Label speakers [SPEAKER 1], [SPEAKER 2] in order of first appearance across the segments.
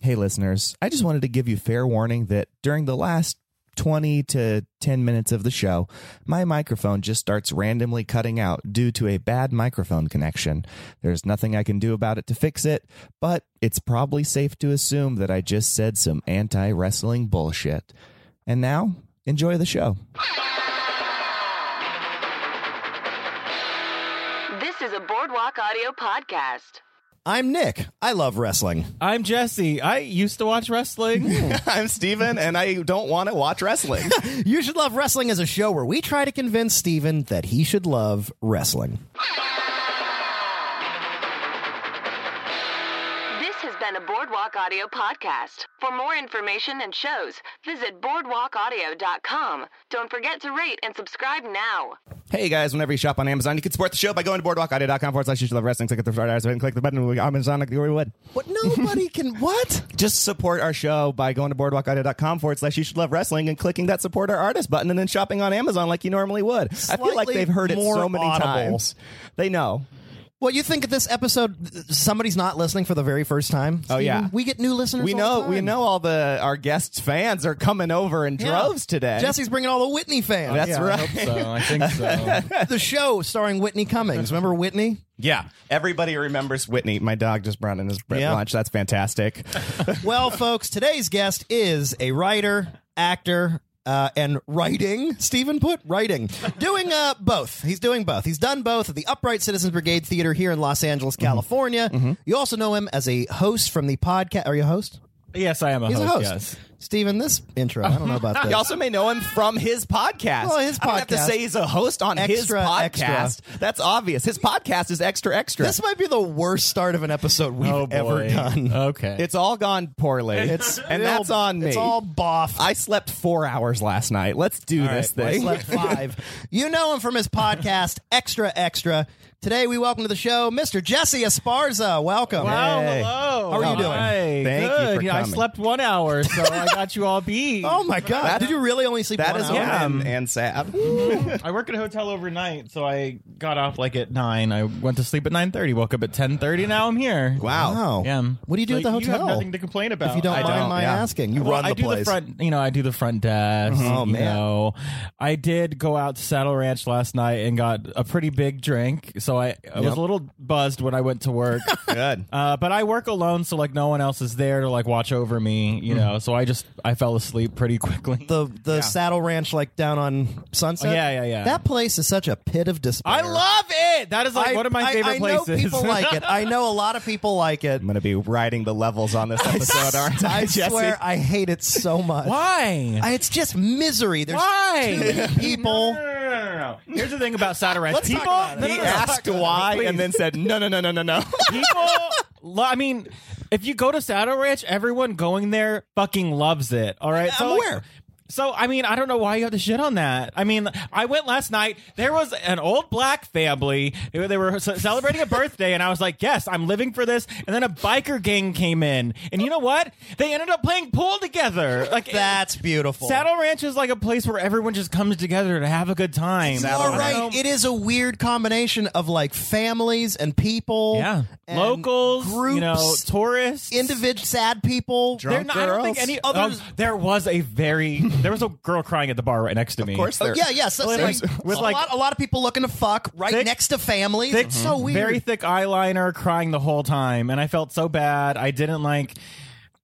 [SPEAKER 1] Hey, listeners, I just wanted to give you fair warning that during the last 20 to 10 minutes of the show, my microphone just starts randomly cutting out due to a bad microphone connection. There's nothing I can do about it to fix it, but it's probably safe to assume that I just said some anti wrestling bullshit. And now, enjoy the show.
[SPEAKER 2] This is a Boardwalk Audio podcast.
[SPEAKER 3] I'm Nick. I love wrestling.
[SPEAKER 4] I'm Jesse. I used to watch wrestling.
[SPEAKER 1] I'm Steven, and I don't want to watch wrestling.
[SPEAKER 3] You Should Love Wrestling is a show where we try to convince Steven that he should love wrestling.
[SPEAKER 2] This has been a Boardwalk Audio podcast. For more information and shows, visit boardwalkaudio.com. Don't forget to rate and subscribe now.
[SPEAKER 1] Hey guys, whenever you shop on Amazon, you can support the show by going to boardwalkaudio.com forward slash you should love wrestling. Click at the third eyes and click the button. Amazon, like we would.
[SPEAKER 3] What nobody can what?
[SPEAKER 1] Just support our show by going to boardwalkaudio.com forward slash you should love wrestling and clicking that support our artist button and then shopping on Amazon like you normally would. I feel like
[SPEAKER 3] Slightly
[SPEAKER 1] they've heard it
[SPEAKER 3] more
[SPEAKER 1] so many
[SPEAKER 3] audible.
[SPEAKER 1] times. They know.
[SPEAKER 3] Well, you think at this episode somebody's not listening for the very first time?
[SPEAKER 1] Oh,
[SPEAKER 3] Steven?
[SPEAKER 1] yeah.
[SPEAKER 3] we get new listeners.
[SPEAKER 1] We
[SPEAKER 3] all
[SPEAKER 1] know
[SPEAKER 3] the
[SPEAKER 1] we
[SPEAKER 3] time.
[SPEAKER 1] know all the our guests fans are coming over in
[SPEAKER 3] Yeah.
[SPEAKER 1] droves today.
[SPEAKER 3] Jesse's bringing all the Whitney fans.
[SPEAKER 1] That's
[SPEAKER 4] Yeah, I
[SPEAKER 1] right.
[SPEAKER 4] hope so. I think so.
[SPEAKER 3] the show starring Whitney Cummings. Remember Whitney?
[SPEAKER 1] Yeah. Everybody remembers Whitney. My dog just brought in his bread
[SPEAKER 3] Yeah.
[SPEAKER 1] lunch. That's fantastic.
[SPEAKER 3] Well, folks, today's guest is a writer, actor, uh, and writing. Stephen put writing, doing uh, both. He's doing both. He's done both at the Upright Citizens Brigade Theater here in Los Angeles,
[SPEAKER 4] Mm-hmm.
[SPEAKER 3] California. You also know him as a host from the podcast. Are you a host?
[SPEAKER 4] yes, I am a
[SPEAKER 3] He's
[SPEAKER 4] host.
[SPEAKER 3] a host.
[SPEAKER 4] Yes.
[SPEAKER 3] Stephen, this intro. I don't know about
[SPEAKER 1] You
[SPEAKER 3] this.
[SPEAKER 1] also may know him from his podcast.
[SPEAKER 3] Well, his
[SPEAKER 1] I don't have to
[SPEAKER 3] podcast.
[SPEAKER 1] say he's a host on his
[SPEAKER 3] Extra,
[SPEAKER 1] podcast. That's obvious. His podcast is extra extra.
[SPEAKER 3] This might be the worst start of an episode we've
[SPEAKER 4] Oh boy.
[SPEAKER 3] ever done.
[SPEAKER 4] Okay.
[SPEAKER 1] it's all gone poorly. It's and that's on me.
[SPEAKER 3] It's all boff.
[SPEAKER 1] I slept four hours last night. Let's do
[SPEAKER 4] right,
[SPEAKER 1] this
[SPEAKER 4] well, I
[SPEAKER 1] thing.
[SPEAKER 3] Slept Five. You know him from his podcast, Extra Extra. Today, we welcome to the show Mr. Jesse Esparza. Welcome.
[SPEAKER 4] Wow,
[SPEAKER 1] Hey.
[SPEAKER 4] Oh, hello.
[SPEAKER 3] How are you
[SPEAKER 4] All
[SPEAKER 3] doing?
[SPEAKER 4] right,
[SPEAKER 1] Thank you
[SPEAKER 4] Good.
[SPEAKER 1] for
[SPEAKER 4] Yeah, I
[SPEAKER 1] coming.
[SPEAKER 4] slept one hour, so I got you all beat.
[SPEAKER 3] Oh my God! Did you really only sleep
[SPEAKER 1] that
[SPEAKER 3] one
[SPEAKER 1] is
[SPEAKER 3] hour?
[SPEAKER 4] Yeah.
[SPEAKER 1] one and, and sad.
[SPEAKER 4] I work at a hotel overnight, so I got off like at nine. I went to sleep at nine thirty, woke up at ten thirty, now I'm here.
[SPEAKER 1] Wow.
[SPEAKER 3] Wow.
[SPEAKER 4] Yeah.
[SPEAKER 3] What do you do at
[SPEAKER 4] So
[SPEAKER 3] the
[SPEAKER 4] You have
[SPEAKER 3] hotel?
[SPEAKER 4] nothing to complain about.
[SPEAKER 3] if you don't
[SPEAKER 4] I
[SPEAKER 3] mind
[SPEAKER 1] don't,
[SPEAKER 3] my
[SPEAKER 1] yeah.
[SPEAKER 3] asking, you
[SPEAKER 4] Well,
[SPEAKER 3] run the
[SPEAKER 4] I do
[SPEAKER 3] place.
[SPEAKER 4] the front, you know, I do the front desk.
[SPEAKER 3] Oh,
[SPEAKER 4] you
[SPEAKER 3] man.
[SPEAKER 4] know. I did go out to Saddle Ranch last night and got a pretty big drink, so I, I was
[SPEAKER 1] Yep.
[SPEAKER 4] a little buzzed when I went to work.
[SPEAKER 1] Good.
[SPEAKER 4] Uh, but I work alone, so like no one else is there to like watch over me, you know. So I just I fell asleep pretty quickly.
[SPEAKER 3] Mm-hmm. the the Saddle Ranch, like down on Sunset.
[SPEAKER 4] Oh, yeah, yeah, yeah.
[SPEAKER 3] That place is such a pit of despair.
[SPEAKER 4] I love it. That is like
[SPEAKER 3] I-
[SPEAKER 4] one of my
[SPEAKER 3] I-
[SPEAKER 4] favorite
[SPEAKER 3] I know
[SPEAKER 4] places.
[SPEAKER 3] people like it. I know a lot of people like it.
[SPEAKER 1] I'm going to be riding the levels on this episode, aren't I,
[SPEAKER 3] I
[SPEAKER 1] Jesse?
[SPEAKER 3] swear, I hate it so much.
[SPEAKER 4] Why?
[SPEAKER 3] I- it's just misery. There's
[SPEAKER 4] Why?
[SPEAKER 3] too many people.
[SPEAKER 4] No, no, no, no, no. Here's the thing about Saddle Ranch.
[SPEAKER 3] Let's talk
[SPEAKER 4] people,
[SPEAKER 3] about it.
[SPEAKER 4] no, no,
[SPEAKER 1] he
[SPEAKER 4] no, no.
[SPEAKER 1] asked why
[SPEAKER 4] Please.
[SPEAKER 1] and then said, no, no, no, no, no, no.
[SPEAKER 4] people lo- i mean if you go to saddle ranch everyone going there fucking loves it all right
[SPEAKER 3] I'm
[SPEAKER 4] like-
[SPEAKER 3] aware.
[SPEAKER 4] so I mean I don't know why you have to shit on that. I mean I went last night. There was an old black family. They they were ce- celebrating a birthday, and I was like, "Yes, I'm living for this." And then a biker gang came in, and you know what? They ended up playing pool together. Like it-
[SPEAKER 3] That's beautiful.
[SPEAKER 4] Saddle Ranch is like a place where everyone just comes together to have a good time.
[SPEAKER 3] You are right. It is a weird combination of like families and people.
[SPEAKER 4] yeah,
[SPEAKER 3] and
[SPEAKER 4] locals,
[SPEAKER 3] groups,
[SPEAKER 4] you know, tourists,
[SPEAKER 3] individual sad people.
[SPEAKER 4] They're not- I don't think any others. Um, there was a very there was a girl crying at the bar right next to me. Of
[SPEAKER 1] course
[SPEAKER 3] Oh,
[SPEAKER 1] there-
[SPEAKER 3] yeah, yeah. So,
[SPEAKER 4] Well,
[SPEAKER 3] so
[SPEAKER 4] like,
[SPEAKER 3] you-
[SPEAKER 4] with,
[SPEAKER 3] a,
[SPEAKER 4] like-
[SPEAKER 3] lot, a lot of people looking to fuck right
[SPEAKER 4] Thick-
[SPEAKER 3] next to families.
[SPEAKER 4] thick,
[SPEAKER 3] it's so weird.
[SPEAKER 4] Mm-hmm. very thick eyeliner, crying the whole time, and I felt so bad. I didn't like.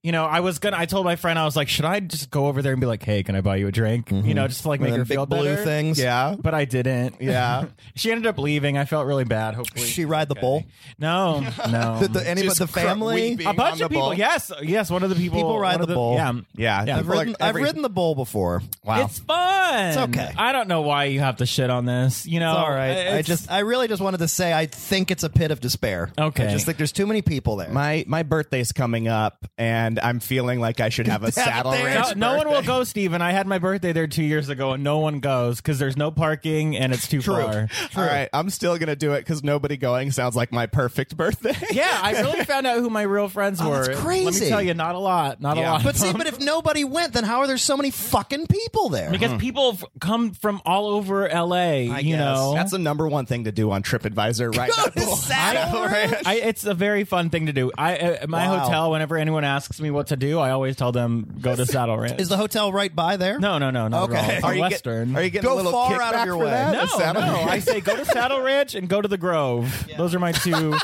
[SPEAKER 4] You know, I was gonna. I told my friend I was like, should I just go over there and be like, hey, can I buy you a drink? You know, just to, like make her
[SPEAKER 3] Mm-hmm. big
[SPEAKER 4] feel
[SPEAKER 3] blue
[SPEAKER 4] better.
[SPEAKER 3] things.
[SPEAKER 1] yeah.
[SPEAKER 4] But I didn't.
[SPEAKER 1] Yeah.
[SPEAKER 4] she ended up leaving. I felt really bad. Hopefully,
[SPEAKER 3] She ride the bull.
[SPEAKER 4] no, no.
[SPEAKER 3] The, the, any, but
[SPEAKER 1] Just
[SPEAKER 3] the
[SPEAKER 1] cr-
[SPEAKER 3] family.
[SPEAKER 1] weeping.
[SPEAKER 4] a bunch
[SPEAKER 1] on the
[SPEAKER 4] of people.
[SPEAKER 1] bull.
[SPEAKER 4] Yes, yes. One of the people.
[SPEAKER 3] People ride
[SPEAKER 4] one of
[SPEAKER 3] the bull.
[SPEAKER 4] Yeah,
[SPEAKER 1] Yeah.
[SPEAKER 4] yeah.
[SPEAKER 3] I've,
[SPEAKER 1] Like
[SPEAKER 3] ridden, I've
[SPEAKER 1] every-
[SPEAKER 3] ridden the bull before.
[SPEAKER 1] Wow.
[SPEAKER 4] It's fun. It's
[SPEAKER 3] okay.
[SPEAKER 4] I don't know why you have to shit on this. You know,
[SPEAKER 3] It's all right. I
[SPEAKER 4] It's-
[SPEAKER 3] just, I really just wanted to say, I think it's a pit of despair.
[SPEAKER 4] Okay.
[SPEAKER 3] I just think there's too many people there.
[SPEAKER 1] my my birthday's coming up, and I'm feeling like I should have a saddle
[SPEAKER 3] there.
[SPEAKER 1] ranch.
[SPEAKER 4] no, no one will go, Steven. I had my birthday there two years ago, and no one goes because there's no parking and it's too far.
[SPEAKER 1] All right, I'm still gonna do it because nobody going sounds like my perfect birthday.
[SPEAKER 4] Yeah, I really found out who my real friends were.
[SPEAKER 3] Oh, that's
[SPEAKER 4] Let
[SPEAKER 3] crazy.
[SPEAKER 4] me tell you, not a lot, not
[SPEAKER 1] Yeah.
[SPEAKER 4] a lot.
[SPEAKER 3] But see, but if nobody went, then how are there so many fucking people there?
[SPEAKER 4] because people f- come from all over LA, you
[SPEAKER 3] Hmm. guess.
[SPEAKER 4] know.
[SPEAKER 1] That's the number one thing to do on TripAdvisor right
[SPEAKER 3] Go
[SPEAKER 1] now.
[SPEAKER 3] to Saddle
[SPEAKER 1] Ranch.
[SPEAKER 4] I, it's a very fun thing to do. I at my
[SPEAKER 3] Wow.
[SPEAKER 4] hotel. Whenever anyone asks asks me what to do, I always tell them go to Saddle Ranch.
[SPEAKER 3] Is the hotel right by there?
[SPEAKER 4] no, no, no, not
[SPEAKER 3] Okay.
[SPEAKER 4] okay.
[SPEAKER 3] Are
[SPEAKER 1] you get-
[SPEAKER 4] Western.
[SPEAKER 1] are you getting
[SPEAKER 3] Go
[SPEAKER 1] a little
[SPEAKER 3] far out of
[SPEAKER 1] kickback
[SPEAKER 3] your
[SPEAKER 1] for
[SPEAKER 3] way.
[SPEAKER 1] that?
[SPEAKER 4] no,
[SPEAKER 1] The Saddle
[SPEAKER 4] no.
[SPEAKER 1] Ranch?
[SPEAKER 4] I say go to Saddle Ranch and go to the Grove. Those are my two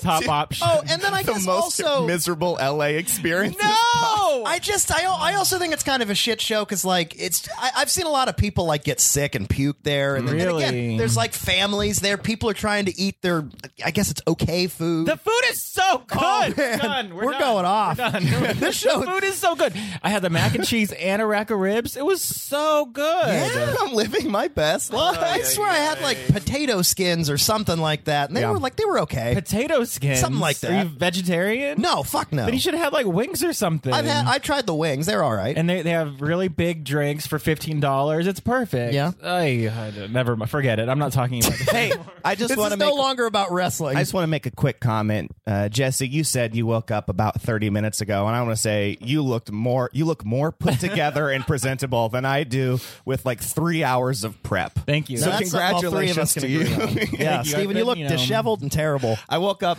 [SPEAKER 4] top options.
[SPEAKER 3] Oh, and then I
[SPEAKER 1] the
[SPEAKER 3] guess
[SPEAKER 1] most
[SPEAKER 3] also
[SPEAKER 1] miserable LA experience.
[SPEAKER 3] No, I just I I also think it's kind of a shit show because like it's I, I've seen a lot of people like get sick and puke there, and then, then again
[SPEAKER 4] Really?
[SPEAKER 3] there's like families there. People are trying to eat their I guess it's okay food.
[SPEAKER 4] the food is so good.
[SPEAKER 3] Oh, man.
[SPEAKER 4] We're done. We're,
[SPEAKER 3] We're
[SPEAKER 4] done.
[SPEAKER 3] going off.
[SPEAKER 4] We're done.
[SPEAKER 3] This show-
[SPEAKER 4] the food is so good. I had the mac and cheese and a rack of ribs. It was so good.
[SPEAKER 1] I'm living my best
[SPEAKER 3] well, I
[SPEAKER 1] life.
[SPEAKER 3] swear I had like potato skins or something like that, and they
[SPEAKER 1] Yeah.
[SPEAKER 3] were like they were okay.
[SPEAKER 4] Potato skins.
[SPEAKER 3] Something like
[SPEAKER 4] Are
[SPEAKER 3] that.
[SPEAKER 4] you vegetarian?
[SPEAKER 3] no, fuck no.
[SPEAKER 4] Then you should have had like wings or something.
[SPEAKER 3] I've had I tried the wings; they're all right.
[SPEAKER 4] and they, they have really big drinks for fifteen dollars. It's perfect.
[SPEAKER 3] Yeah.
[SPEAKER 4] Ay, I don't- never mi- forget it. I'm not talking about it.
[SPEAKER 1] Hey, I just
[SPEAKER 3] this
[SPEAKER 1] want
[SPEAKER 3] is
[SPEAKER 1] to make
[SPEAKER 3] no longer about wrestling.
[SPEAKER 1] I just want to make a quick comment. Uh, Jesse, you said you woke up about 30 minutes ago, and I want to say you looked more you look more put together and presentable than I do with like three hours of prep.
[SPEAKER 4] Thank you.
[SPEAKER 1] So
[SPEAKER 3] That's something all three of
[SPEAKER 1] congratulations
[SPEAKER 3] us can
[SPEAKER 1] to you.
[SPEAKER 3] agree yeah,
[SPEAKER 4] Thank you.
[SPEAKER 3] Steven,
[SPEAKER 4] I've
[SPEAKER 3] you
[SPEAKER 4] been,
[SPEAKER 3] look
[SPEAKER 4] you know,
[SPEAKER 3] disheveled and terrible.
[SPEAKER 1] I woke up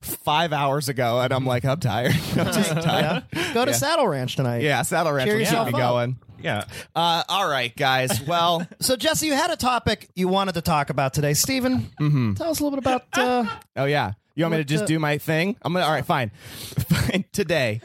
[SPEAKER 1] five hours ago, and I'm like, I'm tired. I'm just tired.
[SPEAKER 3] Go to Saddle Ranch tonight.
[SPEAKER 1] Yeah, Saddle Ranch
[SPEAKER 3] Cheer
[SPEAKER 1] will keep
[SPEAKER 3] yourself
[SPEAKER 1] me
[SPEAKER 3] up.
[SPEAKER 1] going.
[SPEAKER 4] yeah.
[SPEAKER 1] Uh, all right, guys. Well,
[SPEAKER 3] So, Jesse, you had a topic you wanted to talk about today. Steven,
[SPEAKER 4] Mm-hmm.
[SPEAKER 3] tell us a little bit about. Uh,
[SPEAKER 1] Oh yeah. You want me to just
[SPEAKER 3] the-
[SPEAKER 1] do my thing? I'm gonna. All right, fine. fine. Today,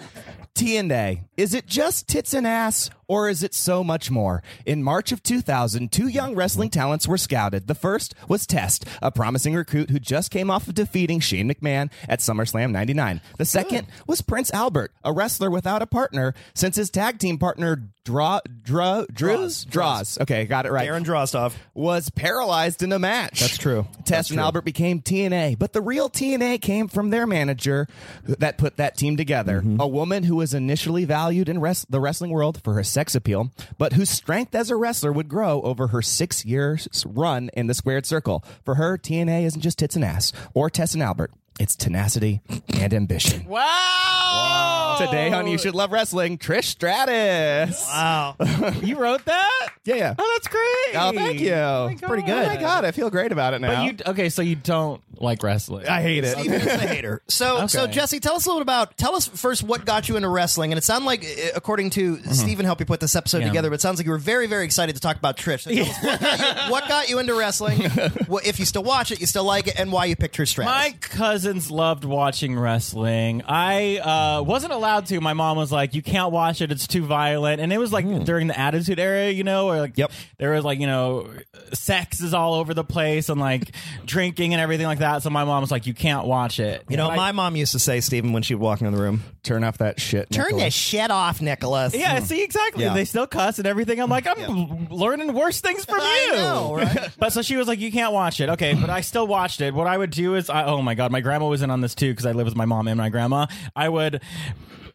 [SPEAKER 1] TNA. Is it just tits and ass, or is it so much more? In March of 2000, two young wrestling talents were scouted. The first was Test, a promising recruit who just came off of defeating Shane McMahon at SummerSlam '99. The second was Prince Albert, a wrestler without a partner, since his tag team partner Draw Draw Drews
[SPEAKER 3] Draws.
[SPEAKER 1] Draws. Okay, got it right
[SPEAKER 3] Drozdov.
[SPEAKER 1] was paralyzed in a match.
[SPEAKER 3] That's true.
[SPEAKER 1] Test and Albert became TNA, but the real TNA came from their manager that put that team together. A woman who was initially valued in res- the wrestling world for her sex appeal, but whose strength as a wrestler would grow over her six years run in the squared circle. For her, TNA isn't just tits and ass or Tess and Albert. It's tenacity and ambition.
[SPEAKER 4] Wow.
[SPEAKER 1] Today on You Should Love Wrestling, Trish Stratus.
[SPEAKER 3] Wow.
[SPEAKER 4] You wrote that?
[SPEAKER 1] Yeah, yeah.
[SPEAKER 4] Oh, that's great.
[SPEAKER 1] Oh, thank you.
[SPEAKER 4] my God.
[SPEAKER 1] Pretty good. Oh my god, I feel great about it now.
[SPEAKER 4] But you okay? So you don't like wrestling?
[SPEAKER 1] I hate it.
[SPEAKER 3] Steven is a hater. So, so
[SPEAKER 4] Okay.
[SPEAKER 3] Jesse, tell us a little about. Tell us first what got you into wrestling. And it sounded like, uh, according to Steven, helped you put this episode
[SPEAKER 4] Mm-hmm. Yeah.
[SPEAKER 3] together. But it sounds like you were very, very excited to talk about Trish. So tell us what, got you, what got you into wrestling? what, if you still watch it, you still like it, and why you picked Trish Stratus?
[SPEAKER 4] My cousins loved watching wrestling. I uh, wasn't allowed to. My mom was like, "You can't watch it; it's too violent." And it was like
[SPEAKER 1] Hmm.
[SPEAKER 4] during the Attitude Era, you know, where like
[SPEAKER 3] Yep.
[SPEAKER 4] there was like you know, sex is all over the place and like drinking and everything like that. So my mom was like, "You can't watch it."
[SPEAKER 3] you know, my mom used to say, Steven, when she would walk into the room,
[SPEAKER 1] Turn off that shit.
[SPEAKER 3] "Turn
[SPEAKER 1] Nicholas.
[SPEAKER 3] that shit off, Nicholas."
[SPEAKER 4] yeah, see, exactly.
[SPEAKER 3] Yeah.
[SPEAKER 4] They still cuss and everything. I'm like, I'm learning worse things from
[SPEAKER 3] I
[SPEAKER 4] you.
[SPEAKER 3] know, right?
[SPEAKER 4] But so she was like, "You can't watch it." Okay, but I still watched it. What I would do is, I, oh my god, my grandma was in on this too because I live with my mom and my grandma. I would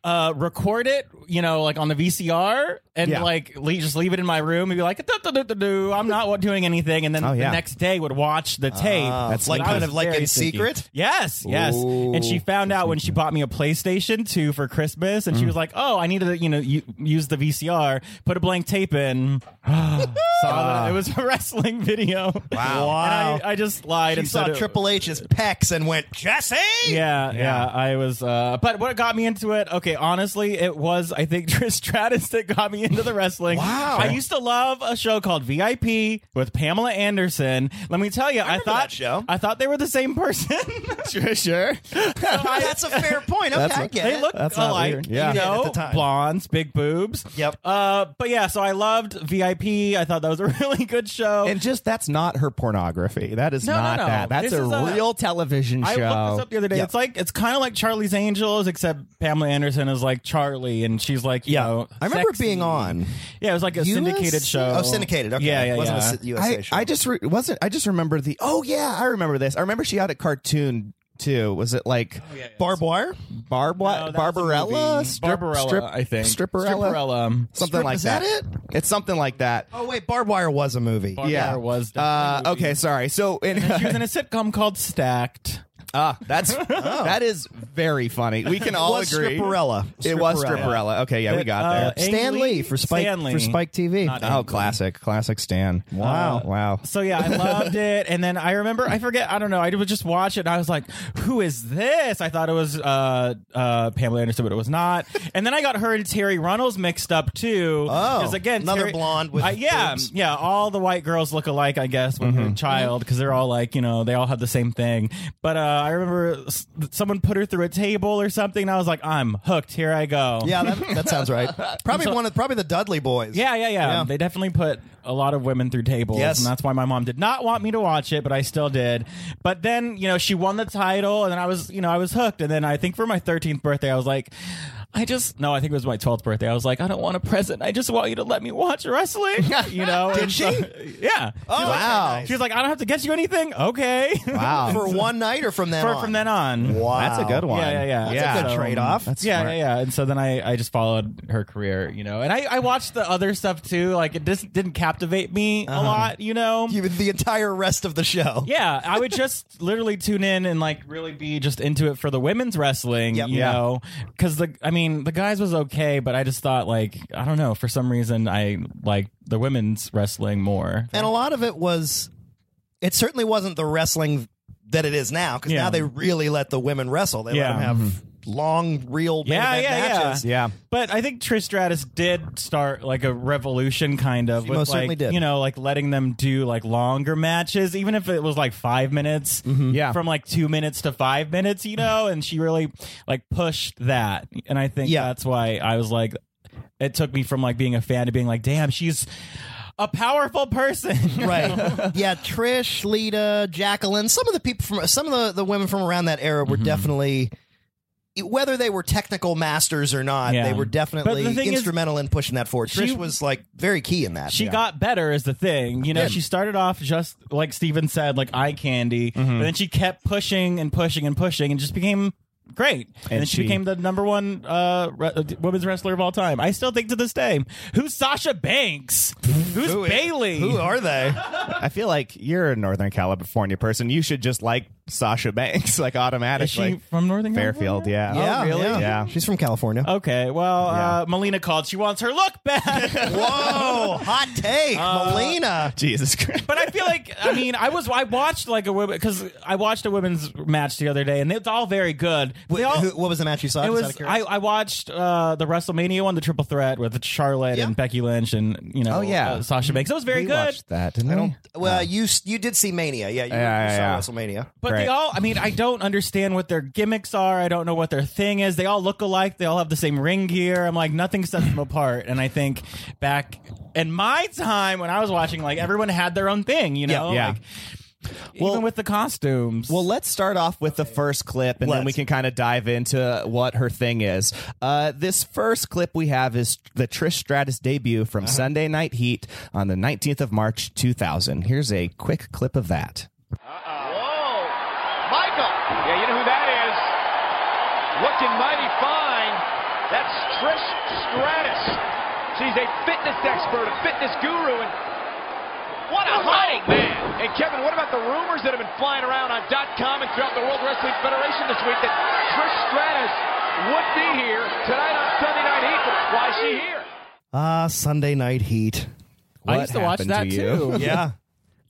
[SPEAKER 4] uh, record it, you know, like on the VCR and
[SPEAKER 1] Yeah.
[SPEAKER 4] like le- just leave it in my room and be like, "Duh, duh, duh, duh, duh, I'm not doing anything, and then
[SPEAKER 1] Oh, yeah.
[SPEAKER 4] the next day would watch the tape.
[SPEAKER 1] That's
[SPEAKER 3] Ah, like
[SPEAKER 1] nice.
[SPEAKER 3] kind of like
[SPEAKER 4] Very
[SPEAKER 3] in
[SPEAKER 4] sneaky.
[SPEAKER 3] secret.
[SPEAKER 4] Yes, yes. And she found out when she
[SPEAKER 3] Mm-hmm.
[SPEAKER 4] bought me a PlayStation 2 for Christmas,
[SPEAKER 3] Mm.
[SPEAKER 4] and she was like, "Oh, I needed to, you know, u- use the VCR, put a blank tape in." Saw that it was a wrestling video.
[SPEAKER 3] Ah.
[SPEAKER 4] Wow!
[SPEAKER 3] Wow.
[SPEAKER 4] And I, I just lied
[SPEAKER 3] She
[SPEAKER 4] and
[SPEAKER 3] saw
[SPEAKER 4] said it-
[SPEAKER 3] Triple H's pecs and went, Jesse!
[SPEAKER 4] Yeah, yeah, I was, uh, but what got me into it? Okay, honestly, it was I think Trish Stratus that got me into the wrestling.
[SPEAKER 3] Wow.
[SPEAKER 4] I used to love a show called VIP with Pamela Anderson. Let me tell you, I,
[SPEAKER 3] remember
[SPEAKER 4] thought
[SPEAKER 3] that show.
[SPEAKER 4] I thought they were the same person.
[SPEAKER 1] sure, sure.
[SPEAKER 3] That's a fair point. Okay, I get
[SPEAKER 4] they
[SPEAKER 3] it.
[SPEAKER 4] look
[SPEAKER 1] That's not
[SPEAKER 4] alike.
[SPEAKER 1] weird. Yeah.
[SPEAKER 4] You
[SPEAKER 3] Yeah, at
[SPEAKER 4] know,
[SPEAKER 3] the time.
[SPEAKER 4] blondes, big boobs.
[SPEAKER 3] Yep.
[SPEAKER 4] Uh, but yeah, so I loved VIP. I thought that was a really good show.
[SPEAKER 1] And just that's not her pornography. That is
[SPEAKER 4] No, no,
[SPEAKER 1] not
[SPEAKER 4] no.
[SPEAKER 1] that. That's
[SPEAKER 4] This
[SPEAKER 1] a,
[SPEAKER 4] is a-
[SPEAKER 1] real television show.
[SPEAKER 4] I looked this up the other day. It's like it's kind of like Charlie's Angels, except Pamela Anderson is like Charlie, and she's like, you know,
[SPEAKER 3] I remember it
[SPEAKER 4] sexy.
[SPEAKER 3] being on.
[SPEAKER 4] Yeah, it was like a
[SPEAKER 3] US?
[SPEAKER 4] syndicated show.
[SPEAKER 3] Oh, syndicated. Okay.
[SPEAKER 4] Yeah, yeah,
[SPEAKER 3] It wasn't
[SPEAKER 4] yeah.
[SPEAKER 3] a si- USA
[SPEAKER 1] I,
[SPEAKER 3] show.
[SPEAKER 1] I just re- wasn't. I just remember the. Oh yeah, I remember this. I remember she had a cartoon too. Was it like
[SPEAKER 3] Barbed wire?
[SPEAKER 1] Barb
[SPEAKER 4] Oh,
[SPEAKER 3] Uh,
[SPEAKER 4] No,
[SPEAKER 1] what?
[SPEAKER 4] that was a
[SPEAKER 1] Barbarella?
[SPEAKER 4] movie.
[SPEAKER 1] Strip-
[SPEAKER 4] Barbarella,
[SPEAKER 1] strip-
[SPEAKER 4] I think.
[SPEAKER 1] Stripperella.
[SPEAKER 4] Stripperella.
[SPEAKER 1] Something
[SPEAKER 3] Strip-
[SPEAKER 1] like
[SPEAKER 3] is that
[SPEAKER 1] it? It's something like that.
[SPEAKER 3] Oh, wait. Barbed wire was a movie.
[SPEAKER 4] Barbed
[SPEAKER 1] yeah,
[SPEAKER 4] Wire was definitely
[SPEAKER 1] Uh,
[SPEAKER 4] a movie.
[SPEAKER 1] okay, sorry. So in,
[SPEAKER 4] She was in a sitcom called Stacked.
[SPEAKER 1] Ah, that's
[SPEAKER 4] Oh.
[SPEAKER 1] that is very funny. We can all
[SPEAKER 3] was
[SPEAKER 1] agree.
[SPEAKER 3] Stripperella.
[SPEAKER 1] It was Stripperella. Okay, yeah, we got
[SPEAKER 4] uh,
[SPEAKER 1] there.
[SPEAKER 3] Stan
[SPEAKER 4] Ang
[SPEAKER 3] Lee for Spike
[SPEAKER 4] Stan Lee.
[SPEAKER 3] for Spike TV.
[SPEAKER 4] Not
[SPEAKER 1] Oh, classic, classic Stan. Wow, wow.
[SPEAKER 4] So yeah, I loved it. And then I remember, I forget, I don't know, I would just watch it and I was like, who is this? I thought it was uh, uh, Pamela Anderson, but it was not. And then I got her and Terry Runnels mixed up too.
[SPEAKER 3] Oh,
[SPEAKER 4] 'Cause again,
[SPEAKER 3] another
[SPEAKER 4] Terry-
[SPEAKER 3] blonde with
[SPEAKER 4] Uh, yeah,
[SPEAKER 3] boobs. Mm-hmm.
[SPEAKER 4] yeah, all the white girls look alike, I guess, when you're a child, because they're all like, you know, they all have the same thing. But uh, I remember s- someone put her through a table or something and I was like, I'm hooked. Here I go.
[SPEAKER 3] Yeah, that, that sounds right. Probably one of probably the Dudley boys.
[SPEAKER 4] Yeah, yeah, yeah,
[SPEAKER 3] Yeah.
[SPEAKER 4] They definitely put a lot of women through tables,
[SPEAKER 3] Yes.
[SPEAKER 4] and that's why my mom did not want me to watch it, but I still did. But then, you know, she won the title, and then I was, you know, I was hooked. And then I think for my 13th birthday, I was like, I just no, I think it was my 12th birthday. I was like, I don't want a present. I just want you to let me watch wrestling. You know?
[SPEAKER 3] Did
[SPEAKER 4] And so-
[SPEAKER 3] she?
[SPEAKER 4] yeah.
[SPEAKER 3] Oh, wow.
[SPEAKER 4] She was like, I don't have to get you anything. Okay.
[SPEAKER 1] Wow.
[SPEAKER 3] For one night or from then
[SPEAKER 4] For-
[SPEAKER 3] on?
[SPEAKER 4] from then on.
[SPEAKER 3] Wow.
[SPEAKER 1] That's a good one.
[SPEAKER 4] Yeah, yeah, yeah. That's a
[SPEAKER 3] good
[SPEAKER 4] So-
[SPEAKER 3] trade-off.
[SPEAKER 1] That's
[SPEAKER 4] yeah,
[SPEAKER 1] smart.
[SPEAKER 4] yeah, yeah. And so then I, I just followed her career, you know. And I, I watched the other stuff too. Like it just didn't captivate me a lot, you know.
[SPEAKER 3] Uh-huh. You- the entire rest of the show.
[SPEAKER 4] yeah, I would just literally tune in and like really be just into it for the women's wrestling,
[SPEAKER 3] Yep.
[SPEAKER 4] you
[SPEAKER 3] Yeah.
[SPEAKER 4] know, because the I mean the guys was okay, but I just thought like I don't know for some reason I like the women's wrestling more.
[SPEAKER 3] And a lot of it was, it certainly wasn't the wrestling that it is now because
[SPEAKER 4] Yeah.
[SPEAKER 3] now they really let the women wrestle. They
[SPEAKER 4] Yeah.
[SPEAKER 3] let them have
[SPEAKER 4] Mm-hmm.
[SPEAKER 3] long, real main
[SPEAKER 4] Yeah,
[SPEAKER 3] event
[SPEAKER 4] yeah, yeah.
[SPEAKER 3] matches.
[SPEAKER 1] Yeah.
[SPEAKER 4] But I think Trish Stratus did start like a revolution, kind of. with
[SPEAKER 3] most
[SPEAKER 4] like,
[SPEAKER 3] certainly did.
[SPEAKER 4] You know, like letting them do like longer matches, even if it was like five minutes.
[SPEAKER 1] Yeah.
[SPEAKER 4] From like two minutes to five minutes, you know, and she really like pushed that, and I think
[SPEAKER 3] Yeah.
[SPEAKER 4] that's why I was like, it took me from like being a fan to being like, damn, she's a powerful person,
[SPEAKER 3] Right. yeah, Trish, Lita, Jacqueline, some of the people from some of the, the women from around that era were
[SPEAKER 4] Mm-hmm.
[SPEAKER 3] definitely whether they were technical masters or not,
[SPEAKER 4] Yeah.
[SPEAKER 3] they were
[SPEAKER 4] But the
[SPEAKER 3] definitely
[SPEAKER 4] thing is-
[SPEAKER 3] instrumental in pushing that forward.
[SPEAKER 4] She-
[SPEAKER 3] Trish was like very key in that.
[SPEAKER 4] she got better is the thing you know she started off just like steven said like eye candy
[SPEAKER 3] Mm-hmm.
[SPEAKER 4] but then she kept pushing and pushing and pushing and just became great and, then she,
[SPEAKER 1] she-
[SPEAKER 4] became the number one uh, re- uh, women's wrestler of all time i still think to this day who's sasha banks who's
[SPEAKER 3] Who is-
[SPEAKER 4] bailey
[SPEAKER 3] Who are they?
[SPEAKER 1] I feel like you're a Northern California person. You should just like Sasha Banks, like automatically.
[SPEAKER 4] is she from northern
[SPEAKER 1] Fairfield,
[SPEAKER 4] California?
[SPEAKER 1] yeah.
[SPEAKER 3] yeah,
[SPEAKER 4] Oh, really?
[SPEAKER 3] Yeah.
[SPEAKER 1] Yeah.
[SPEAKER 3] She's from California.
[SPEAKER 4] okay well
[SPEAKER 1] Yeah.
[SPEAKER 4] uh, melina called she wants her look back
[SPEAKER 3] Whoa, hot take,
[SPEAKER 4] Uh,
[SPEAKER 3] Melina.
[SPEAKER 1] Jesus Christ.
[SPEAKER 4] But I feel like I mean I was I watched like a women because I watched a women's match the other day and it's all very good. They all-
[SPEAKER 3] Who- what was the match you saw?
[SPEAKER 4] It
[SPEAKER 3] Just out
[SPEAKER 4] was.
[SPEAKER 3] of curiosity?
[SPEAKER 4] I, I watched uh, the WrestleMania one, the Triple Threat with Charlotte
[SPEAKER 3] Yeah. Mm-hmm.
[SPEAKER 4] and Becky Lynch, and you know,
[SPEAKER 1] Oh, yeah.
[SPEAKER 4] uh, Sasha Banks. It was very
[SPEAKER 1] we
[SPEAKER 4] good.
[SPEAKER 1] watched that, didn't
[SPEAKER 3] I
[SPEAKER 1] we?
[SPEAKER 3] don't. Oh. Well, you s- you did see Mania, yeah. You,
[SPEAKER 1] Yeah, yeah,
[SPEAKER 3] you
[SPEAKER 1] yeah.
[SPEAKER 3] saw WrestleMania.
[SPEAKER 4] But they
[SPEAKER 1] Right.
[SPEAKER 4] all, I mean, I don't understand what their gimmicks are. I don't know what their thing is. They all look alike. They all have the same ring gear. I'm like, nothing sets them apart. And I think back in my time when I was watching, like, everyone had their own thing, you know?
[SPEAKER 1] yeah.
[SPEAKER 4] Like, even with the costumes.
[SPEAKER 1] Well, let's start off with the first clip, and then we
[SPEAKER 3] Let's.
[SPEAKER 1] can kind of dive into what her thing is. Uh, this first clip we have is the Trish Stratus debut from
[SPEAKER 3] Uh-huh.
[SPEAKER 1] Sunday Night Heat on the 19th of March, 2000. Here's a quick clip of that.
[SPEAKER 5] Whoa! Michael! Yeah, you know who that is. Looking mighty fine. That's Trish Stratus. She's a fitness expert, a fitness guru, and what a hiding man! And Kevin, what about the rumors that have been flying around on .com and throughout the World Wrestling Federation this week that Trish Stratus would be here tonight on Sunday Night Heat? But Why is she here?
[SPEAKER 3] Ah, Sunday Night Heat.
[SPEAKER 4] I
[SPEAKER 1] What
[SPEAKER 4] used to watch
[SPEAKER 1] happened to
[SPEAKER 4] that
[SPEAKER 1] you?
[SPEAKER 4] too.
[SPEAKER 3] Yeah,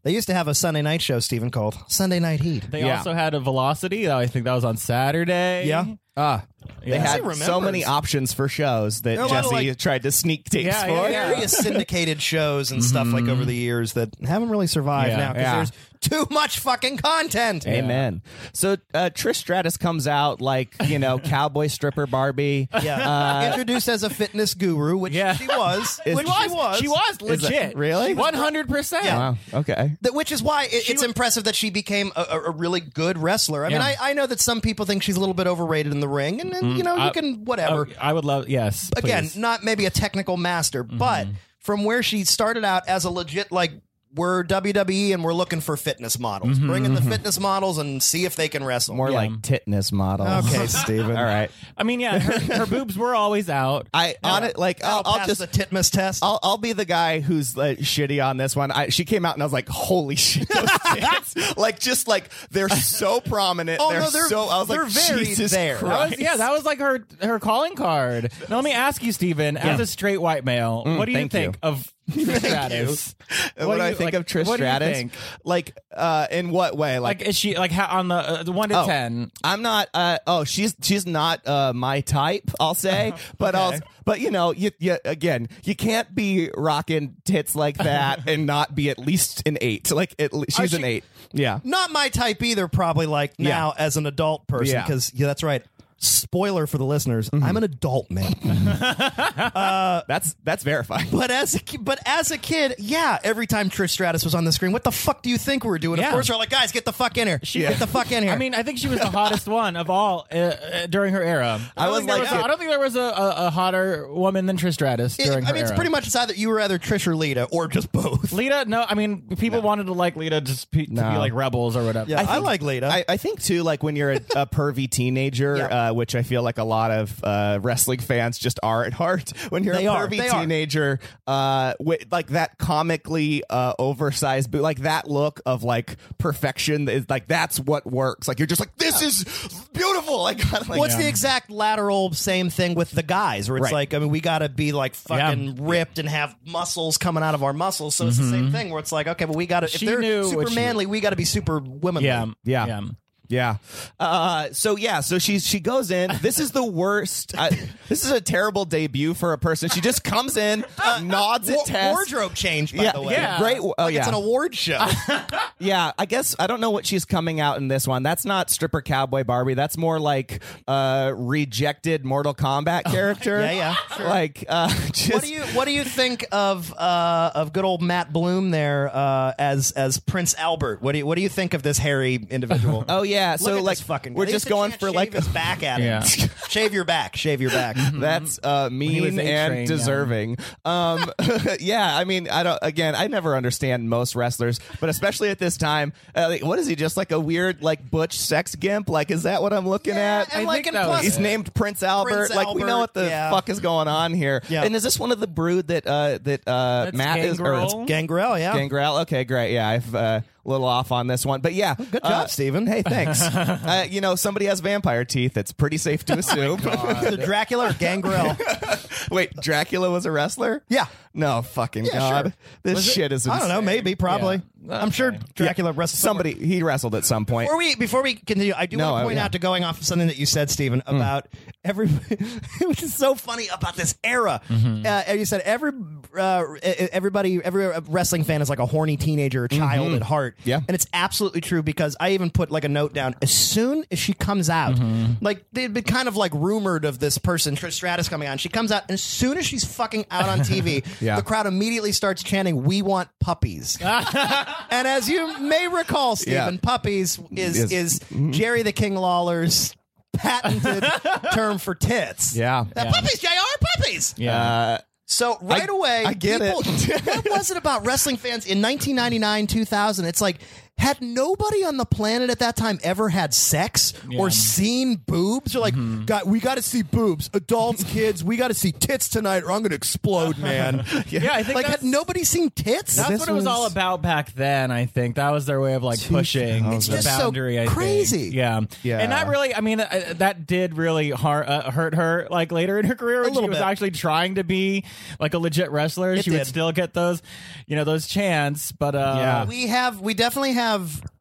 [SPEAKER 3] they used to have a Sunday night show, Stephen, called Sunday Night Heat.
[SPEAKER 4] They
[SPEAKER 1] Yeah.
[SPEAKER 4] also had a Velocity. Oh, I think that was on Saturday.
[SPEAKER 3] Yeah.
[SPEAKER 1] Ah, they
[SPEAKER 4] Yeah.
[SPEAKER 3] She
[SPEAKER 1] had
[SPEAKER 3] remembers.
[SPEAKER 1] so many options for shows that
[SPEAKER 3] There are a lot of,
[SPEAKER 1] Jesse
[SPEAKER 3] like-
[SPEAKER 1] tried to sneak tapes
[SPEAKER 4] Yeah,
[SPEAKER 1] for.
[SPEAKER 4] yeah, yeah.
[SPEAKER 3] Various syndicated shows and stuff like over the years that haven't really survived
[SPEAKER 4] Yeah.
[SPEAKER 3] now because
[SPEAKER 1] Yeah.
[SPEAKER 3] there's too much fucking content.
[SPEAKER 1] Amen. So uh, Trish Stratus comes out like you know cowboy stripper Barbie.
[SPEAKER 3] Yeah. Introduced as a fitness guru, which
[SPEAKER 4] Yeah.
[SPEAKER 3] she was.
[SPEAKER 1] Is-
[SPEAKER 3] which
[SPEAKER 1] was.
[SPEAKER 3] she was.
[SPEAKER 4] She was
[SPEAKER 1] Is that-
[SPEAKER 4] legit.
[SPEAKER 1] really?
[SPEAKER 4] One hundred percent.
[SPEAKER 1] Wow. Okay.
[SPEAKER 3] That- which is why it, it's impressive that she became a, a, a really good wrestler. I mean,
[SPEAKER 4] Yeah.
[SPEAKER 3] I, I know that some people think she's a little bit overrated in the ring, and,
[SPEAKER 1] Mm-hmm.
[SPEAKER 3] and you know, you can whatever.
[SPEAKER 4] Oh,
[SPEAKER 1] oh,
[SPEAKER 4] I would love. Yes.
[SPEAKER 3] Again,
[SPEAKER 4] please.
[SPEAKER 1] Mm-hmm.
[SPEAKER 3] not maybe a technical master, but from where she started out as a legit like we're WWE and we're looking for fitness models. Bring in the fitness models and see if they can wrestle.
[SPEAKER 1] Mm-hmm, More like titness model.
[SPEAKER 3] Okay, Steven.
[SPEAKER 1] All right.
[SPEAKER 4] I mean, yeah, her, her boobs were always out.
[SPEAKER 1] I on it like I'll, I'll
[SPEAKER 3] Pass
[SPEAKER 1] just
[SPEAKER 3] the titmus test.
[SPEAKER 1] I'll, I'll be the guy who's like, shitty on this one. I, she came out and I was like, "Holy shit!" Those tits. like, just like they're so prominent.
[SPEAKER 3] Oh,
[SPEAKER 1] they're,
[SPEAKER 3] no, they're-
[SPEAKER 1] so. I was like,
[SPEAKER 3] they're very
[SPEAKER 1] "Jesus
[SPEAKER 3] there."
[SPEAKER 1] Christ!"
[SPEAKER 4] That was, yeah, that was like her her calling card. Now let me ask you, Stephen, as a straight white male, what do Mm, you
[SPEAKER 1] thank
[SPEAKER 4] think of Trish Stratus?
[SPEAKER 1] what, do I
[SPEAKER 4] you-
[SPEAKER 1] think
[SPEAKER 4] like,
[SPEAKER 1] of Trish
[SPEAKER 4] what do you
[SPEAKER 1] Stratus?
[SPEAKER 4] think?
[SPEAKER 1] Like, uh, in what way? Like,
[SPEAKER 4] Like, is she like how, on the uh, the one to
[SPEAKER 1] oh,
[SPEAKER 4] ten?
[SPEAKER 1] I'm not. Uh, oh, she's she's not uh, my type. I'll say,
[SPEAKER 4] Uh-huh.
[SPEAKER 1] but I'll, but you know, you, you again, you can't be rocking tits like that and not be at least an eight. Like, at le- she's
[SPEAKER 4] she-
[SPEAKER 1] an eight. Yeah.
[SPEAKER 3] Not my type either. Probably like now as an adult person
[SPEAKER 1] Yeah. Mm-hmm.
[SPEAKER 3] because yeah. that's right. Spoiler for the listeners: I'm an adult man.
[SPEAKER 4] Uh,
[SPEAKER 1] That's that's verified.
[SPEAKER 3] but as a, ki- but as a kid, yeah. Every time Trish Stratus was on the screen, what the fuck do you think we were doing?
[SPEAKER 4] Yeah.
[SPEAKER 3] Of course, we're like, guys, get the fuck in here. Get the fuck in here.
[SPEAKER 4] I mean, I think she was the hottest one of all uh, uh, during her era. I, don't
[SPEAKER 1] was
[SPEAKER 4] think there
[SPEAKER 1] like-
[SPEAKER 4] a- I don't think there was a, a, a hotter woman than Trish Stratus
[SPEAKER 3] It-
[SPEAKER 4] during
[SPEAKER 3] I
[SPEAKER 4] her
[SPEAKER 3] mean, it's
[SPEAKER 4] era.
[SPEAKER 3] pretty much it's either you were either Trish or Lita or just both.
[SPEAKER 4] Lita, no, I mean, people wanted to like Lita just pe- to be
[SPEAKER 1] No.
[SPEAKER 4] like rebels or whatever.
[SPEAKER 3] I, like Lita.
[SPEAKER 1] I, I think too, like when you're a, a pervy teenager,
[SPEAKER 3] Yeah.
[SPEAKER 1] uh, which I feel like a lot of uh, wrestling fans just are at heart. When you're
[SPEAKER 3] They
[SPEAKER 1] a
[SPEAKER 3] are.
[SPEAKER 1] pervy
[SPEAKER 3] They are.
[SPEAKER 1] teenager, uh, with, like that comically uh, oversized boot, like that look of like perfection is like that's what works. Like you're just like this is beautiful. Like, kinda like
[SPEAKER 3] What's the exact lateral same thing with the guys? Where it's
[SPEAKER 1] Right.
[SPEAKER 3] like, I mean, we gotta be like
[SPEAKER 4] Yeah.
[SPEAKER 3] fucking ripped and have muscles coming out of our muscles. So it's the same thing where it's like, okay, but we gotta
[SPEAKER 4] Mm-hmm. She
[SPEAKER 3] if they're
[SPEAKER 4] knew what
[SPEAKER 3] super
[SPEAKER 4] she-
[SPEAKER 3] manly, we gotta be super womanly.
[SPEAKER 4] yeah,
[SPEAKER 1] Yeah. Yeah. Uh, so yeah, so she's she goes in. This is the worst. I, this is a terrible debut for a person. She just comes in, nods
[SPEAKER 3] Wa-
[SPEAKER 1] at tests.
[SPEAKER 3] wardrobe change, by
[SPEAKER 1] yeah,
[SPEAKER 3] the way.
[SPEAKER 1] yeah. Great. Oh
[SPEAKER 3] Like
[SPEAKER 1] yeah.
[SPEAKER 3] it's an award show.
[SPEAKER 1] Yeah, I guess I don't know what she's coming out in this one. That's not stripper cowboy Barbie. That's more like uh rejected Mortal Kombat character.
[SPEAKER 3] Oh, yeah, yeah, sure.
[SPEAKER 1] Like uh just
[SPEAKER 3] what do you what do you think of uh, of good old Matt Bloom there uh, as as Prince Albert? What do you what do you think of this hairy individual?
[SPEAKER 1] Oh yeah,
[SPEAKER 3] Look
[SPEAKER 1] so
[SPEAKER 3] at
[SPEAKER 1] like
[SPEAKER 3] this fucking guy.
[SPEAKER 1] we're
[SPEAKER 3] At
[SPEAKER 1] just
[SPEAKER 3] least
[SPEAKER 1] going
[SPEAKER 3] can't
[SPEAKER 1] for
[SPEAKER 3] shave
[SPEAKER 1] like
[SPEAKER 3] his back at him.
[SPEAKER 4] Yeah.
[SPEAKER 3] shave your back, shave your back.
[SPEAKER 1] that's uh
[SPEAKER 4] was
[SPEAKER 1] mean and
[SPEAKER 4] A-Train, yeah.
[SPEAKER 1] deserving. Um yeah, I mean I don't again, I never understand most wrestlers, but especially at this time, uh, like, what is he just like a weird like butch sex gimp? Like is that what I'm looking
[SPEAKER 3] Mm-hmm. Yeah,
[SPEAKER 1] at?
[SPEAKER 3] and
[SPEAKER 4] I
[SPEAKER 3] like
[SPEAKER 4] think
[SPEAKER 3] and
[SPEAKER 4] that was
[SPEAKER 3] plus,
[SPEAKER 1] He's
[SPEAKER 4] Yeah.
[SPEAKER 1] named Prince Albert.
[SPEAKER 3] Prince
[SPEAKER 1] like we know
[SPEAKER 3] Albert,
[SPEAKER 1] what the
[SPEAKER 3] yeah.
[SPEAKER 1] fuck is going on here.
[SPEAKER 3] Yeah.
[SPEAKER 1] And is this one of the brood that uh, that uh, Matt is or
[SPEAKER 4] Gangrel.
[SPEAKER 1] it's
[SPEAKER 3] Gangrel, yeah.
[SPEAKER 1] Gangrel? Okay, great. Yeah, I've uh, a little off on this one, but yeah, good
[SPEAKER 3] Oh, job,
[SPEAKER 1] uh, Steven. Hey, thanks. uh, you know, somebody has vampire teeth. It's pretty safe
[SPEAKER 3] Oh
[SPEAKER 1] to assume.
[SPEAKER 3] So Dracula or Gangrel?
[SPEAKER 1] Wait, Dracula was a wrestler?
[SPEAKER 3] Yeah.
[SPEAKER 1] No fucking
[SPEAKER 3] Yeah,
[SPEAKER 1] god.
[SPEAKER 3] sure.
[SPEAKER 1] This shit is.
[SPEAKER 3] I don't know,
[SPEAKER 1] insane.
[SPEAKER 3] maybe, probably.
[SPEAKER 4] Yeah.
[SPEAKER 3] I'm sure
[SPEAKER 4] Okay.
[SPEAKER 3] Dracula wrestled somewhere.
[SPEAKER 1] Somebody he wrestled at some point.
[SPEAKER 3] Before we before we continue, I do
[SPEAKER 1] No,
[SPEAKER 3] want
[SPEAKER 1] I-
[SPEAKER 3] to point
[SPEAKER 1] yeah. Hmm.
[SPEAKER 3] out to going off of something that you said, Stephen, about every, which is so funny about this era.
[SPEAKER 1] Mm-hmm.
[SPEAKER 3] Uh, and you said every uh, everybody every wrestling fan is like a horny teenager or child at heart.
[SPEAKER 1] Mm-hmm. Yeah.
[SPEAKER 3] and it's absolutely true because I even put like a note down as soon as she comes out.
[SPEAKER 1] Mm-hmm.
[SPEAKER 3] Like they'd been kind of like rumored of this person Trish Stratus coming on. She comes out and as soon as she's fucking out on TV,
[SPEAKER 1] Yeah.
[SPEAKER 3] the crowd immediately starts chanting, "We want puppies." And as you may recall, Stephen,
[SPEAKER 1] Yeah.
[SPEAKER 3] puppies is is,
[SPEAKER 1] Yes. Mm-hmm.
[SPEAKER 3] Jerry the King Lawler's patented term for tits.
[SPEAKER 1] Yeah.
[SPEAKER 3] Uh, Puppies, JR, puppies.
[SPEAKER 4] Yeah.
[SPEAKER 1] Uh,
[SPEAKER 3] So right away,
[SPEAKER 1] I get it.
[SPEAKER 3] people, that wasn't about wrestling fans in 1999, 2000. It's like, had nobody on the planet at that time ever had sex or seen boobs? Or like,
[SPEAKER 1] Mm-hmm.
[SPEAKER 3] God, we got to see boobs. Adults, kids, we got to see tits tonight or I'm going to explode, man.
[SPEAKER 4] Yeah, I think
[SPEAKER 3] like,
[SPEAKER 4] that's-
[SPEAKER 3] had nobody seen tits?
[SPEAKER 4] That's what it was, all about back then. I think that was their way of like pushing
[SPEAKER 1] It's
[SPEAKER 4] the
[SPEAKER 3] just so
[SPEAKER 4] boundary. I think.
[SPEAKER 3] crazy.
[SPEAKER 4] Yeah,
[SPEAKER 1] Yeah.
[SPEAKER 4] And that really, I mean, uh, that did really har- uh, hurt her. Like later in her career, when
[SPEAKER 3] little
[SPEAKER 4] she was
[SPEAKER 3] bit.
[SPEAKER 4] actually trying to be like a legit wrestler, she would
[SPEAKER 3] did.
[SPEAKER 4] still get those, you know, those chants. But uh,
[SPEAKER 1] Yeah.
[SPEAKER 3] We have we definitely have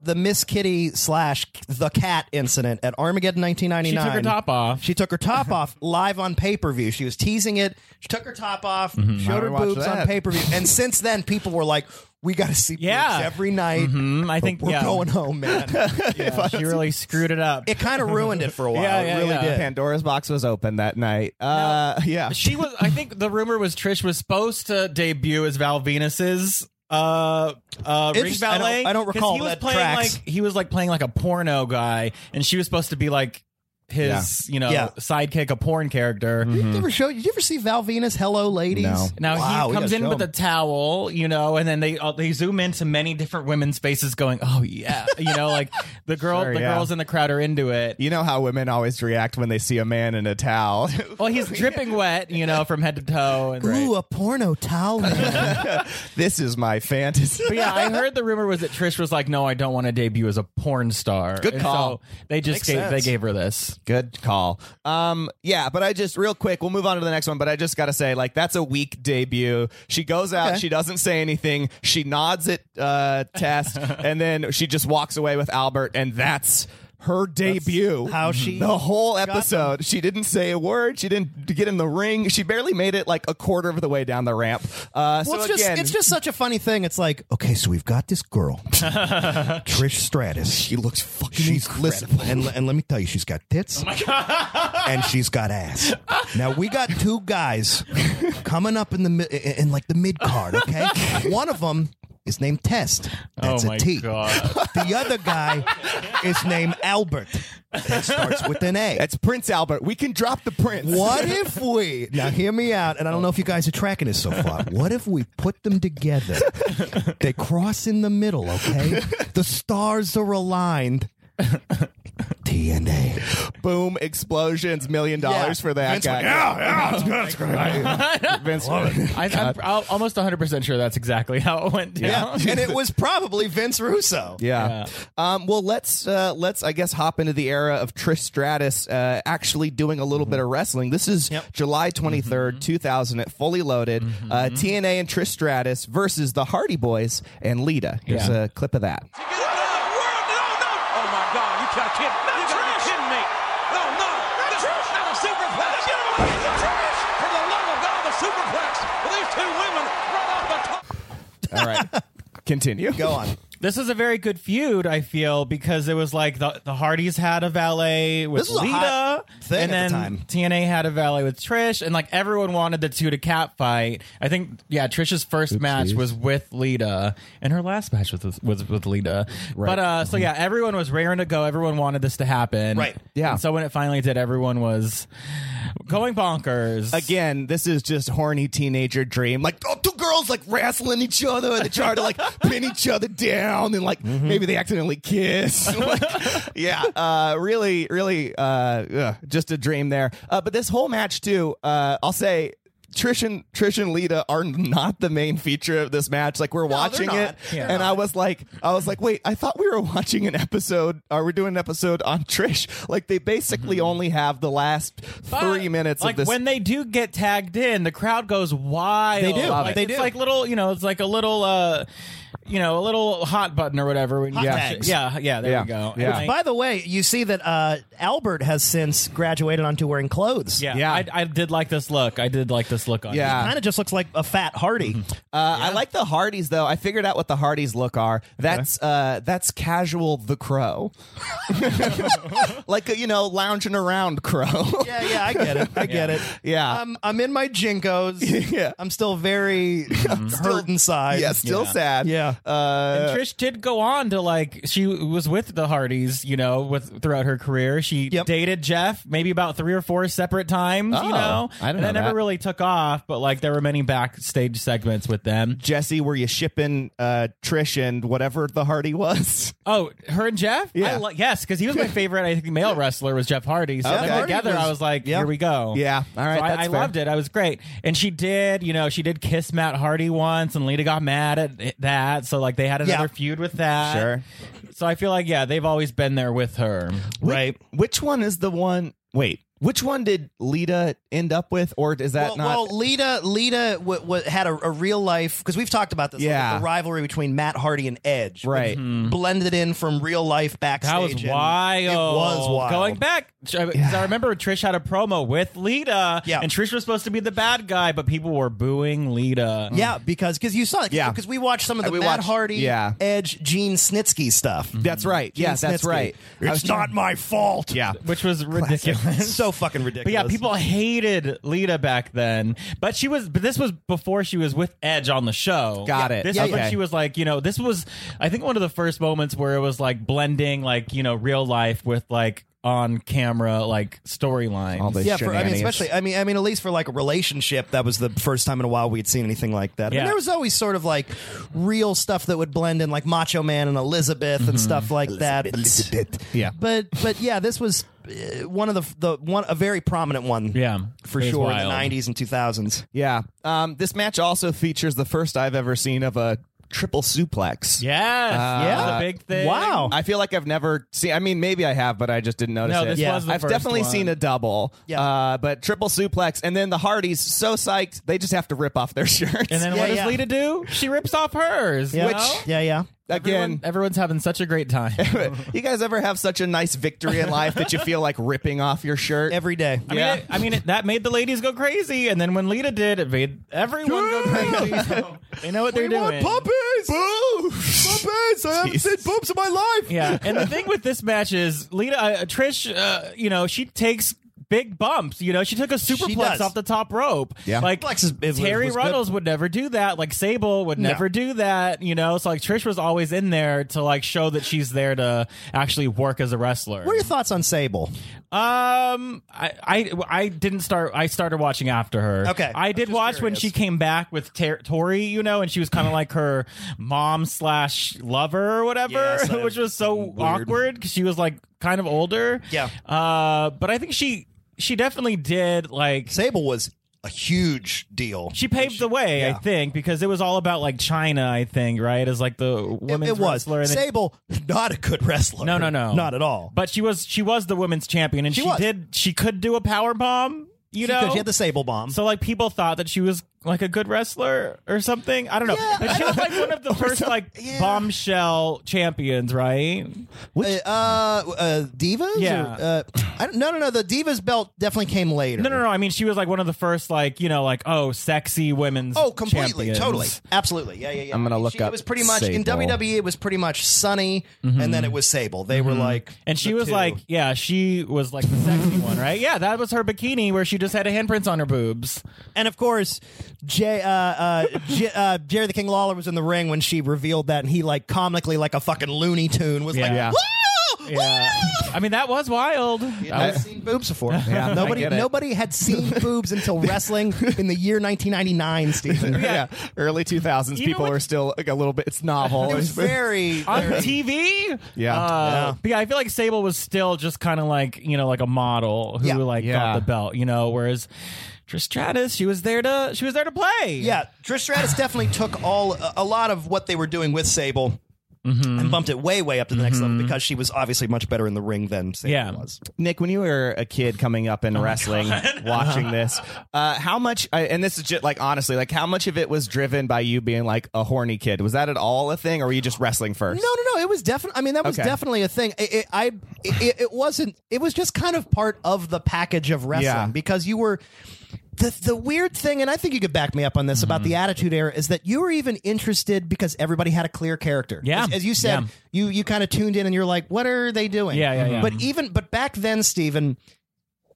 [SPEAKER 3] the Miss Kitty slash the cat incident at Armageddon
[SPEAKER 4] she
[SPEAKER 3] 1999.
[SPEAKER 4] took her top off.
[SPEAKER 3] She took her top off live on pay per view. She was teasing it. She took her top off,
[SPEAKER 4] Mm-hmm.
[SPEAKER 3] showed her
[SPEAKER 1] watch
[SPEAKER 3] boobs on
[SPEAKER 1] that.
[SPEAKER 3] pay per view, and since then people were like, "We got to see
[SPEAKER 4] Yeah.
[SPEAKER 3] boobs every night.
[SPEAKER 4] Mm, I think
[SPEAKER 3] We're
[SPEAKER 4] yeah,
[SPEAKER 3] going home, man."
[SPEAKER 4] yeah, she really screwed it up.
[SPEAKER 3] it kind of ruined it for a while.
[SPEAKER 4] Yeah,
[SPEAKER 3] it
[SPEAKER 4] yeah,
[SPEAKER 3] really
[SPEAKER 4] yeah.
[SPEAKER 3] did.
[SPEAKER 1] Pandora's box was open that night. Uh, yeah.
[SPEAKER 4] she was. I think the rumor was Trish was supposed to debut as Val Venus's uh uh ring
[SPEAKER 3] Interesting. I don't-
[SPEAKER 4] ballet.
[SPEAKER 3] I don't
[SPEAKER 4] 'cause
[SPEAKER 3] recall,
[SPEAKER 4] he
[SPEAKER 3] but
[SPEAKER 4] was
[SPEAKER 3] that
[SPEAKER 4] playing
[SPEAKER 3] tracks.
[SPEAKER 4] like he was like playing like a porno guy and she was supposed to be like his you know
[SPEAKER 3] Yeah.
[SPEAKER 4] sidekick, a porn character.
[SPEAKER 3] Did you ever show? Did you ever see Val Venus? Hello, ladies.
[SPEAKER 1] No.
[SPEAKER 4] Mm-hmm. Now
[SPEAKER 3] Wow,
[SPEAKER 4] he
[SPEAKER 3] we
[SPEAKER 4] comes
[SPEAKER 3] gotta
[SPEAKER 4] in
[SPEAKER 3] show
[SPEAKER 4] with
[SPEAKER 3] him.
[SPEAKER 4] a towel, you know, and then they uh, they zoom into many different women's faces, going, "Oh yeah," you know, like the girl,
[SPEAKER 1] Sure,
[SPEAKER 4] the
[SPEAKER 1] yeah.
[SPEAKER 4] girls in the crowd are into it.
[SPEAKER 1] You know how women always react when they see a man in a towel.
[SPEAKER 4] Well, he's dripping wet, you know, from head to toe. And,
[SPEAKER 3] Ooh, a porno towel. man.
[SPEAKER 1] this is my fantasy.
[SPEAKER 4] But yeah, I heard the rumor was that Trish was like, "No, I don't want to debut as a porn star." Good
[SPEAKER 1] call.
[SPEAKER 4] they just
[SPEAKER 1] Makes
[SPEAKER 4] gave, they
[SPEAKER 1] sense.
[SPEAKER 4] gave her this.
[SPEAKER 1] Good call. Um, yeah, but I just real quick, we'll move on to the next one. But I just gotta say, like, that's a weak debut. She goes out, she doesn't say anything, she nods at uh, Tess, and then she just walks away with Albert, and that's her debut.
[SPEAKER 3] how she
[SPEAKER 1] the whole
[SPEAKER 3] got them.
[SPEAKER 1] episode, she didn't say a word. She didn't get in the ring. She barely made it like a quarter of the way down the ramp. Uh,
[SPEAKER 3] Well,
[SPEAKER 1] so
[SPEAKER 3] it's
[SPEAKER 1] again,
[SPEAKER 3] just it's just such a funny thing. It's like, okay, so we've got this girl, Trish Stratus. She looks fucking she's, Listen, and, and let me tell you, she's got tits, and she's got ass. Now we got two guys coming up in the mi- in, in like the mid card. Okay, one of them is named Test. That's
[SPEAKER 4] oh my
[SPEAKER 3] a T.
[SPEAKER 4] god!
[SPEAKER 3] The other guy is named Albert. That starts with an A.
[SPEAKER 1] that's Prince Albert. We can drop the Prince.
[SPEAKER 3] What if we now hear me out? And I don't know if you guys are tracking this so far. What if we put them together? They cross in the middle, okay? The stars are aligned. T and A.
[SPEAKER 1] Boom! Explosions, million dollars
[SPEAKER 3] Yeah.
[SPEAKER 1] for that guy.
[SPEAKER 3] yeah, that's good. That's great.
[SPEAKER 1] Vince,
[SPEAKER 4] I, I'm, I'm almost 100 percent sure that's exactly how it went
[SPEAKER 3] Yeah,
[SPEAKER 4] down.
[SPEAKER 3] and it was probably Vince Russo.
[SPEAKER 1] Yeah. Um, well, let's uh, let's I guess hop into the era of Trish Stratus uh, actually doing a little bit
[SPEAKER 4] Mm-hmm.
[SPEAKER 1] of wrestling. This is July twenty thousand at Fully Loaded.
[SPEAKER 4] Mm-hmm.
[SPEAKER 1] Uh, TNA and Trish Stratus versus the Hardy Boys and Lita. Here's
[SPEAKER 4] Yeah.
[SPEAKER 1] a clip of that.
[SPEAKER 6] What in the world? No, no. Oh, my God. You got to You got to be kidding me. No, no. Not this Trish. Not a superplex. Get him away. The Trish. For the love of God, the superplex. For these two women right off the top.
[SPEAKER 1] All right, continue.
[SPEAKER 3] Go on.
[SPEAKER 4] This is a very good feud, I feel, because it was like the, the Hardys had a valet with
[SPEAKER 3] This was a
[SPEAKER 4] Lita,
[SPEAKER 3] hot thing
[SPEAKER 4] and
[SPEAKER 3] at
[SPEAKER 4] then
[SPEAKER 3] the time.
[SPEAKER 4] TNA had a valet with Trish, and like everyone wanted the two to cat fight. I think, yeah, Trish's first match was with Lita, and her last match was with, was with Lita. But uh, so yeah, everyone was raring to go. Everyone wanted this to happen,
[SPEAKER 3] Right.
[SPEAKER 1] Yeah.
[SPEAKER 4] And so when it finally did, everyone was going bonkers
[SPEAKER 1] Again, this is just horny teenager dream. Like oh, two girls like wrestling each other and they try to like pin each other down and like
[SPEAKER 4] Mm-hmm.
[SPEAKER 1] maybe they accidentally kiss. Like, yeah, uh, really, really, uh, ugh, just a dream there. Uh, but this whole match too, uh, I'll say. Trish and Trish and Lita are not the main feature of this match. Like we're watching
[SPEAKER 3] not.
[SPEAKER 1] it,
[SPEAKER 3] Yeah.
[SPEAKER 1] and I was like, I was like, wait, I thought we were watching an episode. Are we doing an episode on Trish? Like they basically only have the last
[SPEAKER 4] Mm-hmm. But,
[SPEAKER 1] three minutes
[SPEAKER 4] Like
[SPEAKER 1] of this.
[SPEAKER 4] when they do get tagged in, the crowd goes wild.
[SPEAKER 3] They do.
[SPEAKER 4] Like,
[SPEAKER 3] They
[SPEAKER 4] it's
[SPEAKER 3] do.
[SPEAKER 4] like little, you know, it's like a little, uh, you know, a little hot button or whatever. When- yeah,
[SPEAKER 3] tags.
[SPEAKER 4] yeah, yeah. There
[SPEAKER 1] Yeah.
[SPEAKER 4] you go.
[SPEAKER 1] Yeah.
[SPEAKER 4] And I-
[SPEAKER 7] By the way, you see that uh, Albert has since graduated onto wearing clothes.
[SPEAKER 4] yeah,
[SPEAKER 1] Yeah.
[SPEAKER 4] I, I did like this look. I did like this look on.
[SPEAKER 1] Yeah.
[SPEAKER 7] Kind of just looks like a fat Hardy.
[SPEAKER 1] Uh, I like the Hardys though. I figured out what the Hardys look are. That's uh, that's casual the crow, like you know, lounging around crow.
[SPEAKER 3] Yeah, yeah, I get it. I get it.
[SPEAKER 1] Yeah.
[SPEAKER 3] I'm, I'm in my jinkos.
[SPEAKER 1] Yeah.
[SPEAKER 3] I'm still very hurt inside.
[SPEAKER 1] yeah, still
[SPEAKER 4] Yeah.
[SPEAKER 1] sad.
[SPEAKER 3] Yeah.
[SPEAKER 1] Uh,
[SPEAKER 4] And Trish did go on to like she was with the Hardys, you know, with throughout her career. She
[SPEAKER 3] Yep.
[SPEAKER 4] dated Jeff maybe about three or four separate times,
[SPEAKER 1] Oh,
[SPEAKER 4] you know.
[SPEAKER 1] I didn't
[SPEAKER 4] and
[SPEAKER 1] know
[SPEAKER 4] that never
[SPEAKER 1] that.
[SPEAKER 4] really took off, but like there were many backstage segments with them.
[SPEAKER 1] Jesse, were you shipping uh, Trish and whatever the Hardy was?
[SPEAKER 4] Oh, her and Jeff?
[SPEAKER 1] Yeah.
[SPEAKER 4] I li- yes, because he was my favorite. I think male wrestler was Jeff Hardy. So
[SPEAKER 1] Okay.
[SPEAKER 4] them together,
[SPEAKER 3] Hardy was-
[SPEAKER 4] I was like,
[SPEAKER 3] yeah.
[SPEAKER 4] here we go.
[SPEAKER 1] Yeah. All right,
[SPEAKER 4] So I,
[SPEAKER 1] that's
[SPEAKER 4] I
[SPEAKER 1] fair.
[SPEAKER 4] loved it. I was great. And she did, you know, she did kiss Matt Hardy once, and Lita got mad at it- that. So like they had another
[SPEAKER 3] Yeah.
[SPEAKER 4] feud with that.
[SPEAKER 1] Sure.
[SPEAKER 4] So I feel like yeah, they've always been there with her.
[SPEAKER 3] Right.
[SPEAKER 1] Which one is the one? Wait, which one did Lita end up with, or is that
[SPEAKER 3] well,
[SPEAKER 1] not?
[SPEAKER 3] well, Lita, Lita w- w- had a, a real life because we've talked about this. like,
[SPEAKER 1] Yeah.
[SPEAKER 3] the rivalry between Matt Hardy and Edge, which
[SPEAKER 1] Right.
[SPEAKER 3] Blended in from real life backstage.
[SPEAKER 4] Mm-hmm. That was
[SPEAKER 3] and
[SPEAKER 4] wild.
[SPEAKER 3] It was wild.
[SPEAKER 4] Going back, because I remember Trish had a promo with Lita,
[SPEAKER 3] Yeah.
[SPEAKER 4] and Trish was supposed to be the bad guy, but people were booing Lita.
[SPEAKER 3] Yeah, because because you saw it.
[SPEAKER 1] Yeah.
[SPEAKER 3] because we watched some of the
[SPEAKER 1] And we
[SPEAKER 3] Matt
[SPEAKER 1] watched-
[SPEAKER 3] Hardy,
[SPEAKER 1] yeah.
[SPEAKER 3] Edge, Gene Snitsky stuff.
[SPEAKER 1] that's right.
[SPEAKER 3] Gene
[SPEAKER 1] Yes, that's
[SPEAKER 3] Snitsky.
[SPEAKER 1] right. I was
[SPEAKER 3] It's not my fault.
[SPEAKER 1] Yeah.
[SPEAKER 4] which was ridiculous.
[SPEAKER 3] so fucking
[SPEAKER 4] But
[SPEAKER 3] ridiculous.
[SPEAKER 4] yeah, people hated Lita back then. But she was, but this was before she was with Edge on the show.
[SPEAKER 1] Got it.
[SPEAKER 4] This
[SPEAKER 1] Yeah,
[SPEAKER 4] is when
[SPEAKER 1] okay.
[SPEAKER 4] she was like, you know, this was, I think, one of the first moments where it was like blending, like you know, real life with like on camera like storylines.
[SPEAKER 1] All the
[SPEAKER 3] yeah, for, I mean,
[SPEAKER 1] shenanigans.
[SPEAKER 3] especially, I mean, I mean, at least for like a relationship, that was the first time in a while we'd seen anything like that. I mean,
[SPEAKER 4] Yeah.
[SPEAKER 3] there was always sort of like real stuff that would blend in, like Macho Man and Elizabeth
[SPEAKER 4] Mm-hmm.
[SPEAKER 3] and stuff like that. But,
[SPEAKER 1] Yeah.
[SPEAKER 3] but but yeah, this was uh, one of the the one a very prominent one.
[SPEAKER 4] Yeah,
[SPEAKER 3] for
[SPEAKER 4] it was
[SPEAKER 3] sure in the
[SPEAKER 4] wild.
[SPEAKER 3] nineties and two thousands.
[SPEAKER 1] Yeah. Um, this match also features the first I've ever seen of a triple suplex.
[SPEAKER 4] Yes, yeah, the big thing.
[SPEAKER 3] Wow.
[SPEAKER 1] I feel like I've never seen. I mean, maybe I have, but I just didn't notice
[SPEAKER 4] No,
[SPEAKER 1] it.
[SPEAKER 4] this
[SPEAKER 1] yeah.
[SPEAKER 4] was the
[SPEAKER 1] I've
[SPEAKER 4] first
[SPEAKER 1] definitely
[SPEAKER 4] one.
[SPEAKER 1] seen a double.
[SPEAKER 3] Yeah.
[SPEAKER 1] Uh, but triple suplex, and then the Hardys so psyched they just have to rip off their shirts.
[SPEAKER 4] And then
[SPEAKER 3] Yeah,
[SPEAKER 4] what does
[SPEAKER 3] yeah.
[SPEAKER 4] Lita do? She rips off hers.
[SPEAKER 3] Yeah.
[SPEAKER 4] you know?
[SPEAKER 3] yeah, yeah.
[SPEAKER 1] again.
[SPEAKER 4] Everyone- everyone's having such a great time.
[SPEAKER 1] you guys ever have such a nice victory in life that you feel like ripping off your shirt?
[SPEAKER 3] Every day.
[SPEAKER 4] I mean,
[SPEAKER 1] Yeah.
[SPEAKER 4] it, I mean it, that made the ladies go crazy, and then when Lita did, it made everyone go crazy. So they know what they're doing.
[SPEAKER 1] puppies! Puppies! I haven't seen boobs in my life.
[SPEAKER 4] Yeah, and the thing with this match is Lita, uh, Trish, uh, you know, she takes big bumps. You know, she took a superplex
[SPEAKER 3] does.
[SPEAKER 4] off the top rope.
[SPEAKER 1] Yeah.
[SPEAKER 4] like
[SPEAKER 3] Superplex is- it was-
[SPEAKER 4] Terry
[SPEAKER 3] was good.
[SPEAKER 4] Runnels would never do that. Like Sable would never do that. You know, so like Trish was always in there to like show that she's there to actually work as a wrestler.
[SPEAKER 3] What are your thoughts on Sable?
[SPEAKER 4] Um, I, I I didn't start. I started watching after her.
[SPEAKER 3] Okay.
[SPEAKER 4] I did watch when she came back with Ter- Tori, you know, and she was kind of like her mom slash lover or whatever,
[SPEAKER 3] Yeah, so
[SPEAKER 4] which was so awkward because she was like kind of older.
[SPEAKER 3] Yeah.
[SPEAKER 4] Uh, but I think she she definitely did like
[SPEAKER 3] Sable was a huge deal.
[SPEAKER 4] she paved the way, I
[SPEAKER 3] yeah.
[SPEAKER 4] think, because it was all about like China, I think, right? As like the
[SPEAKER 3] it,
[SPEAKER 4] women's
[SPEAKER 3] it was
[SPEAKER 4] wrestler, and then-
[SPEAKER 3] Sable, not a good wrestler.
[SPEAKER 4] No, no, no,
[SPEAKER 3] not at all.
[SPEAKER 4] But she was she was the women's champion, and she,
[SPEAKER 3] She was.
[SPEAKER 4] did she could do a power bomb. You
[SPEAKER 3] She
[SPEAKER 4] know,
[SPEAKER 3] could- she had the Sable bomb.
[SPEAKER 4] So like people thought that she was like a good wrestler or something. I don't know.
[SPEAKER 3] Yeah,
[SPEAKER 4] but she was like one of the first like
[SPEAKER 3] yeah.
[SPEAKER 4] bombshell champions, right?
[SPEAKER 3] Uh, uh, uh, divas?
[SPEAKER 4] Yeah.
[SPEAKER 3] Or, uh, I don't, no, no, no. The divas belt definitely came later.
[SPEAKER 4] No, no, no. I mean, she was like one of the first like you know like oh sexy women's.
[SPEAKER 3] Oh, completely,
[SPEAKER 4] champions.
[SPEAKER 3] totally, absolutely. Yeah, yeah, yeah.
[SPEAKER 1] I'm gonna look
[SPEAKER 3] she,
[SPEAKER 1] up
[SPEAKER 3] It was pretty much in
[SPEAKER 1] Sable.
[SPEAKER 3] WWE. It was pretty much Sunny, and then it was Sable. They were like,
[SPEAKER 4] And she
[SPEAKER 3] the
[SPEAKER 4] was
[SPEAKER 3] two.
[SPEAKER 4] like, yeah, she was like the sexy one, right? Yeah, that was her bikini where she just had a handprints on her boobs.
[SPEAKER 3] and of course, Jay, uh, uh, J- uh, Jerry the King Lawler was in the ring when she revealed that, and he like comically, like a fucking Looney Tune, was like,
[SPEAKER 4] Yeah.
[SPEAKER 3] "Whoa!
[SPEAKER 4] Yeah, I mean that was wild. That
[SPEAKER 3] I've
[SPEAKER 4] was-
[SPEAKER 3] seen boobs before.
[SPEAKER 1] Yeah, I
[SPEAKER 3] nobody,
[SPEAKER 1] get it.
[SPEAKER 3] nobody had seen boobs until wrestling in the year 1999. Stephen,
[SPEAKER 1] Yeah. Early 2000s,
[SPEAKER 4] You know
[SPEAKER 1] people
[SPEAKER 4] what-
[SPEAKER 1] are still like a little bit. It's novel.
[SPEAKER 3] it was very,
[SPEAKER 4] on
[SPEAKER 3] very-
[SPEAKER 4] TV.
[SPEAKER 1] Yeah.
[SPEAKER 4] Uh,
[SPEAKER 3] Yeah.
[SPEAKER 4] But yeah, I feel like Sable was still just kind of like you know like a model who
[SPEAKER 3] Yeah.
[SPEAKER 4] like
[SPEAKER 1] Yeah.
[SPEAKER 4] got the belt, you know. Whereas Trish Stratus, she was there to she was there to play.
[SPEAKER 3] Yeah, Trish Stratus definitely took all a, a lot of what they were doing with Sable and bumped it way, way up to the next level because she was obviously much better in the ring than Sable
[SPEAKER 4] Yeah.
[SPEAKER 3] was.
[SPEAKER 1] Nick, when you were a kid coming up in wrestling, watching this, uh, how much? I, and this is just like honestly, like how much of it was driven by you being like a horny kid? Was that at all a thing, or were you just wrestling first?
[SPEAKER 3] No, no, no. It was definitely. I mean, that was
[SPEAKER 1] Okay.
[SPEAKER 3] definitely a thing. It, it, I, it, it wasn't. It was just kind of part of the package of wrestling
[SPEAKER 1] Yeah.
[SPEAKER 3] because you were. The, the weird thing, and I think you could back me up on this about
[SPEAKER 4] Mm-hmm.
[SPEAKER 3] the Attitude Era, is that you were even interested because everybody had a clear character.
[SPEAKER 4] Yeah.
[SPEAKER 3] as, as you said,
[SPEAKER 4] Yeah.
[SPEAKER 3] you you kind of tuned in and you're like, what are they doing?
[SPEAKER 4] Yeah, yeah, Mm-hmm. yeah.
[SPEAKER 3] But even but back then, Steven,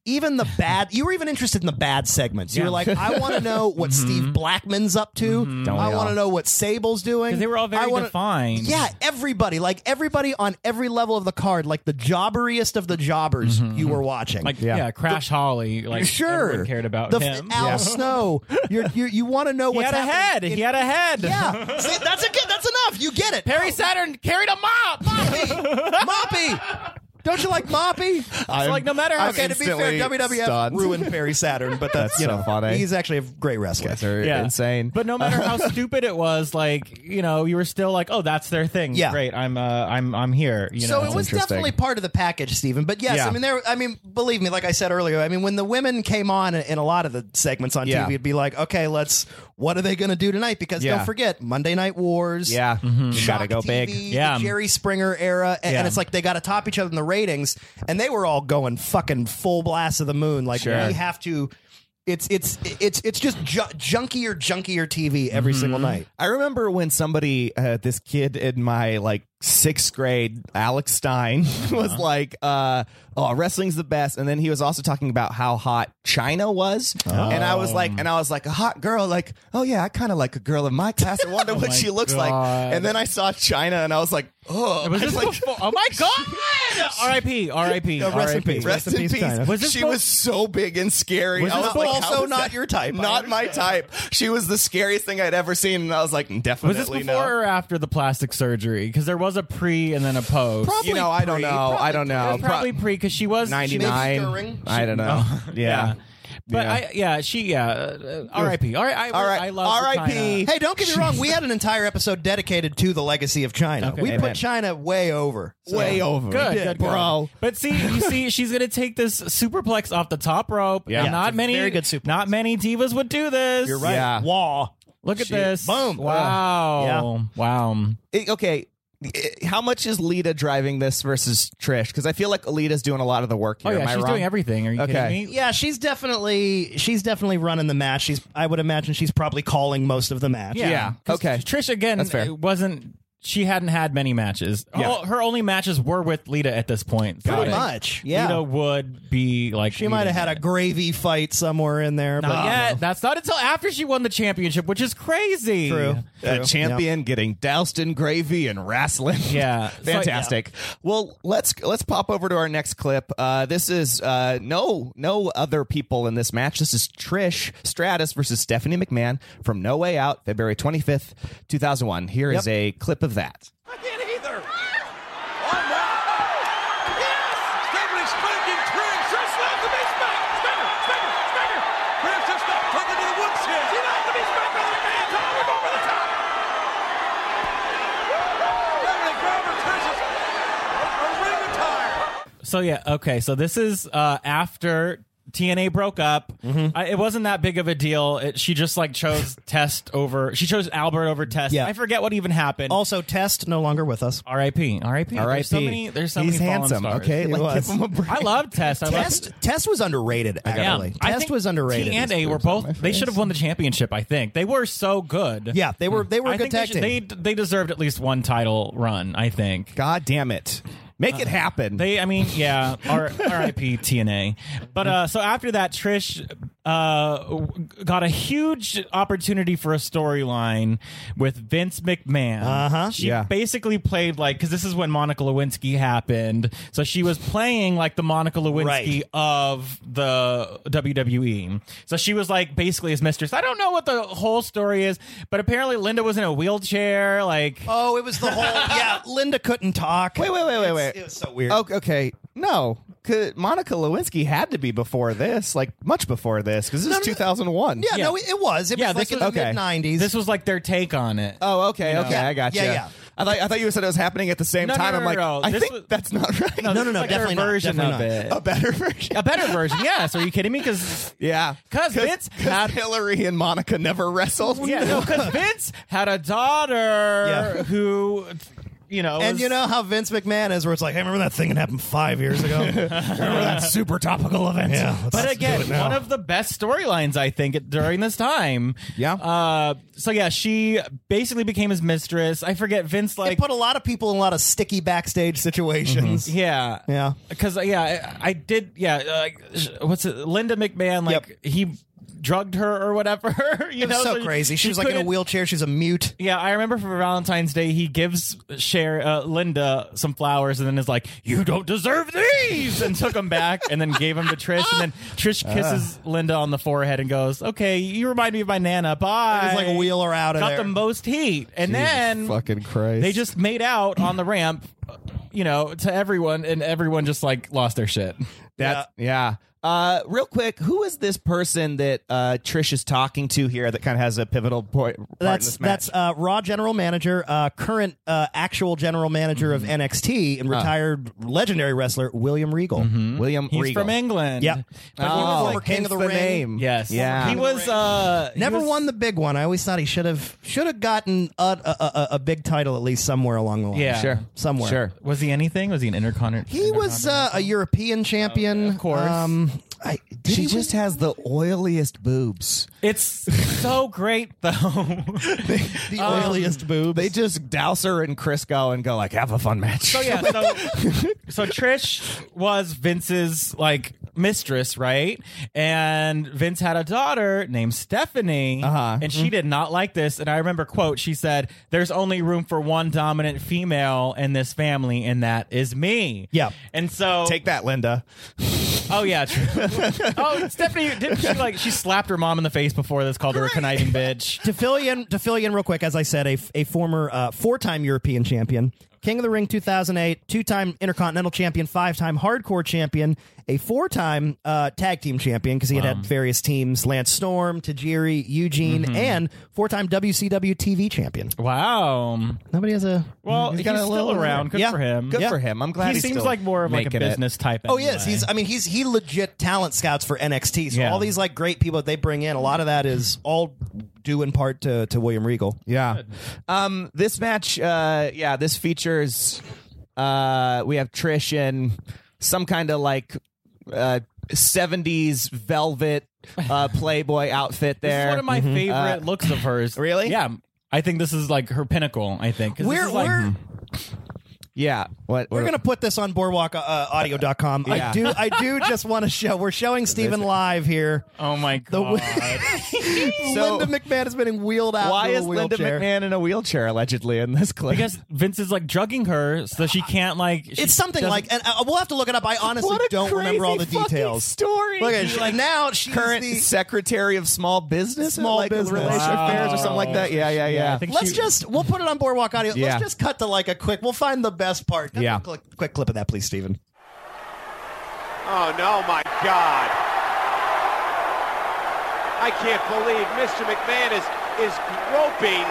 [SPEAKER 3] even the bad, you were even interested in the bad segments. You
[SPEAKER 4] Yeah. Mm-hmm.
[SPEAKER 3] were like, I want to know what Steve Blackman's up to.
[SPEAKER 1] Don't
[SPEAKER 3] I
[SPEAKER 1] we
[SPEAKER 3] want to
[SPEAKER 1] all?
[SPEAKER 3] know what Sable's doing.
[SPEAKER 4] 'Cause they were all very
[SPEAKER 3] I wanna-
[SPEAKER 4] defined.
[SPEAKER 3] Yeah, everybody, like everybody on every level of the card, like the jobberiest of the jobbers you were watching.
[SPEAKER 4] Mm-hmm, Like yeah, Crash Holly. Like
[SPEAKER 3] sure,
[SPEAKER 4] everyone cared about
[SPEAKER 3] the,
[SPEAKER 4] him.
[SPEAKER 3] Al Snow. You're, you you want to know
[SPEAKER 4] he
[SPEAKER 3] what's
[SPEAKER 4] had a head.
[SPEAKER 3] happening
[SPEAKER 4] He
[SPEAKER 3] in-
[SPEAKER 4] had a head.
[SPEAKER 3] yeah, See, that's a good. That's enough. You get it.
[SPEAKER 4] Perry Saturn carried a mop.
[SPEAKER 3] Moppy, Moppy. Don't you like Moppy?
[SPEAKER 1] I'm,
[SPEAKER 4] like, no matter how-
[SPEAKER 1] I'm
[SPEAKER 3] okay, to be fair,
[SPEAKER 1] instantly
[SPEAKER 3] WWF
[SPEAKER 1] stunned.
[SPEAKER 3] ruined Perry Saturn, but that's,
[SPEAKER 1] That's
[SPEAKER 3] you
[SPEAKER 1] so
[SPEAKER 3] know,
[SPEAKER 1] funny.
[SPEAKER 3] He's actually a great wrestler.
[SPEAKER 1] Guys are
[SPEAKER 4] Yeah.
[SPEAKER 1] insane.
[SPEAKER 4] But no matter how stupid it was, like you know, you were still like, oh, that's their thing.
[SPEAKER 3] Yeah.
[SPEAKER 4] Great. I'm uh, I'm I'm here. You
[SPEAKER 3] so
[SPEAKER 4] know.
[SPEAKER 3] it was
[SPEAKER 1] interesting.
[SPEAKER 3] definitely part of the package, Stephen. But yes,
[SPEAKER 1] Yeah.
[SPEAKER 3] I mean, there. I mean, believe me, like I said earlier, I mean, when the women came on in, in a lot of the segments on
[SPEAKER 1] Yeah.
[SPEAKER 3] TV, it'd be like, okay, let's. What are they going to do tonight? Because
[SPEAKER 1] Yeah.
[SPEAKER 3] don't forget Monday Night Wars.
[SPEAKER 1] yeah, you
[SPEAKER 3] Shock
[SPEAKER 1] gotta go
[SPEAKER 3] TV,
[SPEAKER 1] big.
[SPEAKER 3] the
[SPEAKER 4] Yeah.
[SPEAKER 3] Jerry Springer era, and,
[SPEAKER 4] Yeah.
[SPEAKER 3] and it's like they got to top each other in the ratings, and they were all going fucking full blast of the moon. Like
[SPEAKER 1] Sure.
[SPEAKER 3] we have to, it's it's it's it's just ju-
[SPEAKER 1] Mm-hmm.
[SPEAKER 3] junkier, junkier TV every single night.
[SPEAKER 1] I remember when somebody, uh, this kid in my like sixth grade Alex Stein was
[SPEAKER 4] Uh-huh.
[SPEAKER 1] like, uh, "Oh, wrestling's the best," and then he was also talking about how hot China was, and I was
[SPEAKER 4] Oh.
[SPEAKER 1] like, and I was like, a hot girl, like, oh yeah, I kind of like a girl in my class. I wonder what
[SPEAKER 4] Oh my
[SPEAKER 1] she looks like.
[SPEAKER 4] God.
[SPEAKER 1] And then I saw China, and I was like, oh,
[SPEAKER 4] Was
[SPEAKER 1] I
[SPEAKER 4] this
[SPEAKER 1] was like,
[SPEAKER 4] before? Oh my god! R.I.P. R.I.p. R.I.P.
[SPEAKER 1] Rest in peace.
[SPEAKER 7] China.
[SPEAKER 4] Was this
[SPEAKER 1] she
[SPEAKER 4] both-
[SPEAKER 1] was so big and scary.
[SPEAKER 4] Was
[SPEAKER 1] I
[SPEAKER 4] this
[SPEAKER 1] was
[SPEAKER 4] both-
[SPEAKER 1] like, how
[SPEAKER 3] also
[SPEAKER 1] is
[SPEAKER 3] not
[SPEAKER 1] that-
[SPEAKER 3] your type. I
[SPEAKER 1] Not my type. She was the scariest thing I'd ever seen, and I was like,
[SPEAKER 4] Was
[SPEAKER 1] definitely
[SPEAKER 4] this before
[SPEAKER 1] no.
[SPEAKER 4] or after the plastic surgery? Because there was a pre and then a post.
[SPEAKER 1] you know, I don't know. I don't know.
[SPEAKER 4] It was probably pre because she was she-
[SPEAKER 1] ninety nine.
[SPEAKER 3] during.
[SPEAKER 1] I don't know. Yeah.
[SPEAKER 4] But
[SPEAKER 1] Yeah.
[SPEAKER 4] I, yeah, she, yeah. Uh, uh, R.I.P. All right, I,
[SPEAKER 1] All right.
[SPEAKER 4] I love
[SPEAKER 1] R.I.P..
[SPEAKER 4] China.
[SPEAKER 3] Hey, don't get me wrong. We had an entire episode dedicated to the legacy of China. we
[SPEAKER 1] Amen.
[SPEAKER 3] put China way over. So-
[SPEAKER 1] Way over.
[SPEAKER 4] Good,
[SPEAKER 1] Yeah,
[SPEAKER 4] good, good.
[SPEAKER 1] bro.
[SPEAKER 4] But see, you see, she's gonna take this superplex off the top rope.
[SPEAKER 1] Yeah.
[SPEAKER 4] and not many,
[SPEAKER 7] very good superplex.
[SPEAKER 4] Not many divas would do this. You're
[SPEAKER 1] right. Yeah.
[SPEAKER 7] Wah.
[SPEAKER 4] Look at this.
[SPEAKER 7] Boom.
[SPEAKER 4] Wow. Wow.
[SPEAKER 1] It- okay. it- How much is Lita driving this versus Trish? Because I feel like Lita's doing a lot of the work
[SPEAKER 4] Oh
[SPEAKER 1] here.
[SPEAKER 4] yeah,
[SPEAKER 1] Am I
[SPEAKER 4] she's
[SPEAKER 1] wrong?
[SPEAKER 4] doing everything. Are you
[SPEAKER 1] Okay.
[SPEAKER 4] kidding me?
[SPEAKER 7] Yeah, she's definitely she's definitely running the match. She's I would imagine she's probably calling most of the match.
[SPEAKER 1] Yeah.
[SPEAKER 4] 'Cause
[SPEAKER 1] Okay.
[SPEAKER 4] Trish again
[SPEAKER 1] That's fair.
[SPEAKER 4] it wasn't she hadn't had many matches.
[SPEAKER 1] Yeah.
[SPEAKER 4] All- her only matches were with Lita at this point. So
[SPEAKER 7] pretty
[SPEAKER 4] like,
[SPEAKER 7] much.
[SPEAKER 1] Yeah.
[SPEAKER 4] Lita would be like
[SPEAKER 7] She might have had a gravy fight somewhere in there. but
[SPEAKER 4] Not yet. That's not until after she won the championship, which is crazy.
[SPEAKER 7] True.
[SPEAKER 1] A champion getting doused in gravy and wrestling.
[SPEAKER 4] Yeah.
[SPEAKER 1] Fantastic. Well, let's let's pop over to our next clip. Uh, this is uh, no no other people in this match. This is Trish Stratus versus Stephanie McMahon from No Way Out, February twenty fifth, two thousand one. Here is a clip of that.
[SPEAKER 6] I can't either. Oh, no. Yes! Stephanie spanking Trish. Trish loves to be spanked. Spanker, spanker, spanker. Trish has stopped talking to the woodshed. She loves to be spanked by the man. Time to go over the top. Stephanie Garber, Trish's her- her ring attire.
[SPEAKER 4] So yeah, okay. So this is uh, after TNA broke up.
[SPEAKER 1] Mm-hmm.
[SPEAKER 4] I, it wasn't that big of a deal. It, she just like chose Test over. She chose Albert over Test.
[SPEAKER 7] Yeah.
[SPEAKER 4] I forget what even happened.
[SPEAKER 7] Also, Test no longer with us.
[SPEAKER 4] R.I.P. R.I.P.
[SPEAKER 1] R.I.P.
[SPEAKER 4] There's so many. There's so
[SPEAKER 1] He's
[SPEAKER 4] many fallen
[SPEAKER 1] handsome.
[SPEAKER 4] stars.
[SPEAKER 1] Okay, like,
[SPEAKER 7] was.
[SPEAKER 1] give him a break.
[SPEAKER 4] I love Test. I
[SPEAKER 3] Test,
[SPEAKER 4] love.
[SPEAKER 3] Test was underrated,
[SPEAKER 4] Yeah.
[SPEAKER 3] actually.
[SPEAKER 4] I
[SPEAKER 3] Test
[SPEAKER 4] think
[SPEAKER 3] was underrated.
[SPEAKER 4] T and A were both. They should have won the championship. I think they were so good.
[SPEAKER 3] yeah, they
[SPEAKER 1] Hmm.
[SPEAKER 3] were they were a
[SPEAKER 4] I
[SPEAKER 3] good
[SPEAKER 4] think
[SPEAKER 3] tag team.
[SPEAKER 4] they, should- they they deserved at least one title run. I think.
[SPEAKER 1] God damn it! Make it happen.
[SPEAKER 4] They, I mean, yeah, R- R.I.P. TNA. But uh, so after that, Trish uh, w- got a huge opportunity for a storyline with Vince McMahon. Uh
[SPEAKER 7] Uh-huh.
[SPEAKER 4] huh. She
[SPEAKER 1] Yeah.
[SPEAKER 4] basically played like because this is when Monica Lewinsky happened, so she was playing like the Monica Lewinsky
[SPEAKER 7] Right.
[SPEAKER 4] of the WWE. So she was like basically his mistress. I don't know what the whole story is, but apparently Linda was in a wheelchair. Like,
[SPEAKER 7] Oh, it was the whole. yeah, Linda couldn't talk.
[SPEAKER 1] wait, wait, wait, wait, wait.
[SPEAKER 7] It was so weird.
[SPEAKER 1] Oh, okay. No, 'cause Monica Lewinsky had to be before this, like much before this, because this is two thousand one.
[SPEAKER 3] yeah, no, it it was. It
[SPEAKER 4] Yeah,
[SPEAKER 3] was like
[SPEAKER 4] this
[SPEAKER 3] in
[SPEAKER 4] was-
[SPEAKER 3] the
[SPEAKER 1] okay.
[SPEAKER 3] mid nineties.
[SPEAKER 4] this was like their take on it.
[SPEAKER 1] Oh, okay, okay,
[SPEAKER 3] Yeah.
[SPEAKER 1] I got gotcha.
[SPEAKER 3] Yeah, yeah.
[SPEAKER 1] I thought I thought you said it was happening at the same
[SPEAKER 4] No, no,
[SPEAKER 1] time.
[SPEAKER 4] no,
[SPEAKER 1] I'm
[SPEAKER 4] no,
[SPEAKER 1] like,
[SPEAKER 4] no.
[SPEAKER 1] I
[SPEAKER 4] This
[SPEAKER 1] think
[SPEAKER 4] was-
[SPEAKER 1] that's not right.
[SPEAKER 4] No,
[SPEAKER 7] No,
[SPEAKER 4] this
[SPEAKER 7] no,
[SPEAKER 4] is
[SPEAKER 7] no,
[SPEAKER 4] like their
[SPEAKER 7] definitely not,
[SPEAKER 4] version
[SPEAKER 7] definitely
[SPEAKER 4] of
[SPEAKER 7] not.
[SPEAKER 4] it.
[SPEAKER 1] a better version.
[SPEAKER 4] a better version. Yes. Are you kidding me? Because
[SPEAKER 1] Yeah,
[SPEAKER 4] 'Cause Vince had-
[SPEAKER 1] Hillary and Monica never wrestled.
[SPEAKER 4] yeah, no, 'cause Vince had a daughter
[SPEAKER 7] Yeah.
[SPEAKER 4] who, you know,
[SPEAKER 7] and
[SPEAKER 4] was-
[SPEAKER 7] you know how Vince McMahon is, where it's like, hey, remember that thing that happened five years ago? remember that super topical event? Yeah. let's-
[SPEAKER 4] But
[SPEAKER 7] let's do
[SPEAKER 4] again,
[SPEAKER 7] it now.
[SPEAKER 4] one of the best storylines I think at- during this time.
[SPEAKER 1] Yeah.
[SPEAKER 4] Uh, so yeah, she basically became his mistress. I forget Vince
[SPEAKER 3] it
[SPEAKER 4] like.
[SPEAKER 3] put a lot of people in a lot of sticky backstage situations.
[SPEAKER 4] yeah,
[SPEAKER 3] Mm-hmm. Yeah.
[SPEAKER 4] because yeah, I, I did. Yeah, uh, like sh- what's it? Linda McMahon, like he drugged her or whatever. you
[SPEAKER 3] It was
[SPEAKER 4] know,
[SPEAKER 3] so crazy. She, was like in a
[SPEAKER 4] couldn't-
[SPEAKER 3] wheelchair. She's a mute.
[SPEAKER 4] Yeah, I remember for Valentine's Day, he gives Cher, uh, Linda some flowers and then is like, You don't deserve these! And took them back and then gave them to Trish. And then Trish kisses Linda on the forehead and goes, Okay, you remind me of my Nana. Bye.
[SPEAKER 3] It was like wheel her out of
[SPEAKER 4] Got
[SPEAKER 3] there.
[SPEAKER 4] the most heat. And then
[SPEAKER 1] fucking Christ.
[SPEAKER 4] they just made out on the ramp, uh, you know, to everyone. And everyone just like lost their shit.
[SPEAKER 1] That's, yeah. Uh, real quick, who is this person that uh, Trish is talking to here that kind of has a pivotal point? Part in
[SPEAKER 7] That's
[SPEAKER 1] this match?
[SPEAKER 7] that's uh, Raw general manager, uh, current uh, actual general manager
[SPEAKER 3] Mm-hmm.
[SPEAKER 7] of NXT, and retired legendary wrestler William Regal.
[SPEAKER 1] Hmm? William
[SPEAKER 4] He's
[SPEAKER 1] Regal.
[SPEAKER 4] from England.
[SPEAKER 7] Yep.
[SPEAKER 4] But he
[SPEAKER 1] Oh,
[SPEAKER 4] was
[SPEAKER 3] former
[SPEAKER 4] like,
[SPEAKER 3] King
[SPEAKER 1] hence
[SPEAKER 3] of Mm-hmm. the
[SPEAKER 1] the
[SPEAKER 3] Ring.
[SPEAKER 1] name.
[SPEAKER 4] Yes.
[SPEAKER 1] Yeah.
[SPEAKER 4] He was, uh, he
[SPEAKER 7] Never
[SPEAKER 4] was-
[SPEAKER 7] won the big one. I always thought he should have should have gotten a, a, a, a big title at least somewhere along the line.
[SPEAKER 4] Yeah.
[SPEAKER 1] Sure.
[SPEAKER 7] somewhere.
[SPEAKER 1] Sure.
[SPEAKER 4] Was he anything? Was he an intercontinental?
[SPEAKER 7] He was uh, a European champion, of
[SPEAKER 4] course.
[SPEAKER 7] Um,
[SPEAKER 3] I, did
[SPEAKER 1] She
[SPEAKER 3] he
[SPEAKER 1] just has the oiliest boobs.
[SPEAKER 4] It's so great though.
[SPEAKER 1] The
[SPEAKER 4] Um,
[SPEAKER 1] oiliest boobs. They just douse her in Crisco and go like, "Have a fun match."
[SPEAKER 4] so Oh, yeah, so, so Trish was Vince's like mistress, right? And Vince had a daughter named Stephanie,
[SPEAKER 1] Uh-huh.
[SPEAKER 4] and she did not like this. And I remember quote she said, "There's only room for one dominant female in this family, and that is me."
[SPEAKER 3] Yeah.
[SPEAKER 4] and so
[SPEAKER 1] Take that, Linda.
[SPEAKER 4] Oh yeah, true. oh Stephanie, didn't she like she slapped her mom in the face before this? Called her a conniving bitch.
[SPEAKER 3] to fill you in, to fill you in real quick, as I said, a, a former uh, four-time European champion, King of the Ring 2008, two-time Intercontinental champion, five-time Hardcore champion, a four-time uh, tag team champion because he had had various teams: Lance Storm, Tajiri, Eugene, and four-time WCW TV champion.
[SPEAKER 4] Wow.
[SPEAKER 3] Nobody has a
[SPEAKER 4] Well,
[SPEAKER 1] He's
[SPEAKER 4] he's,
[SPEAKER 1] got a
[SPEAKER 4] still
[SPEAKER 1] little-
[SPEAKER 4] around. Good
[SPEAKER 3] Yeah.
[SPEAKER 4] for him.
[SPEAKER 1] Good
[SPEAKER 3] Yeah.
[SPEAKER 1] for him. I'm glad
[SPEAKER 4] he
[SPEAKER 1] he's
[SPEAKER 4] seems
[SPEAKER 1] still
[SPEAKER 4] like more of like a
[SPEAKER 1] making it.
[SPEAKER 4] business type.
[SPEAKER 3] Oh yes,
[SPEAKER 4] anyway.
[SPEAKER 3] he's. I mean, he's he legit talent scouts for NXT. So
[SPEAKER 4] Yeah.
[SPEAKER 3] all these like great people that they bring in, a lot of that is all due in part to to William Regal.
[SPEAKER 1] Yeah. Um, this match, uh, yeah, this features uh, we have Trish in some kind of like uh, 70s velvet uh, Playboy outfit
[SPEAKER 4] This
[SPEAKER 1] there. Mm-hmm. Uh,
[SPEAKER 4] is one of my favorite looks of hers.
[SPEAKER 1] Really?
[SPEAKER 4] Yeah. I think this is like her pinnacle. I think 'Cause this
[SPEAKER 3] We're-
[SPEAKER 4] is, like,
[SPEAKER 3] we're-
[SPEAKER 1] yeah. What?
[SPEAKER 3] We're gonna put this on boardwalkaudio.com. Uh,
[SPEAKER 1] Yeah.
[SPEAKER 3] I do I do just want to show we're showing Stephen live here.
[SPEAKER 4] oh my
[SPEAKER 3] The
[SPEAKER 4] god.
[SPEAKER 1] So-
[SPEAKER 3] Linda McMahon is being wheeled out.
[SPEAKER 1] Why
[SPEAKER 3] to a
[SPEAKER 1] is Linda
[SPEAKER 3] Uh, wheelchair.
[SPEAKER 1] McMahon in a wheelchair allegedly in this clip?
[SPEAKER 4] I guess Vince is like drugging her so she can't like. she
[SPEAKER 3] It's something
[SPEAKER 4] doesn't-
[SPEAKER 3] like, and uh, we'll have to look it up. I honestly
[SPEAKER 1] What a
[SPEAKER 3] don't remember all the
[SPEAKER 1] crazy fucking
[SPEAKER 3] details.
[SPEAKER 1] Story.
[SPEAKER 3] Look at she, now she's
[SPEAKER 1] current
[SPEAKER 3] the-
[SPEAKER 1] secretary of small business,
[SPEAKER 3] Small
[SPEAKER 1] like
[SPEAKER 3] business.
[SPEAKER 1] relations
[SPEAKER 3] Wow.
[SPEAKER 1] affairs or something like that. Yeah, yeah, yeah.
[SPEAKER 4] Yeah, I think
[SPEAKER 3] Let's
[SPEAKER 4] she-
[SPEAKER 3] just we'll put it on Boardwalk Audio.
[SPEAKER 1] Yeah.
[SPEAKER 3] Let's just cut to like a quick. We'll find the best part. Cut
[SPEAKER 1] Yeah.
[SPEAKER 3] a Quick, quick clip of that, please, Stephen.
[SPEAKER 5] Oh no, my God! I can't believe Mr. McMahon is is groping.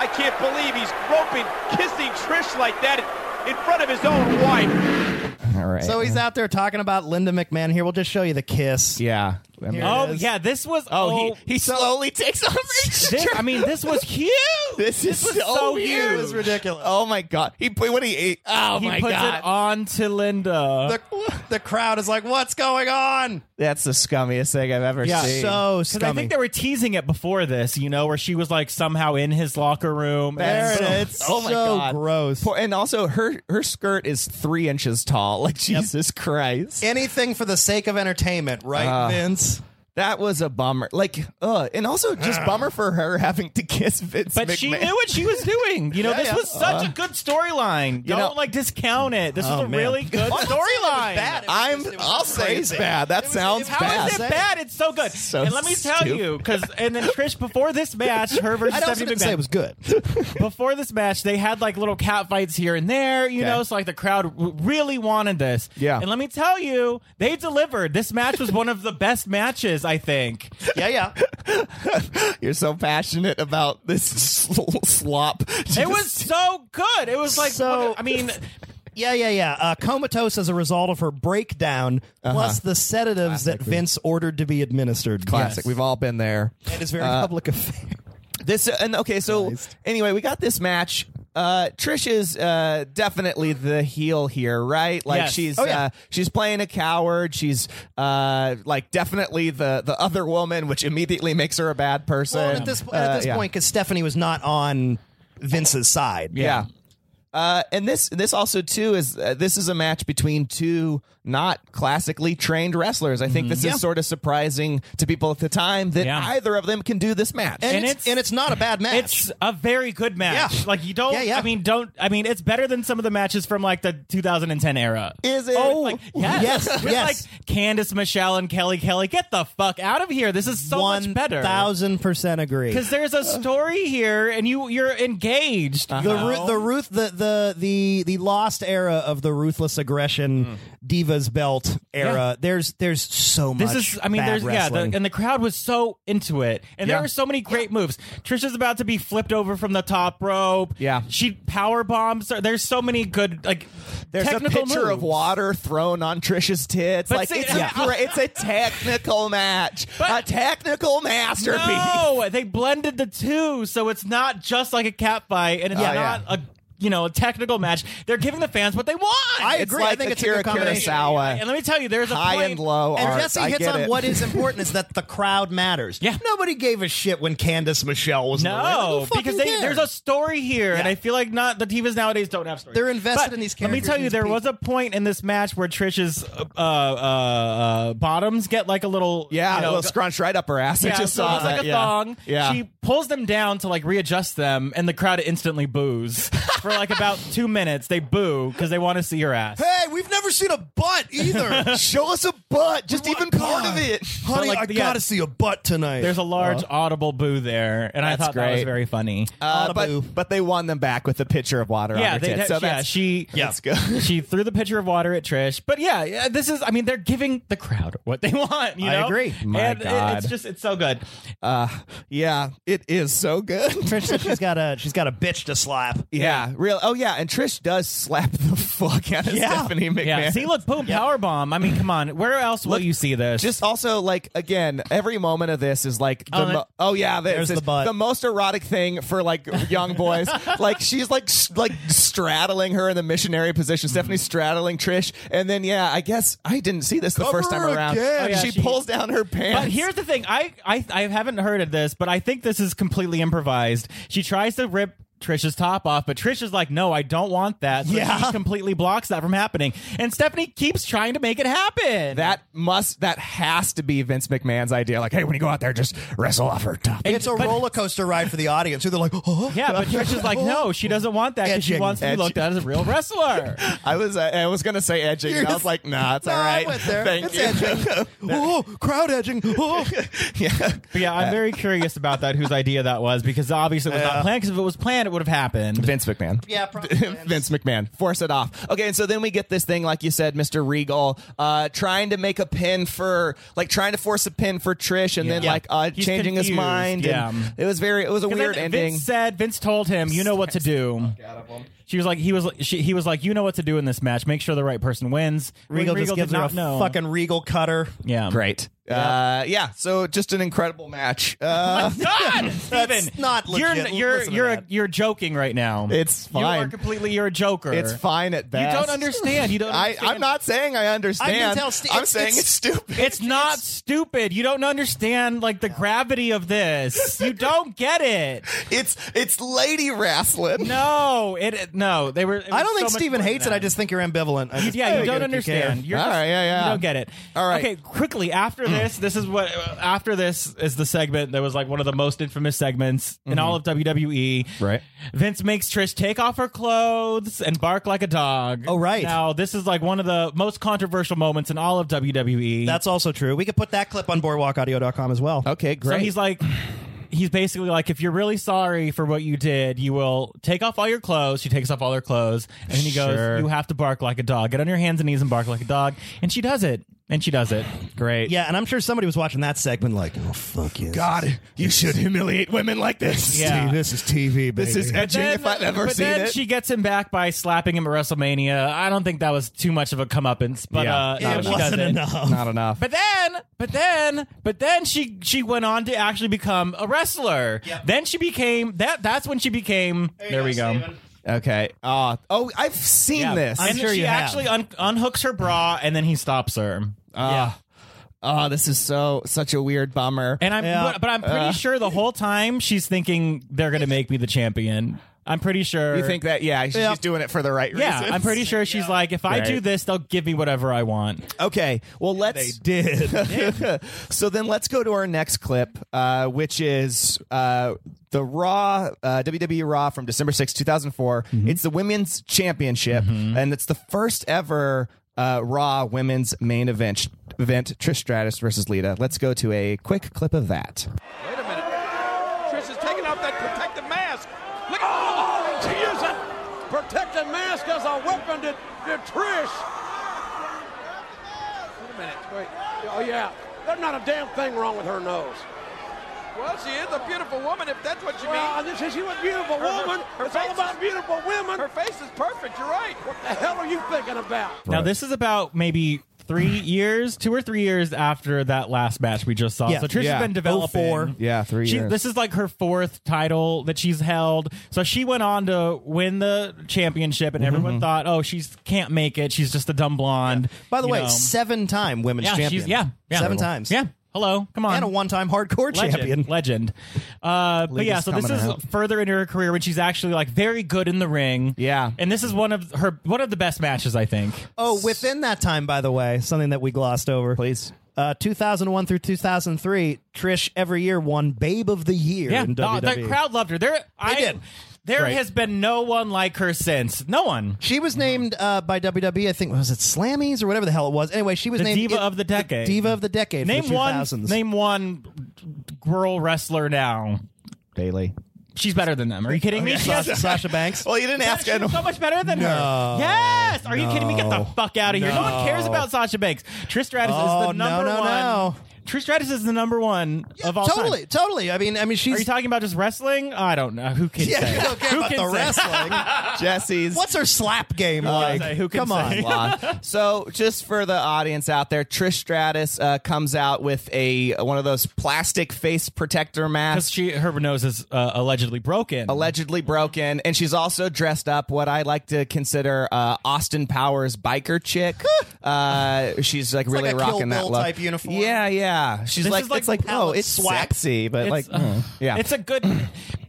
[SPEAKER 5] I can't believe he's groping, kissing Trish like that in front of his own wife.
[SPEAKER 1] all right.
[SPEAKER 3] So he's out there talking about Linda McMahon. Here, we'll just show you the kiss.
[SPEAKER 1] yeah. I mean-
[SPEAKER 4] Oh yeah, this was.
[SPEAKER 1] Oh, he, he slowly takes off his
[SPEAKER 4] This,
[SPEAKER 1] shirt.
[SPEAKER 4] I mean, this was huge.
[SPEAKER 1] this is
[SPEAKER 4] was
[SPEAKER 1] so,
[SPEAKER 4] so
[SPEAKER 1] weird.
[SPEAKER 4] huge. It was
[SPEAKER 3] ridiculous.
[SPEAKER 1] Oh my god. He put when he ate. Oh
[SPEAKER 4] he
[SPEAKER 1] my
[SPEAKER 4] puts
[SPEAKER 1] god.
[SPEAKER 4] it on to Linda.
[SPEAKER 3] The, the crowd is like, "What's going on?"
[SPEAKER 1] That's the scummiest thing I've ever seen.
[SPEAKER 3] so
[SPEAKER 4] Because I
[SPEAKER 3] scummy.
[SPEAKER 4] think they were teasing it before this, you know, where she was like somehow in his locker room.
[SPEAKER 1] That's
[SPEAKER 4] and
[SPEAKER 1] so- oh my
[SPEAKER 3] so
[SPEAKER 1] god.
[SPEAKER 3] gross.
[SPEAKER 1] Poor- and also her her skirt is three inches tall. Like Jesus Christ.
[SPEAKER 3] anything for the sake of entertainment, right,
[SPEAKER 1] Ah.
[SPEAKER 3] Vince?
[SPEAKER 1] that was a bummer. Like, uh, and also just bummer for her having to kiss Vince.
[SPEAKER 4] but she
[SPEAKER 1] McMahon.
[SPEAKER 4] knew what she was doing. You know, this
[SPEAKER 1] yeah. Uh-huh.
[SPEAKER 4] was such a good storyline. Don't
[SPEAKER 1] know- Oh,
[SPEAKER 4] like discount it. This was a
[SPEAKER 3] man.
[SPEAKER 4] really good
[SPEAKER 1] I'm not saying it
[SPEAKER 4] storyline.
[SPEAKER 1] I'm. I'll say it's bad. That sounds
[SPEAKER 4] How is
[SPEAKER 1] bad.
[SPEAKER 4] it bad? It's so good.
[SPEAKER 1] So
[SPEAKER 4] and let me tell
[SPEAKER 1] stupid.
[SPEAKER 4] you, because and then Trish before this match, her versus
[SPEAKER 3] I also
[SPEAKER 4] Stephanie
[SPEAKER 3] didn't say
[SPEAKER 4] McMahon.
[SPEAKER 3] it was good.
[SPEAKER 4] before this match, they had like little cat fights here and there, you
[SPEAKER 1] Okay.
[SPEAKER 4] know, so like the crowd w- really wanted this.
[SPEAKER 1] Yeah.
[SPEAKER 4] And let me tell you, they delivered. This match was one of the best matches, I think.
[SPEAKER 3] yeah, yeah.
[SPEAKER 1] You're so passionate about this sl- slop.
[SPEAKER 4] It was so good. It was like,
[SPEAKER 3] So-
[SPEAKER 4] what- I mean,
[SPEAKER 3] Yeah, yeah, yeah. Uh, comatose as a result of her breakdown,
[SPEAKER 1] Uh-huh.
[SPEAKER 3] plus the sedatives that Vince ordered to be administered.
[SPEAKER 1] classic. We've Uh, all been there.
[SPEAKER 3] It is very public affair.
[SPEAKER 1] This uh, and okay, so anyway, we got this match. Uh, Trish is uh, definitely the heel here, right? Like
[SPEAKER 4] Yes.
[SPEAKER 1] she's
[SPEAKER 3] Oh, yeah.
[SPEAKER 1] uh, she's playing a coward. She's uh, like definitely the the other woman, which immediately makes her a bad person.
[SPEAKER 3] Well, at this, po-
[SPEAKER 1] Uh,
[SPEAKER 3] at this
[SPEAKER 1] yeah.
[SPEAKER 3] point, because Stephanie was not on Vince's side.
[SPEAKER 1] Yeah. Uh, and this this also too is uh, this is a match between two not classically trained wrestlers. I think this is sort of surprising to people at the time that
[SPEAKER 4] Mm-hmm. Yeah.
[SPEAKER 1] either of them can do this match.
[SPEAKER 3] And,
[SPEAKER 4] And
[SPEAKER 3] it's,
[SPEAKER 4] it's-
[SPEAKER 3] and it's not a bad match.
[SPEAKER 4] it's a very good match.
[SPEAKER 3] Yeah.
[SPEAKER 4] Like, you don't,
[SPEAKER 3] Yeah, yeah.
[SPEAKER 4] I mean, don't, I mean, it's better than some of the matches from like the 2010 era.
[SPEAKER 1] Is it?
[SPEAKER 4] Oh, like, yes.
[SPEAKER 3] Yes,
[SPEAKER 4] With,
[SPEAKER 3] yes.
[SPEAKER 4] Like Candice Michelle and Kelly Kelly, get the fuck out of here. This is so much better.
[SPEAKER 3] thousand percent agree.
[SPEAKER 4] because there's a story here, and you you're engaged. you
[SPEAKER 3] the
[SPEAKER 4] know?
[SPEAKER 3] ru- the Ruth the, the the the lost era of the ruthless aggression divas belt era.
[SPEAKER 4] Mm. Yeah.
[SPEAKER 3] There's there's so much.
[SPEAKER 4] This is, I mean,
[SPEAKER 3] bad
[SPEAKER 4] there's yeah,
[SPEAKER 3] wrestling.
[SPEAKER 4] the, and the crowd was so into it, and
[SPEAKER 1] Yeah.
[SPEAKER 4] there were so many great moves. Trisha's about to be flipped over from the top rope.
[SPEAKER 1] Yeah.
[SPEAKER 4] she power bombs. her. There's so many good like
[SPEAKER 1] There's
[SPEAKER 4] technical
[SPEAKER 1] a pitcher
[SPEAKER 4] moves.
[SPEAKER 1] of water thrown on Trish's tits.
[SPEAKER 4] But
[SPEAKER 1] like
[SPEAKER 4] see,
[SPEAKER 1] it's,
[SPEAKER 4] yeah.
[SPEAKER 1] a, gra- it's a technical match, a
[SPEAKER 4] But-
[SPEAKER 1] technical masterpiece.
[SPEAKER 4] No, they blended the two, so it's not just like a cat fight, and it's
[SPEAKER 1] Yeah.
[SPEAKER 4] not a you know, technical match. They're giving the fans what they want.
[SPEAKER 3] I
[SPEAKER 1] It's
[SPEAKER 3] agree. I
[SPEAKER 1] like
[SPEAKER 3] think
[SPEAKER 1] the
[SPEAKER 3] it's a good
[SPEAKER 1] Akira
[SPEAKER 3] combination.
[SPEAKER 1] Kurosawa.
[SPEAKER 4] and let me tell you, there's a
[SPEAKER 1] High
[SPEAKER 4] point-
[SPEAKER 1] and low
[SPEAKER 3] And
[SPEAKER 1] are.
[SPEAKER 3] Jesse
[SPEAKER 1] I
[SPEAKER 3] hits
[SPEAKER 1] get
[SPEAKER 3] on
[SPEAKER 1] it.
[SPEAKER 3] what is important is that the crowd matters.
[SPEAKER 4] Yeah.
[SPEAKER 3] Nobody gave a shit when Candace Michelle was in the ring. Who
[SPEAKER 4] No,
[SPEAKER 3] fucking
[SPEAKER 4] because they,
[SPEAKER 3] cares?
[SPEAKER 4] there's a story here, and
[SPEAKER 3] Yeah.
[SPEAKER 4] I feel like not the divas nowadays don't have stories.
[SPEAKER 3] They're invested
[SPEAKER 4] But
[SPEAKER 3] in these
[SPEAKER 4] Let me
[SPEAKER 3] characters,
[SPEAKER 4] tell you,
[SPEAKER 3] these
[SPEAKER 4] there
[SPEAKER 3] people.
[SPEAKER 4] was a point in this match where Trish's uh, uh, uh, bottoms get like a little
[SPEAKER 1] Yeah,
[SPEAKER 4] you know,
[SPEAKER 1] a little scrunch right up her ass. I
[SPEAKER 4] yeah,
[SPEAKER 1] just
[SPEAKER 4] so
[SPEAKER 1] saw
[SPEAKER 4] it's
[SPEAKER 1] that.
[SPEAKER 4] like a
[SPEAKER 1] yeah.
[SPEAKER 4] thong.
[SPEAKER 1] Yeah.
[SPEAKER 4] She pulls them down to like readjust them, and the crowd instantly boos for like about two minutes. They boo because they want to see her ass.
[SPEAKER 3] Hey, we've never seen a butt either.
[SPEAKER 1] Show us a butt, just even part of it.
[SPEAKER 3] Honey,
[SPEAKER 4] like,
[SPEAKER 3] I
[SPEAKER 4] yeah.
[SPEAKER 3] gotta see a butt tonight.
[SPEAKER 4] There's a large audible boo there, and I
[SPEAKER 1] That's
[SPEAKER 4] thought that was
[SPEAKER 1] great.
[SPEAKER 4] very funny.
[SPEAKER 1] Uh,
[SPEAKER 3] Audible.
[SPEAKER 1] but but they won them back with a pitcher of water on
[SPEAKER 4] yeah,
[SPEAKER 1] her
[SPEAKER 4] they,
[SPEAKER 1] tits. So
[SPEAKER 4] yeah,
[SPEAKER 1] that's
[SPEAKER 4] she
[SPEAKER 1] that's good.
[SPEAKER 4] she threw the pitcher of water at Trish. But yeah, yeah, this is I mean they're giving the crowd what they want, you
[SPEAKER 3] I
[SPEAKER 4] know?
[SPEAKER 3] agree.
[SPEAKER 1] My
[SPEAKER 4] and it-
[SPEAKER 1] God.
[SPEAKER 4] it's just it's so good.
[SPEAKER 1] Uh, yeah, it is so good.
[SPEAKER 7] Trisha, she's got a she's got a bitch to slap.
[SPEAKER 1] Yeah, real. Oh yeah, and Trish does slap the fuck out of
[SPEAKER 7] Yeah.
[SPEAKER 1] Stephanie McMahon.
[SPEAKER 4] Yeah. See look, boom, power bomb. I mean, come on. Where else will you see this?
[SPEAKER 1] Just also like again, every moment of this is like the
[SPEAKER 4] Oh,
[SPEAKER 1] oh,
[SPEAKER 4] that-
[SPEAKER 1] mo- oh yeah, this
[SPEAKER 7] There's
[SPEAKER 1] is
[SPEAKER 7] the butt.
[SPEAKER 1] most erotic thing for like young boys. like she's like s like straddling her in the missionary position. Stephanie's straddling Trish, and then yeah, I guess I didn't see this the first time
[SPEAKER 3] her
[SPEAKER 1] around.
[SPEAKER 3] again.
[SPEAKER 4] Oh, yeah,
[SPEAKER 1] she,
[SPEAKER 4] she-
[SPEAKER 1] pulls down her pants.
[SPEAKER 4] But here's the thing. I, I I haven't heard of this, but I think this is completely improvised. She tries to rip Trish's top off, but Trish is like, no, I don't want that. So
[SPEAKER 7] Yeah.
[SPEAKER 4] she completely blocks that from happening. And Stephanie keeps trying to make it happen.
[SPEAKER 1] that must that has to be Vince McMahon's idea. Like, hey, when you go out there, just wrestle off her top.
[SPEAKER 7] It's a roller coaster ride for the audience. Who they're like, oh.
[SPEAKER 4] yeah, but Trish is like, no, she doesn't want that because she
[SPEAKER 7] Edging.
[SPEAKER 4] wants to be
[SPEAKER 1] Edging.
[SPEAKER 4] looked at as a real wrestler.
[SPEAKER 1] I was uh, I was gonna say edging, and I was like, nah, it's
[SPEAKER 3] Nah,
[SPEAKER 1] all right.
[SPEAKER 3] I went there.
[SPEAKER 1] Thank
[SPEAKER 3] It's
[SPEAKER 1] you.
[SPEAKER 3] edging. oh, crowd edging. Oh.
[SPEAKER 1] yeah.
[SPEAKER 4] But yeah,
[SPEAKER 1] Uh,
[SPEAKER 4] I'm very curious about that, whose idea that was, because obviously it was not planned, because if it was planned, it would have happened.
[SPEAKER 1] Vince McMahon.
[SPEAKER 7] Yeah, probably.
[SPEAKER 1] Vince McMahon, force it off. Okay, and so then we get this thing, like you said, Mr. Regal, uh, trying to make a pin for, like, trying to force a pin for Trish, and then
[SPEAKER 4] Yeah.
[SPEAKER 1] like uh,
[SPEAKER 4] He's
[SPEAKER 1] changing his
[SPEAKER 4] confused,
[SPEAKER 1] mind. and
[SPEAKER 4] yeah.
[SPEAKER 1] it was very, it was a
[SPEAKER 4] 'Cause
[SPEAKER 1] weird
[SPEAKER 4] then
[SPEAKER 1] ending.
[SPEAKER 4] Vince said, Vince told him, you know what to do. She was like, he was, she, he was like, you know what to do in this match. Make sure the right person wins.
[SPEAKER 7] Regal, just
[SPEAKER 4] Regal
[SPEAKER 7] gives
[SPEAKER 4] did
[SPEAKER 7] her a
[SPEAKER 4] not know.
[SPEAKER 7] fucking Regal cutter.
[SPEAKER 4] yeah.
[SPEAKER 1] Great. Uh, yeah. So just an incredible match. Uh,
[SPEAKER 4] God, Steven,
[SPEAKER 7] not legit.
[SPEAKER 4] You're you're
[SPEAKER 7] Listen to
[SPEAKER 4] you're,
[SPEAKER 7] that.
[SPEAKER 4] you're joking right now.
[SPEAKER 1] It's
[SPEAKER 4] You are
[SPEAKER 1] fine.
[SPEAKER 4] completely. You're a joker.
[SPEAKER 1] it's fine at
[SPEAKER 4] You
[SPEAKER 1] best.
[SPEAKER 4] don't understand. You don't.
[SPEAKER 1] I,
[SPEAKER 4] Understand.
[SPEAKER 1] I'm not saying I understand.
[SPEAKER 7] tell Steve-
[SPEAKER 1] I'm
[SPEAKER 7] it's-
[SPEAKER 1] saying
[SPEAKER 7] it's-
[SPEAKER 1] it's stupid.
[SPEAKER 4] It's not stupid. You don't understand like the gravity of this. You don't get it.
[SPEAKER 1] It's it's lady wrestling.
[SPEAKER 4] No, it it- no. They were. it
[SPEAKER 7] I
[SPEAKER 4] was
[SPEAKER 7] don't think
[SPEAKER 4] so much
[SPEAKER 7] Steven
[SPEAKER 4] more
[SPEAKER 7] hates
[SPEAKER 4] than
[SPEAKER 7] it. I
[SPEAKER 4] that.
[SPEAKER 7] just think you're ambivalent. I just-
[SPEAKER 4] Yeah,
[SPEAKER 7] I
[SPEAKER 4] you don't
[SPEAKER 7] get it if you care.
[SPEAKER 4] understand. You're
[SPEAKER 1] All
[SPEAKER 4] just-
[SPEAKER 1] right, yeah, yeah.
[SPEAKER 4] You don't get it.
[SPEAKER 1] All right.
[SPEAKER 4] Okay, quickly after this, this is what uh, after this is the segment that was like one of the most infamous segments in all of WWE.
[SPEAKER 1] Right.
[SPEAKER 4] Vince makes Trish take off her clothes and bark like a dog.
[SPEAKER 7] Oh, right.
[SPEAKER 4] Now this is like one of the most controversial moments in all of E. WWE.
[SPEAKER 7] That's also true. We could put that clip on boardwalkaudio.com as well.
[SPEAKER 1] Okay, great.
[SPEAKER 4] So he's like, he's basically like, if you're really sorry for what you did, you will take off all your clothes. She takes off all her clothes, and he
[SPEAKER 1] Sure.
[SPEAKER 4] goes, "You have to bark like a dog. Get on your hands and knees and bark like a dog." And she does it, and she does it. Great.
[SPEAKER 7] Yeah, and I'm sure somebody was watching that segment like, oh, fuck you.
[SPEAKER 1] God, you should humiliate women like this.
[SPEAKER 4] Yeah.
[SPEAKER 7] Dude, this is TV, baby.
[SPEAKER 1] This is edging if I've ever
[SPEAKER 4] but
[SPEAKER 1] seen
[SPEAKER 4] then
[SPEAKER 1] it.
[SPEAKER 4] she gets him back by slapping him at WrestleMania. I don't think that was too much of a comeuppance, but
[SPEAKER 1] Yeah,
[SPEAKER 4] uh,
[SPEAKER 1] not
[SPEAKER 4] you know,
[SPEAKER 7] it
[SPEAKER 4] she
[SPEAKER 7] wasn't
[SPEAKER 4] does it.
[SPEAKER 7] enough.
[SPEAKER 1] Not enough.
[SPEAKER 4] But then, but then, but then she she went on to actually become a wrestler. Then she became that. That's when she became. There, we go.
[SPEAKER 1] okay. Uh, oh, I've seen
[SPEAKER 4] Yeah.
[SPEAKER 1] this.
[SPEAKER 7] I'm
[SPEAKER 4] and
[SPEAKER 7] sure
[SPEAKER 4] she
[SPEAKER 7] you have.
[SPEAKER 4] actually un- unhooks her bra and then he stops her.
[SPEAKER 1] Uh, Oh, this is so such a weird bummer.
[SPEAKER 4] And I'm
[SPEAKER 7] Yeah.
[SPEAKER 4] but, but I'm pretty sure the whole time she's thinking they're going to make me the champion. I'm pretty sure.
[SPEAKER 1] you think that? Yeah, she's
[SPEAKER 7] Yeah.
[SPEAKER 1] doing it for the right
[SPEAKER 4] Yeah,
[SPEAKER 1] reasons.
[SPEAKER 4] I'm pretty sure she's like if I
[SPEAKER 1] Right.
[SPEAKER 4] do this they'll give me whatever I want.
[SPEAKER 1] Okay, well let's.
[SPEAKER 7] did.
[SPEAKER 1] so then let's go to our next clip, uh, which is uh, the Raw uh, WWE Raw from December sixth, two 2004. It's the women's championship, and it's the first ever uh, Raw women's main event. Event Trish Stratus versus Lita. Let's go to a quick clip of that.
[SPEAKER 5] Wait a minute. Trish is taking off that protective mask. Look at oh,
[SPEAKER 6] She used a protective mask as a weapon to, to Trish. Wait a minute. Wait. Oh, yeah. There's not a damn thing wrong with her nose.
[SPEAKER 5] Well, she is a beautiful woman, if that's what you
[SPEAKER 6] Well,
[SPEAKER 5] mean.
[SPEAKER 6] this is, she was a beautiful
[SPEAKER 5] Her- her-
[SPEAKER 6] woman.
[SPEAKER 5] her
[SPEAKER 6] it's all
[SPEAKER 5] face
[SPEAKER 6] about
[SPEAKER 5] is-
[SPEAKER 6] beautiful women.
[SPEAKER 5] Her face is perfect. You're right.
[SPEAKER 6] what the hell are you thinking about?
[SPEAKER 4] Now this is about maybe three years, two or three years after that last match we just saw.
[SPEAKER 7] Yeah.
[SPEAKER 4] So Trish
[SPEAKER 1] Yeah.
[SPEAKER 4] has been developing.
[SPEAKER 3] Oh,
[SPEAKER 7] 04.
[SPEAKER 1] Yeah, three
[SPEAKER 4] She-
[SPEAKER 1] years.
[SPEAKER 4] This is like her fourth title that she's held. So she went on to win the championship,
[SPEAKER 3] Mm-hmm.
[SPEAKER 4] and everyone thought, "Oh, she can't make it. She's just a dumb blonde."
[SPEAKER 3] By the
[SPEAKER 4] you
[SPEAKER 3] way,
[SPEAKER 4] know.
[SPEAKER 3] seven time women's
[SPEAKER 4] yeah,
[SPEAKER 3] champion.
[SPEAKER 4] she's yeah, yeah,
[SPEAKER 3] seven times.
[SPEAKER 4] Yeah, hello, come on,
[SPEAKER 3] and a one time hardcore
[SPEAKER 4] legend,
[SPEAKER 3] champion.
[SPEAKER 4] legend. Uh, but
[SPEAKER 1] League
[SPEAKER 4] yeah,
[SPEAKER 1] is
[SPEAKER 4] so this
[SPEAKER 1] coming
[SPEAKER 4] is
[SPEAKER 1] out.
[SPEAKER 4] further into her career when she's actually like very good in the ring.
[SPEAKER 1] Yeah.
[SPEAKER 4] and this is one of her one of the best matches I think.
[SPEAKER 3] Oh, within that time, by the way, something that we glossed over.
[SPEAKER 1] Please.
[SPEAKER 3] Uh, 2001 through 2003, Trish every year won Babe of the Year
[SPEAKER 4] Yeah,
[SPEAKER 3] in E.
[SPEAKER 4] no,
[SPEAKER 3] WWE.
[SPEAKER 4] the crowd loved her. There, I
[SPEAKER 3] did.
[SPEAKER 4] There
[SPEAKER 3] Right.
[SPEAKER 4] has been no one like her since. No one.
[SPEAKER 3] She was named uh, by WWE, I think, was it Slammies or whatever the hell it was. Anyway, she was
[SPEAKER 4] The
[SPEAKER 3] named
[SPEAKER 4] diva of the decade.
[SPEAKER 3] diva of the decade. for
[SPEAKER 4] Name
[SPEAKER 3] the
[SPEAKER 4] one.
[SPEAKER 3] 2000s.
[SPEAKER 4] Name one girl wrestler now.
[SPEAKER 1] Bailey.
[SPEAKER 4] She's better than them. Are you kidding me? She has-
[SPEAKER 3] Sasha, Sasha Banks.
[SPEAKER 1] Well, you didn't ask.
[SPEAKER 4] She's so much better than her. Yes. Are you kidding me? Get the fuck out of here. No one cares about Sasha Banks. Trish Stratus
[SPEAKER 3] Oh,
[SPEAKER 4] is the
[SPEAKER 3] no,
[SPEAKER 4] number
[SPEAKER 3] no,
[SPEAKER 4] one.
[SPEAKER 3] no.
[SPEAKER 4] Trish Stratus is the number one of all
[SPEAKER 3] totally,
[SPEAKER 4] time.
[SPEAKER 3] totally. I mean, I mean, she's.
[SPEAKER 4] Are you talking about just wrestling? I don't know. Who can
[SPEAKER 3] yeah,
[SPEAKER 4] say?
[SPEAKER 3] you don't care
[SPEAKER 4] Who
[SPEAKER 3] about
[SPEAKER 4] can
[SPEAKER 3] the
[SPEAKER 4] say?
[SPEAKER 3] wrestling.
[SPEAKER 1] Jesse's.
[SPEAKER 3] What's her slap game like?
[SPEAKER 4] say, who can
[SPEAKER 3] Come on.
[SPEAKER 4] say?
[SPEAKER 1] Law. So, just for the audience out there, Trish Stratus uh, comes out with a one of those plastic face protector
[SPEAKER 4] Because
[SPEAKER 1] masks,
[SPEAKER 4] she her nose is uh, allegedly broken.
[SPEAKER 1] allegedly broken, and she's also dressed up what I like to consider uh, Austin Powers biker chick. uh, she's like really
[SPEAKER 3] like a Kill
[SPEAKER 1] rocking that
[SPEAKER 3] Bill
[SPEAKER 1] look.
[SPEAKER 3] type uniform.
[SPEAKER 1] Yeah, yeah. She's
[SPEAKER 4] This
[SPEAKER 1] like,
[SPEAKER 4] is like
[SPEAKER 1] it's like oh,
[SPEAKER 3] palette
[SPEAKER 1] it's
[SPEAKER 3] swap.
[SPEAKER 1] sexy, but like mm, yeah,
[SPEAKER 4] It's a good.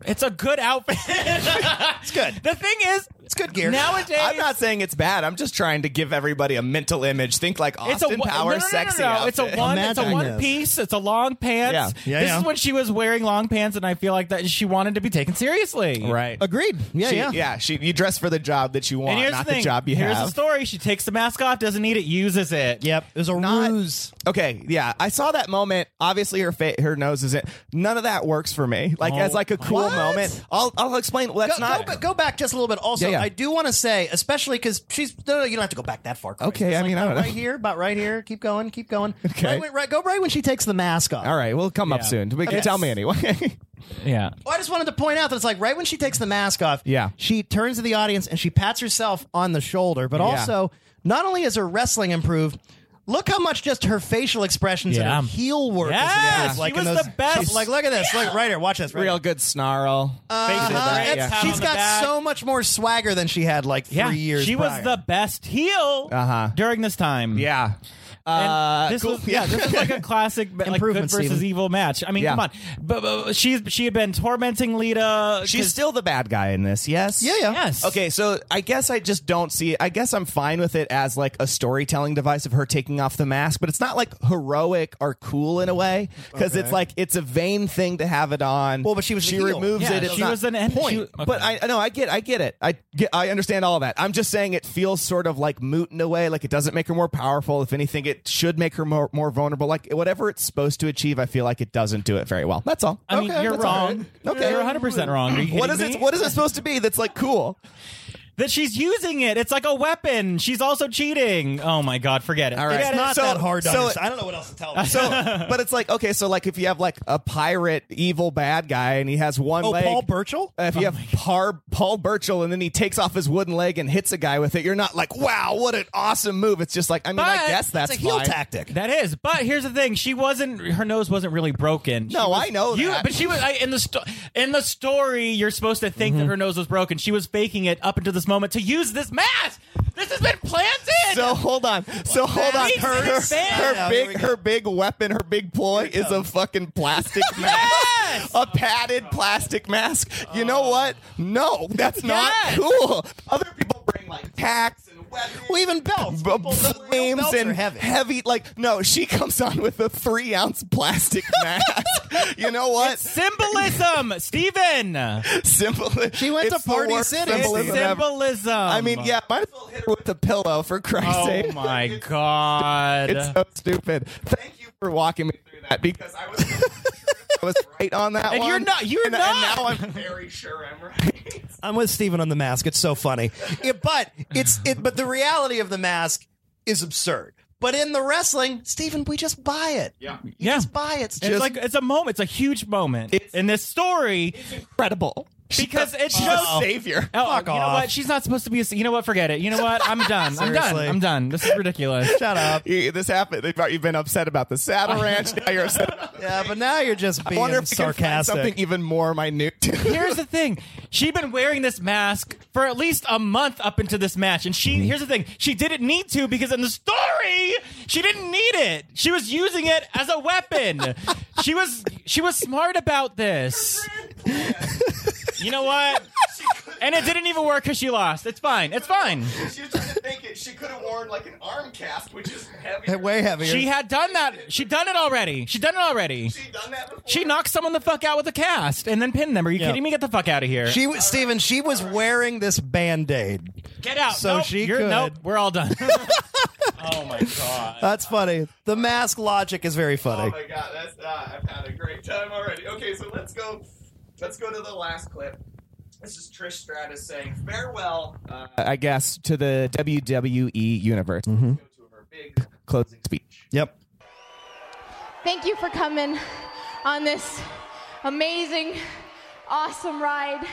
[SPEAKER 4] It's a good outfit. it's
[SPEAKER 3] good.
[SPEAKER 4] The thing is,
[SPEAKER 3] It's good gear.
[SPEAKER 4] nowadays.
[SPEAKER 1] I'm not saying it's bad. I'm just trying to give everybody a mental image. Think like
[SPEAKER 4] It's a
[SPEAKER 1] Austin
[SPEAKER 4] one-
[SPEAKER 1] Powers
[SPEAKER 4] no, no, no, no,
[SPEAKER 1] sexy.
[SPEAKER 4] no. It's a
[SPEAKER 1] outfit.
[SPEAKER 4] one. it's a
[SPEAKER 3] Imagine
[SPEAKER 4] one
[SPEAKER 3] this.
[SPEAKER 4] piece. It's a long pants.
[SPEAKER 1] Yeah.
[SPEAKER 3] Yeah,
[SPEAKER 4] this
[SPEAKER 3] yeah.
[SPEAKER 4] is when she was wearing long pants, and I feel like that she wanted to be taken seriously.
[SPEAKER 1] Right.
[SPEAKER 3] Agreed. Yeah,
[SPEAKER 1] She-
[SPEAKER 3] yeah.
[SPEAKER 1] She you dress for the job that you want,
[SPEAKER 4] And here's
[SPEAKER 1] not
[SPEAKER 4] the
[SPEAKER 1] the,
[SPEAKER 4] thing.
[SPEAKER 1] job you
[SPEAKER 4] here's
[SPEAKER 1] have.
[SPEAKER 4] the story. She takes the mask off, doesn't need it, uses it.
[SPEAKER 3] Yep. It was a
[SPEAKER 1] Not-
[SPEAKER 3] ruse.
[SPEAKER 1] Okay, yeah, I saw that moment. Obviously, her fa- her nose isn't. None of that works for me. Like as like a cool
[SPEAKER 3] What?
[SPEAKER 1] moment. I'll I'll explain. Let's
[SPEAKER 3] Go,
[SPEAKER 1] not.
[SPEAKER 3] go, ba- go back just a little bit. Also,
[SPEAKER 1] Yeah, yeah.
[SPEAKER 3] I do want to say, especially because she's no, no, you don't have to go back that far. Chris.
[SPEAKER 1] Okay,
[SPEAKER 3] It's
[SPEAKER 1] I
[SPEAKER 3] like
[SPEAKER 1] mean, I
[SPEAKER 3] about
[SPEAKER 1] don't know.
[SPEAKER 3] right here, about right here. Keep going, keep going.
[SPEAKER 1] Okay.
[SPEAKER 3] right, when- right- go right when she takes the mask off.
[SPEAKER 1] All right, we'll come up
[SPEAKER 4] Yeah.
[SPEAKER 1] soon. We can
[SPEAKER 3] Okay.
[SPEAKER 1] Tell me anyway.
[SPEAKER 4] Yeah.
[SPEAKER 3] Well, I just wanted to point out that it's like right when she takes the mask off,
[SPEAKER 1] Yeah.
[SPEAKER 3] she turns to the audience and she pats herself on the shoulder, but also not only is her wrestling improved, look how much just her facial expressions
[SPEAKER 4] Yeah.
[SPEAKER 3] and her heel work
[SPEAKER 4] Yes,
[SPEAKER 3] is improved.
[SPEAKER 4] she
[SPEAKER 3] Like in
[SPEAKER 4] was
[SPEAKER 3] those-
[SPEAKER 4] the best.
[SPEAKER 3] she's like look at this, look right here, watch this. Right
[SPEAKER 1] Real
[SPEAKER 3] here.
[SPEAKER 1] good snarl.
[SPEAKER 4] Faces,
[SPEAKER 3] Uh-huh.
[SPEAKER 4] right?
[SPEAKER 3] It's-
[SPEAKER 4] Pat on
[SPEAKER 3] She's
[SPEAKER 4] the
[SPEAKER 3] got
[SPEAKER 4] back.
[SPEAKER 3] so much more swagger than she had like three
[SPEAKER 4] Yeah.
[SPEAKER 3] years.
[SPEAKER 4] She
[SPEAKER 3] prior.
[SPEAKER 4] was the best heel
[SPEAKER 1] Uh-huh.
[SPEAKER 4] during this time.
[SPEAKER 1] Yeah.
[SPEAKER 4] And
[SPEAKER 1] Uh,
[SPEAKER 4] this
[SPEAKER 1] cool.
[SPEAKER 4] was yeah, this was like a classic like good
[SPEAKER 3] Improvement,
[SPEAKER 4] versus
[SPEAKER 3] Steven.
[SPEAKER 4] evil match. I mean,
[SPEAKER 1] Yeah.
[SPEAKER 4] come on, but, but she's she had been tormenting Lita.
[SPEAKER 1] She's
[SPEAKER 4] 'cause-
[SPEAKER 1] still the bad guy in this, yes?
[SPEAKER 3] uh, Yeah, yeah.
[SPEAKER 4] Yes.
[SPEAKER 1] Okay, so I guess I just don't see I guess I'm fine with it as like a storytelling device of her taking off the mask, but it's not like heroic or cool in a way because it's like it's a vain thing to have it on.
[SPEAKER 3] Well, but she was
[SPEAKER 1] she
[SPEAKER 3] the heel.
[SPEAKER 1] removes
[SPEAKER 4] Yeah,
[SPEAKER 1] it. It's
[SPEAKER 4] she
[SPEAKER 1] not
[SPEAKER 4] was an end-
[SPEAKER 1] point.
[SPEAKER 4] she- okay.
[SPEAKER 1] But I no, I get I get it. I get I understand all that. I'm just saying it feels sort of like moot in a way, like it doesn't make her more powerful. If anything, it should make her more more vulnerable. Like whatever it's supposed to achieve, I feel like it doesn't do it very well. That's all.
[SPEAKER 4] I mean,
[SPEAKER 1] Okay,
[SPEAKER 4] you're
[SPEAKER 1] that's all
[SPEAKER 4] wrong.
[SPEAKER 1] right. Okay.
[SPEAKER 4] You're 100 percent wrong. Are you
[SPEAKER 1] What is
[SPEAKER 4] kidding
[SPEAKER 1] it?
[SPEAKER 4] me?
[SPEAKER 1] What is it supposed to be? That's like cool.
[SPEAKER 4] that she's using it? It's like a weapon. She's also cheating. Oh my god, forget it.
[SPEAKER 1] All right.
[SPEAKER 4] Forget
[SPEAKER 3] It's
[SPEAKER 4] it.
[SPEAKER 3] not
[SPEAKER 1] So-
[SPEAKER 3] that hard to
[SPEAKER 1] so-
[SPEAKER 3] understand. I don't know what else to tell.
[SPEAKER 1] So, but it's like okay, so like if you have like a pirate, evil bad guy, and he has one
[SPEAKER 3] Oh,
[SPEAKER 1] leg.
[SPEAKER 3] Paul Burchill?
[SPEAKER 1] Uh, if you have Par, Paul Burchill, and then he takes off his wooden leg and hits a guy with it, you're not like, wow, what an awesome move. It's just like, I mean, I
[SPEAKER 4] But
[SPEAKER 1] guess that's
[SPEAKER 3] That's a heel
[SPEAKER 1] fine.
[SPEAKER 3] tactic.
[SPEAKER 4] That is, but here's the thing: she wasn't. Her nose wasn't really broken. She
[SPEAKER 1] No,
[SPEAKER 4] was-
[SPEAKER 1] I know
[SPEAKER 4] you,
[SPEAKER 1] that.
[SPEAKER 4] But she was I, in the sto- in the story. You're supposed to think that
[SPEAKER 1] Mm-hmm.
[SPEAKER 4] her nose was broken. She was faking it up until this moment to use this mask. This has been planted.
[SPEAKER 1] So hold on. So hold on.
[SPEAKER 4] makes
[SPEAKER 1] Her,
[SPEAKER 4] sense.
[SPEAKER 1] her
[SPEAKER 4] Yeah,
[SPEAKER 1] big her big weapon, her big ploy is a fucking plastic mask.
[SPEAKER 4] Yes!
[SPEAKER 1] A padded plastic mask. You
[SPEAKER 3] Oh.
[SPEAKER 1] know what? No, that's not
[SPEAKER 4] Yes!
[SPEAKER 1] cool. Other people bring like packs and weapons.
[SPEAKER 3] Well, even belts.
[SPEAKER 1] b-
[SPEAKER 3] People- the real
[SPEAKER 1] flames
[SPEAKER 3] belts
[SPEAKER 1] and
[SPEAKER 3] are heavy.
[SPEAKER 1] like no she comes on with a three ounce plastic mask you know what
[SPEAKER 4] Symbolism, Steven.
[SPEAKER 1] simple
[SPEAKER 3] She went to Party City.
[SPEAKER 1] symbolism ever.
[SPEAKER 4] Symbolism.
[SPEAKER 1] i mean yeah might as well hit her with a pillow for christ's
[SPEAKER 4] Oh
[SPEAKER 1] sake
[SPEAKER 4] my god.
[SPEAKER 1] It's so stupid. Thank you for walking me through that because I was I was right on that
[SPEAKER 4] And
[SPEAKER 1] one.
[SPEAKER 4] you're not- you're
[SPEAKER 1] and,
[SPEAKER 4] not.
[SPEAKER 1] And now I'm very sure I'm right.
[SPEAKER 3] I'm with Steven on the mask. It's so funny. It- but it's it but the reality of the mask is absurd. But in the wrestling, Steven, we just buy it. Yeah. You
[SPEAKER 4] Yeah.
[SPEAKER 3] just buy it. It's
[SPEAKER 4] it's
[SPEAKER 3] just-
[SPEAKER 4] like it's a moment. It's a huge moment in this story.
[SPEAKER 1] Incredible.
[SPEAKER 4] because it shows
[SPEAKER 1] savior.
[SPEAKER 4] Oh,
[SPEAKER 3] Fuck
[SPEAKER 4] you know
[SPEAKER 3] off.
[SPEAKER 4] what? She's not supposed to be a. You know what? Forget it. You know what? I'm done. I'm done.
[SPEAKER 3] Seriously.
[SPEAKER 4] I'm done. This is ridiculous.
[SPEAKER 3] Shut up.
[SPEAKER 1] You- This happened. they've- You've been upset about the Saddle Ranch. Now you're upset. About
[SPEAKER 3] Yeah, but now you're just
[SPEAKER 1] I wonder
[SPEAKER 3] being
[SPEAKER 1] if you can find something
[SPEAKER 4] e-
[SPEAKER 3] sarcastic.
[SPEAKER 1] even more minute.
[SPEAKER 4] Here's the thing. She'd been wearing this mask for at least a month up into this match. And she, here's the thing. She didn't need to because in the story, she didn't need it. She was using it as a weapon. she was, she was smart about this. you know what? And it didn't even work because she lost. It's fine. It's fine.
[SPEAKER 1] she was trying to think it. She could have worn like an arm cast, which is heavy.
[SPEAKER 3] Way heavier.
[SPEAKER 4] She had done that. She'd done it already. She'd done it already.
[SPEAKER 1] done that before.
[SPEAKER 4] She knocked someone the fuck out with a cast and then pinned them. Are you
[SPEAKER 3] Yeah.
[SPEAKER 4] kidding me? Get the fuck out of here.
[SPEAKER 3] She was Steven, she was wearing this band-aid.
[SPEAKER 4] Get out.
[SPEAKER 3] So
[SPEAKER 4] nope,
[SPEAKER 3] she
[SPEAKER 4] you're,
[SPEAKER 3] could.
[SPEAKER 4] Nope, we're all done. oh my god.
[SPEAKER 3] That's funny. The mask logic is very funny.
[SPEAKER 1] god, that's uh, I've had a great time already. Okay, so let's go. Let's go to the last clip. This is Trish Stratus saying farewell. Uh, I guess to the WWE universe. Go to her big closing speech.
[SPEAKER 3] Yep.
[SPEAKER 8] Thank you for coming on this amazing, awesome ride.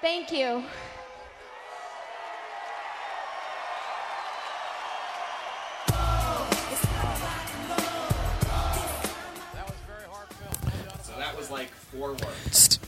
[SPEAKER 8] Thank you.
[SPEAKER 1] So that was like four words.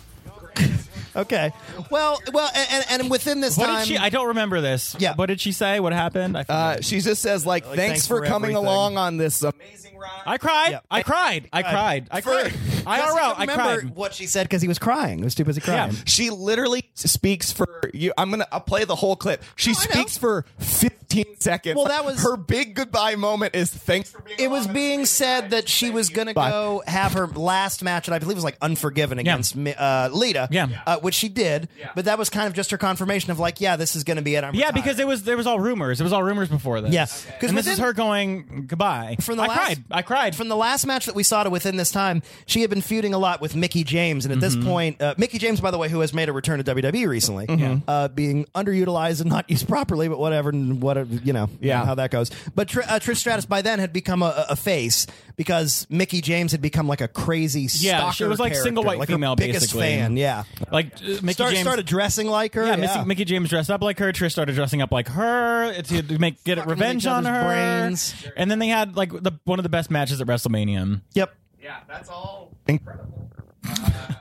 [SPEAKER 3] Okay. Well, well, and, and, and within this
[SPEAKER 4] What
[SPEAKER 3] time,
[SPEAKER 4] did she? I don't remember this.
[SPEAKER 3] Yeah.
[SPEAKER 4] What did she say? What happened? I,
[SPEAKER 1] Uh, she just says like, thanks,
[SPEAKER 3] thanks
[SPEAKER 1] for,
[SPEAKER 3] for
[SPEAKER 1] coming
[SPEAKER 3] everything."
[SPEAKER 1] along on this um, amazing ride.
[SPEAKER 4] I cried.
[SPEAKER 3] yeah.
[SPEAKER 4] I cried. I cried. I cried. I
[SPEAKER 3] Because he
[SPEAKER 4] IRL.
[SPEAKER 3] couldn't
[SPEAKER 4] I
[SPEAKER 3] remember
[SPEAKER 4] cried.
[SPEAKER 3] what she said because he was crying. He was too busy crying.
[SPEAKER 1] She literally speaks for you. I'm gonna I'll play the whole clip. She
[SPEAKER 3] I know.
[SPEAKER 1] speaks for 15 seconds.
[SPEAKER 3] Well, that was-
[SPEAKER 1] her big goodbye moment. Is thanks for being.
[SPEAKER 3] It was
[SPEAKER 1] along.
[SPEAKER 3] being said that she was going to
[SPEAKER 1] Bye.
[SPEAKER 3] go have her last match, and I believe it was like Unforgiven against Mi- uh, Lita,
[SPEAKER 4] Yeah.
[SPEAKER 3] uh, which she did. But that was kind of just her confirmation of like, yeah, this is going to be it. I'm
[SPEAKER 4] Yeah,
[SPEAKER 3] retired.
[SPEAKER 4] because it was there was all rumors. It was all rumors before this.
[SPEAKER 3] Yes. Okay. 'Cause
[SPEAKER 4] And this is
[SPEAKER 3] within-
[SPEAKER 4] her going goodbye.
[SPEAKER 3] From the
[SPEAKER 4] I
[SPEAKER 3] last-
[SPEAKER 4] cried. I cried.
[SPEAKER 3] From the last match that we saw to within this time, she had been feuding a lot with Mickey James, and at this
[SPEAKER 4] Mm-hmm.
[SPEAKER 3] point, uh, Mickey James, by the way, who has made a return to WWE recently,
[SPEAKER 4] Mm-hmm.
[SPEAKER 3] uh, being underutilized and not used properly, but whatever, and what uh, you know,
[SPEAKER 1] Yeah.
[SPEAKER 3] how that goes. But Tr- uh, Trish Stratus by then had become a, a face because Mickey James had become like a crazy,
[SPEAKER 4] Yeah, she
[SPEAKER 3] stalker
[SPEAKER 4] was like single
[SPEAKER 3] character,
[SPEAKER 4] white
[SPEAKER 3] like her
[SPEAKER 4] female,
[SPEAKER 3] biggest
[SPEAKER 4] basically.
[SPEAKER 3] fan, yeah.
[SPEAKER 4] like uh, Mickey
[SPEAKER 3] Start,
[SPEAKER 4] James.
[SPEAKER 3] started dressing like her.
[SPEAKER 4] yeah, Missy- Mickey James dressed up like her. Trish started dressing up like her to make get
[SPEAKER 3] Fucking
[SPEAKER 4] revenge
[SPEAKER 3] each
[SPEAKER 4] on
[SPEAKER 3] other's
[SPEAKER 4] her.
[SPEAKER 3] brains.
[SPEAKER 4] And then they had like the one of the best matches at WrestleMania.
[SPEAKER 3] Yep.
[SPEAKER 1] Yeah, that's all.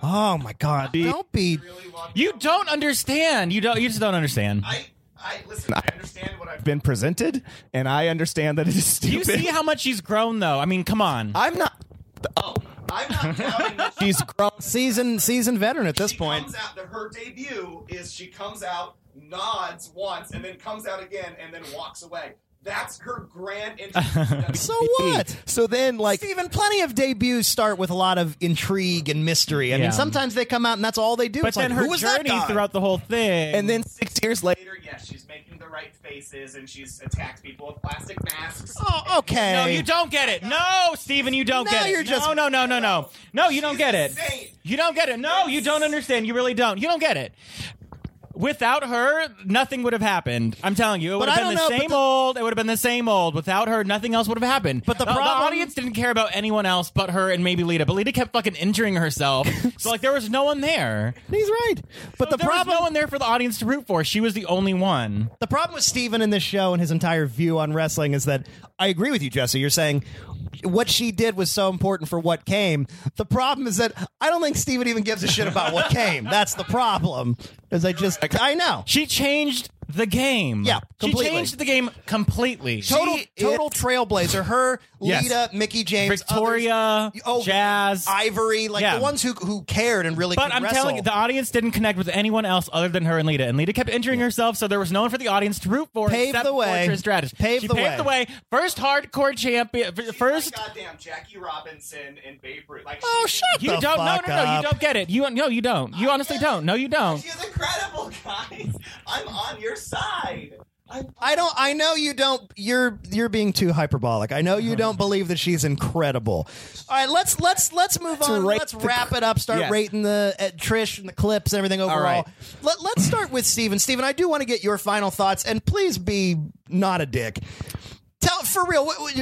[SPEAKER 3] Oh my God! Don't be.
[SPEAKER 4] You don't understand. You don't. You just don't understand.
[SPEAKER 1] I I listen. I understand what I've been presented, and I understand that it is
[SPEAKER 4] Do
[SPEAKER 1] stupid.
[SPEAKER 4] you see how much she's grown, though? I mean, come on.
[SPEAKER 1] I'm not. Oh, I'm not doubting that she's grown.
[SPEAKER 3] Season seasoned veteran at this
[SPEAKER 1] she
[SPEAKER 3] point.
[SPEAKER 1] comes out. Her debut is she comes out, nods once, and then comes out again, and then walks away. That's her grand entrance.
[SPEAKER 3] So what?
[SPEAKER 1] So then, like,
[SPEAKER 3] Steven, plenty of debuts start with a lot of intrigue and mystery. I
[SPEAKER 4] Yeah.
[SPEAKER 3] mean, sometimes they come out and that's all they do.
[SPEAKER 4] but
[SPEAKER 3] It's
[SPEAKER 4] then
[SPEAKER 3] like, who
[SPEAKER 4] her
[SPEAKER 3] was that
[SPEAKER 4] journey
[SPEAKER 3] guy?
[SPEAKER 4] throughout the whole thing,
[SPEAKER 1] and then six years later, yes, she's making the right faces, and she's attacked people with plastic masks.
[SPEAKER 3] Oh, okay.
[SPEAKER 4] No, you don't get it. No, Steven, you don't
[SPEAKER 3] Now
[SPEAKER 4] get it.
[SPEAKER 3] you're just-
[SPEAKER 4] no, no, no, no, no. No, you don't
[SPEAKER 1] She's
[SPEAKER 4] get it.
[SPEAKER 1] insane.
[SPEAKER 4] You don't get it. No, you don't understand. You really don't. You don't get it. Without her, nothing would have happened. I'm telling you, it would
[SPEAKER 3] But
[SPEAKER 4] have
[SPEAKER 3] I
[SPEAKER 4] been the
[SPEAKER 3] don't know, but
[SPEAKER 4] same
[SPEAKER 3] the-
[SPEAKER 4] old. It would have been the same old. Without her, nothing else would have happened.
[SPEAKER 3] But the
[SPEAKER 4] the
[SPEAKER 3] problem-
[SPEAKER 4] audience didn't care about anyone else but her and maybe Lita. But Lita kept fucking injuring herself, so like there was no one there.
[SPEAKER 3] He's right. But the
[SPEAKER 4] there
[SPEAKER 3] problem
[SPEAKER 4] was no one there for the audience to root for. She was the only one.
[SPEAKER 3] the problem with Steven in this show and his entire view on wrestling is that I agree with you, Jesse. You're saying what she did was so important for what came. The problem is that I don't think Steven even gives a shit about what came. That's the problem. Is I just I know.
[SPEAKER 4] She changed the game.
[SPEAKER 3] Yeah, completely.
[SPEAKER 4] She changed the game completely.
[SPEAKER 3] Total,
[SPEAKER 4] She-
[SPEAKER 3] total trailblazer. Her, Lita, Mickey James,
[SPEAKER 4] Victoria,
[SPEAKER 3] others. Oh,
[SPEAKER 4] Jazz.
[SPEAKER 3] Ivory, like
[SPEAKER 4] Yeah.
[SPEAKER 3] the ones who who cared and really.
[SPEAKER 4] but
[SPEAKER 3] could
[SPEAKER 4] I'm
[SPEAKER 3] wrestle.
[SPEAKER 4] telling you, the audience didn't connect with anyone else other than her and Lita. And Lita kept injuring herself, so there was no one for the audience to root for.
[SPEAKER 3] Paved
[SPEAKER 4] except
[SPEAKER 3] the way.
[SPEAKER 4] For Trish Stratus.
[SPEAKER 3] Paved
[SPEAKER 4] she
[SPEAKER 3] the
[SPEAKER 4] paved the
[SPEAKER 3] way.
[SPEAKER 4] way. First hardcore champion. First.
[SPEAKER 1] goddamn Jackie Robinson and Babe Ruth. Like,
[SPEAKER 3] oh shut
[SPEAKER 4] You
[SPEAKER 3] the
[SPEAKER 4] don't. No, no,
[SPEAKER 3] fuck
[SPEAKER 4] no.
[SPEAKER 3] up.
[SPEAKER 4] You don't get it. You no. You don't. You honestly don't. No, you don't.
[SPEAKER 1] She's incredible, guys. I'm on your side. I'm
[SPEAKER 3] I don't. I know you don't. You're you're being too hyperbolic. I know
[SPEAKER 1] Uh-huh.
[SPEAKER 3] you don't believe that she's incredible. All right, let's let's let's move on.
[SPEAKER 1] rate
[SPEAKER 3] Let's
[SPEAKER 1] the-
[SPEAKER 3] wrap it up. Start
[SPEAKER 1] Yes.
[SPEAKER 3] rating the uh, Trish and the clips and everything overall.
[SPEAKER 1] right.
[SPEAKER 3] Let Let's start with Steven. Steven, I do want to get your final thoughts, and please be not a dick. tell for real. What, what,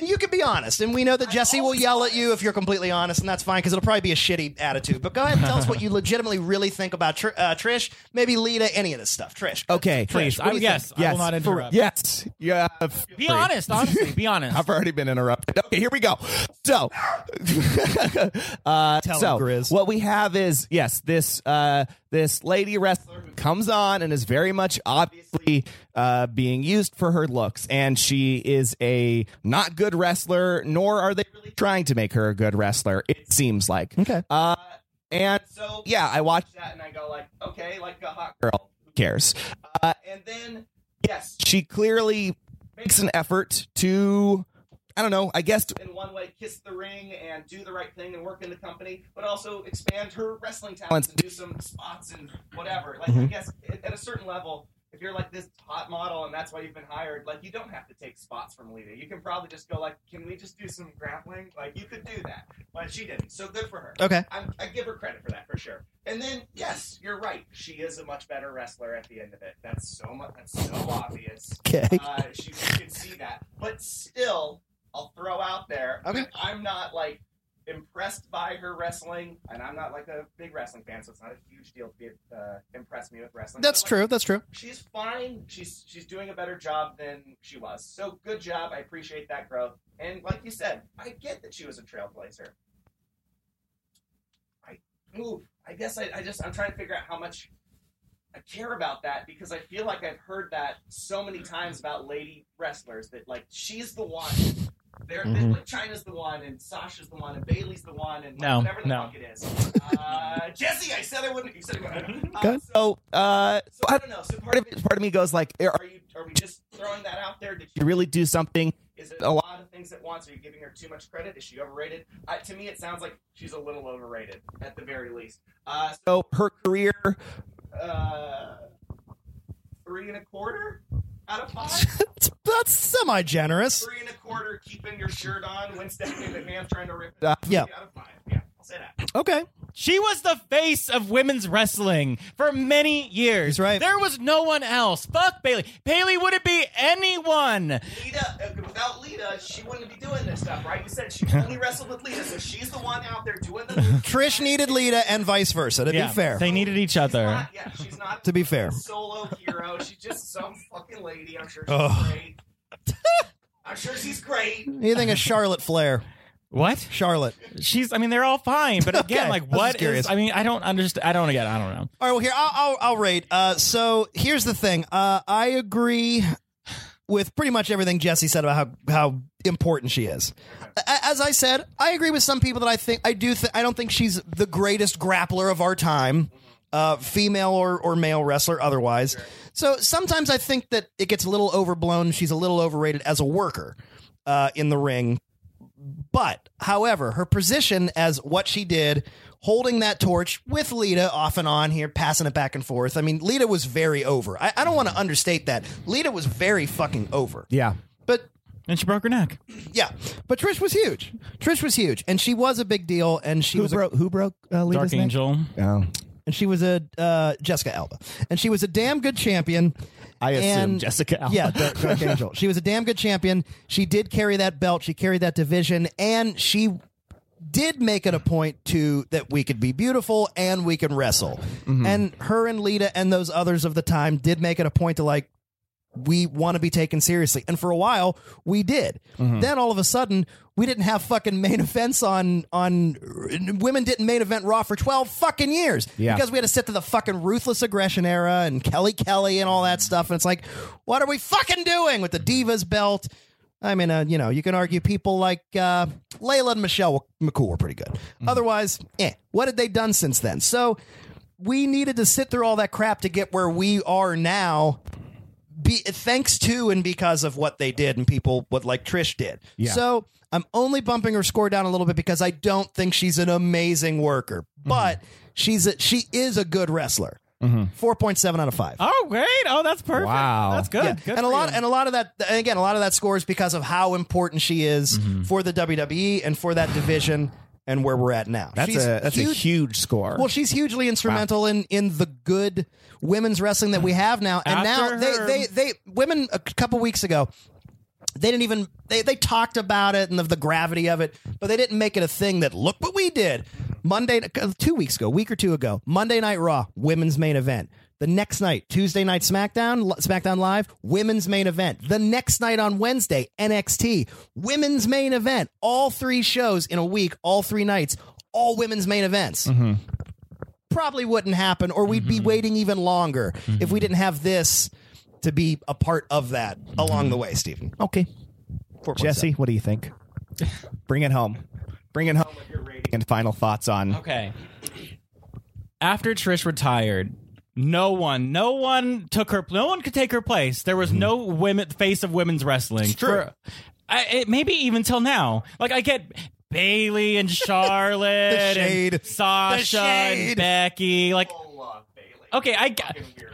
[SPEAKER 3] and you can be honest, and we know that Jesse will yell at you if you're completely honest, and that's fine because it'll probably be a shitty attitude. But go ahead and tell us what you legitimately really think about Tr- uh, Trish, maybe Lita, any of this stuff. Trish,
[SPEAKER 1] Okay.
[SPEAKER 4] Please,
[SPEAKER 3] what
[SPEAKER 4] I,
[SPEAKER 3] do you
[SPEAKER 4] yes, I will not
[SPEAKER 1] for-
[SPEAKER 4] interrupt.
[SPEAKER 1] yes. Yeah.
[SPEAKER 4] Be honest, honestly, be honest.
[SPEAKER 1] I've already been interrupted. Okay, here we go. So, uh,
[SPEAKER 3] him,
[SPEAKER 1] so
[SPEAKER 3] Grizz.
[SPEAKER 1] what we have is yes, this uh, this lady wrestler who comes on and is very much obviously uh, being used for her looks, and she is a not good wrestler. Nor are they really trying to make her a good wrestler. It seems like okay. Uh, and so yeah, I watch that and I go like, okay, like a hot girl. Who cares? Uh, and then yes, she clearly makes an effort to I don't know, I guess to, in one way kiss the ring and do the right thing and work in the company, but also expand her wrestling talents and do some spots and whatever. Like I guess at, at a certain level if you're like this hot model and that's why you've been hired, like you don't have to take spots from Lita. You can probably just go like, "Can we just do some grappling?" Like you could do that, but she didn't. So good for her.
[SPEAKER 3] Okay.
[SPEAKER 1] I'm, I give her credit for that for sure. And then, yes, you're right. She is a much better wrestler at the end of it. That's so much. That's so obvious.
[SPEAKER 3] Okay.
[SPEAKER 1] Uh, she you can see that, but still, I'll throw out there.
[SPEAKER 3] Okay.
[SPEAKER 1] that I'm not like impressed by her wrestling, and I'm not like a big wrestling fan, so it's not a huge deal to be uh, impress me with wrestling.
[SPEAKER 3] that's
[SPEAKER 1] But, like,
[SPEAKER 3] true. That's true.
[SPEAKER 1] She's fine. She's she's doing a better job than she was. So good job. I appreciate that growth. And like you said, I get that she was a trailblazer. I ooh, I guess I, I just I'm trying to figure out how much I care about that because I feel like I've heard that so many times about lady wrestlers that like she's the one. They're, that,
[SPEAKER 3] Mhm.
[SPEAKER 1] like China's the one, and Sasha's the one, and Bailey's the one, and like,
[SPEAKER 4] No,
[SPEAKER 1] whatever the
[SPEAKER 4] no.
[SPEAKER 1] fuck it is. Uh, Jesse, I said I wouldn't. You said I wouldn't. Uh,
[SPEAKER 3] Okay.
[SPEAKER 1] So, uh, so I don't know. So part of it, part of me goes like, are you are we just throwing that out there? Did she really do something? Is it a lot of things at once? Are you giving her too much credit? Is she overrated? Uh, to me, it sounds like she's a little overrated at the very least. Uh, so her career, uh, three and a quarter out of five.
[SPEAKER 3] That's, that's semi generous.
[SPEAKER 1] three and a quarter, keeping your shirt on when Stephanie McMahon's trying to rip it
[SPEAKER 3] Uh, yeah.
[SPEAKER 1] Three out of five. Yeah, I'll say that.
[SPEAKER 3] Okay.
[SPEAKER 4] She was the face of women's wrestling for many years.
[SPEAKER 3] He's right.
[SPEAKER 4] There was no one else. Fuck Bailey. Bailey wouldn't be anyone.
[SPEAKER 1] Lita, uh, without Lita, she wouldn't be doing this stuff, right? You said she only wrestled with Lita, so she's the one out there doing the.
[SPEAKER 3] Trish needed Lita and vice versa. To
[SPEAKER 4] yeah,
[SPEAKER 3] be fair,
[SPEAKER 4] They needed each other.
[SPEAKER 1] Not- yeah, she's not.
[SPEAKER 3] To be fair.
[SPEAKER 1] a solo hero. She's just some fucking lady. I'm sure she's
[SPEAKER 3] Ugh.
[SPEAKER 1] great. I'm sure she's great.
[SPEAKER 3] anything is Charlotte Flair.
[SPEAKER 4] What?
[SPEAKER 3] Charlotte.
[SPEAKER 4] She's. I mean, they're all fine, but again,
[SPEAKER 3] Okay,
[SPEAKER 4] like,
[SPEAKER 3] I was just
[SPEAKER 4] what
[SPEAKER 3] curious.
[SPEAKER 4] is? I mean, I don't understand. I don't get. I don't know.
[SPEAKER 3] All right, well, here I'll I'll, I'll rate. Uh, so here's the thing. Uh, I agree with pretty much everything Jesse said about how how important she is. A- As I said, I agree with some people that I think I do. Th- I don't think she's the greatest grappler of our time, uh, female or or male wrestler. Otherwise, so sometimes I think that it gets a little overblown. She's a little overrated as a worker uh, in the ring. But, however, her position as what she did, holding that torch with Lita off and on here, passing it back and forth. I mean, Lita was very over. I, I don't want to understate that. Lita was very fucking over.
[SPEAKER 1] Yeah.
[SPEAKER 3] But
[SPEAKER 4] And she broke her neck.
[SPEAKER 3] yeah, but Trish was huge. Trish was huge, and she was a big deal. And she was a-
[SPEAKER 1] who broke uh,
[SPEAKER 4] Dark Angel.
[SPEAKER 1] Oh,
[SPEAKER 3] and she was a uh, Jessica Alba, and she was a damn good champion.
[SPEAKER 1] I assume
[SPEAKER 3] And-
[SPEAKER 1] Jessica Alba.
[SPEAKER 3] Yeah, Dark, Dark Angel. She was a damn good champion. She did carry that belt. She carried that division, and she did make it a point to that we could be beautiful and we can wrestle.
[SPEAKER 1] Mm-hmm.
[SPEAKER 3] And her and Lita and those others of the time did make it a point to like we want to be taken seriously. And for a while, we did. Then all of a sudden, we didn't have fucking main events on on women didn't main event Raw for 12 fucking years
[SPEAKER 1] Yeah.
[SPEAKER 3] because we had to sit to the fucking ruthless aggression era and Kelly Kelly and all that stuff and it's like what are we fucking doing with the Divas belt? I mean, uh, you know, you can argue people like uh, Layla and Michelle McCool were pretty good. Otherwise, eh, what had they done since then? So we needed to sit through all that crap to get where we are now be thanks to and because of what they did and people what like Trish did. So I'm only bumping her score down a little bit because I don't think she's an amazing worker,
[SPEAKER 1] Mm-hmm.
[SPEAKER 3] but she's a, she is a good wrestler. Four point seven out of five.
[SPEAKER 4] Oh, great. Oh, that's perfect.
[SPEAKER 1] Wow.
[SPEAKER 4] That's good.
[SPEAKER 3] Yeah.
[SPEAKER 4] Good
[SPEAKER 3] and a
[SPEAKER 4] for
[SPEAKER 3] lot
[SPEAKER 4] you.
[SPEAKER 3] and a lot of that and again a lot of that score is because of how important she is
[SPEAKER 1] Mm-hmm.
[SPEAKER 3] for the WWE and for that division and where we're at now.
[SPEAKER 1] that's
[SPEAKER 3] She's
[SPEAKER 1] a that's a huge score.
[SPEAKER 3] well, she's hugely instrumental in in the good women's wrestling that we have now. And
[SPEAKER 4] After
[SPEAKER 3] now
[SPEAKER 4] her.
[SPEAKER 3] they, they they women a couple weeks ago they didn't even they, they talked about it and of the gravity of it but they didn't make it a thing that look what we did monday uh, two weeks ago week or two ago monday night raw women's main event the next night tuesday night smackdown smackdown live women's main event the next night on wednesday nxt women's main event all three shows in a week all three nights all women's main events probably wouldn't happen or we'd
[SPEAKER 1] Mm-hmm.
[SPEAKER 3] be waiting even longer if we didn't have this to be a part of that along the way stephen
[SPEAKER 1] Mm-hmm. Okay. Jesse, what do you think? Bring it home. Bring it home with your rating and final thoughts on.
[SPEAKER 4] Okay. After Trish retired, no one, no one took her. No one could take her place. There was no women face of women's wrestling. true. I, it, maybe even till now. Like I get Bailey and Charlotte,
[SPEAKER 3] shade.
[SPEAKER 4] and Sasha,
[SPEAKER 3] shade.
[SPEAKER 4] and Becky. Like, okay, I, g-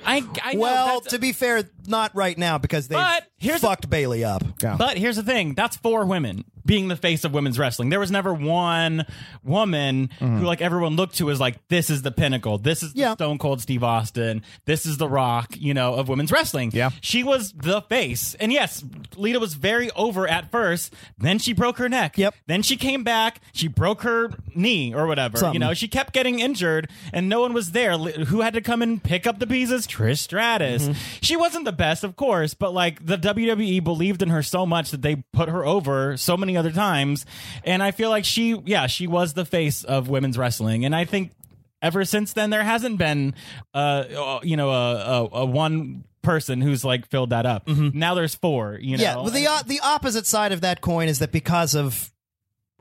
[SPEAKER 4] I, I know
[SPEAKER 3] Well,
[SPEAKER 4] that's-
[SPEAKER 3] to be fair, not right now because they
[SPEAKER 4] But here's the-
[SPEAKER 3] fucked Bailey up.
[SPEAKER 4] But here's the thing: that's four women being the face of women's wrestling. There was never one woman who, like everyone looked to, as like this is the pinnacle. This is the
[SPEAKER 3] Mm-hmm. Yeah.
[SPEAKER 4] Stone Cold Steve Austin. This is the Rock. You know of women's wrestling.
[SPEAKER 1] Yeah.
[SPEAKER 4] she was the face, and yes, Lita was very over at first. Then she broke her neck.
[SPEAKER 3] Yep.
[SPEAKER 4] Then she came back. She broke her knee or whatever.
[SPEAKER 3] Something.
[SPEAKER 4] You know, she kept getting injured, and no one was there. Li- Who had to come and pick up the pieces? Trish Stratus.
[SPEAKER 3] Mm-hmm.
[SPEAKER 4] She wasn't the best, of course, but like the WWE believed in her so much that they put her over so many other times, and I feel like she, yeah, she was the face of women's wrestling, and I think. Ever since then, there hasn't been, uh, uh, you know, a, a, a one person who's like filled that up. Now there's four, you
[SPEAKER 3] Mm-hmm.
[SPEAKER 4] know.
[SPEAKER 3] yeah, well, the o- the opposite side of that coin is that because of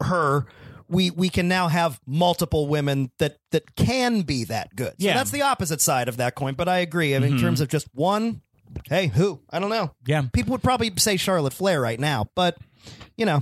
[SPEAKER 3] her, we we can now have multiple women that that can be that good. So
[SPEAKER 4] Yeah.
[SPEAKER 3] that's the opposite side of that coin. But I agree. I mean, in
[SPEAKER 1] Mm-hmm.
[SPEAKER 3] terms of just one, hey, who? I don't know.
[SPEAKER 4] Yeah.
[SPEAKER 3] people would probably say Charlotte Flair right now, but you know,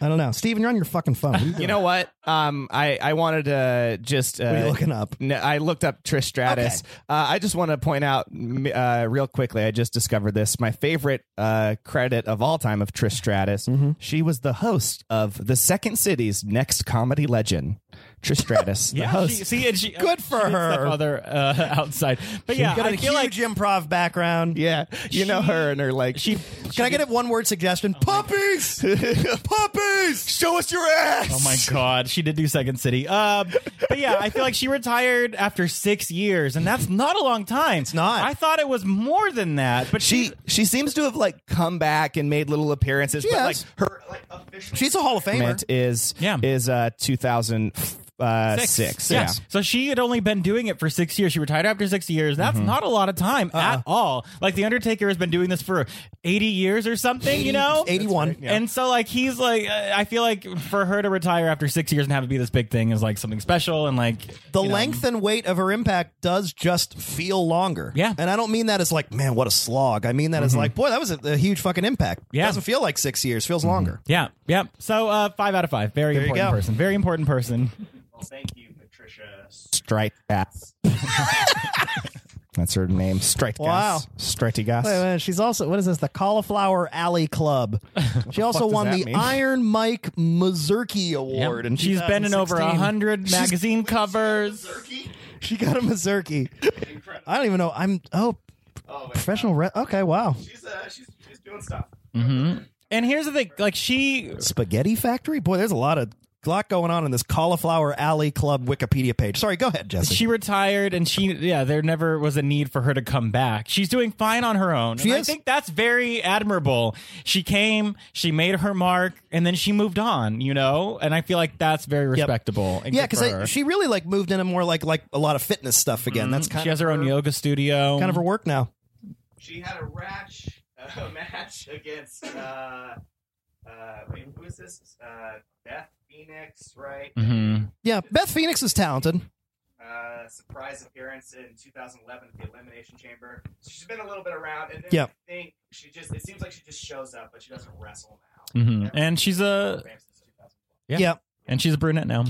[SPEAKER 3] I don't know. Steven, you're on your fucking phone. What are you
[SPEAKER 1] You
[SPEAKER 3] doing?
[SPEAKER 1] know what? Um, I I wanted to just uh,
[SPEAKER 3] What are you looking up?
[SPEAKER 1] No, I looked up Trish Stratus. Uh, I just want to point out m- uh, real quickly. I just discovered this. My favorite uh, credit of all time of Trish Stratus.
[SPEAKER 3] Mm-hmm.
[SPEAKER 1] She was the host of the Second City's Next Comedy Legend. Trish Stratus, the
[SPEAKER 4] Yeah,
[SPEAKER 1] host.
[SPEAKER 4] she, see, and she,
[SPEAKER 3] Good for
[SPEAKER 4] she did
[SPEAKER 3] her.
[SPEAKER 4] stuff Other uh, outside, but yeah,
[SPEAKER 3] You've got a
[SPEAKER 4] I feel like
[SPEAKER 3] huge improv background.
[SPEAKER 1] yeah, you know
[SPEAKER 4] She-
[SPEAKER 1] her and her like.
[SPEAKER 4] she.
[SPEAKER 3] Can I get a one word suggestion? Puppies! Puppies! Show us your ass!
[SPEAKER 4] Oh my god, she did do Second City. Uh, but yeah, I feel like she retired after six years, and that's not a long time. It's
[SPEAKER 3] not.
[SPEAKER 4] I thought it was more than that, but
[SPEAKER 1] she she seems to have like come back and made little appearances. but
[SPEAKER 3] has.
[SPEAKER 1] like her like official
[SPEAKER 3] She's a Hall of Famer.
[SPEAKER 1] comment is
[SPEAKER 4] Yeah.
[SPEAKER 1] is uh 2006. Uh, six.
[SPEAKER 4] Yeah.
[SPEAKER 1] Yeah.
[SPEAKER 4] So she had only been doing it for six years. She retired after six years. That's
[SPEAKER 3] Mm-hmm.
[SPEAKER 4] not a lot of time
[SPEAKER 3] Uh-uh.
[SPEAKER 4] at all. Like the Undertaker has been doing this for eighty years or something. you know,
[SPEAKER 3] 81. That's right, yeah.
[SPEAKER 4] And so like he's like, uh, I feel like for her to retire after six years and have it be this big thing is like something special and like
[SPEAKER 3] The
[SPEAKER 4] you know.
[SPEAKER 3] length and weight of her impact does just feel longer.
[SPEAKER 4] Yeah.
[SPEAKER 3] And I don't mean that as like, man, what a slog. I mean that as like, boy, that was a, a huge fucking impact.
[SPEAKER 4] Yeah.
[SPEAKER 3] Doesn't feel like six years, feels longer.
[SPEAKER 4] Yeah, yeah. So uh, five out of five. Very
[SPEAKER 3] you
[SPEAKER 4] important
[SPEAKER 3] go.
[SPEAKER 4] person. Very important person.
[SPEAKER 1] Strike gas. That's her name. Strike gas.
[SPEAKER 3] Wow.
[SPEAKER 1] Strike gas.
[SPEAKER 3] Wait, wait, she's also what is this? The Cauliflower Alley Club. She also
[SPEAKER 1] does
[SPEAKER 3] won
[SPEAKER 1] that
[SPEAKER 3] the
[SPEAKER 1] mean?
[SPEAKER 3] Iron Mike Mazurki Award, and
[SPEAKER 4] she's been in over a hundred magazine covers.
[SPEAKER 3] She got a Mazurki. I don't even know. I'm oh, professional. Re- okay, wow.
[SPEAKER 1] Uh,
[SPEAKER 4] And here's the thing: like she,
[SPEAKER 3] Spaghetti Factory. Boy, there's a lot of lot going on in this Cauliflower Alley Club Wikipedia page. Sorry, go ahead, Jesse.
[SPEAKER 4] she retired, and she, yeah, there never was a need for her to come back. She's doing fine on her own.
[SPEAKER 3] She
[SPEAKER 4] and
[SPEAKER 3] is.
[SPEAKER 4] I think that's very admirable. She came, she made her mark, and then she moved on. You know, and I feel like that's very respectable. and
[SPEAKER 3] yeah,
[SPEAKER 4] good for her. Mm-hmm.
[SPEAKER 3] because she really like moved into more like like a lot of fitness stuff again. That's kind
[SPEAKER 4] she
[SPEAKER 3] of
[SPEAKER 4] has her own yoga studio.
[SPEAKER 3] kind of her work now.
[SPEAKER 1] she had a rash a match against uh uh wait, who is this? Uh Beth Phoenix, right?
[SPEAKER 4] Mhm.
[SPEAKER 3] Yeah, Beth Phoenix is talented.
[SPEAKER 1] Uh surprise appearance in 2011 at the Elimination Chamber. She's been a little bit around and then
[SPEAKER 3] Yeah.
[SPEAKER 1] I think she just it seems like she just shows up but she doesn't wrestle now.
[SPEAKER 4] Mhm. And she's a Yeah.
[SPEAKER 3] yeah.
[SPEAKER 4] and she's a brunette now.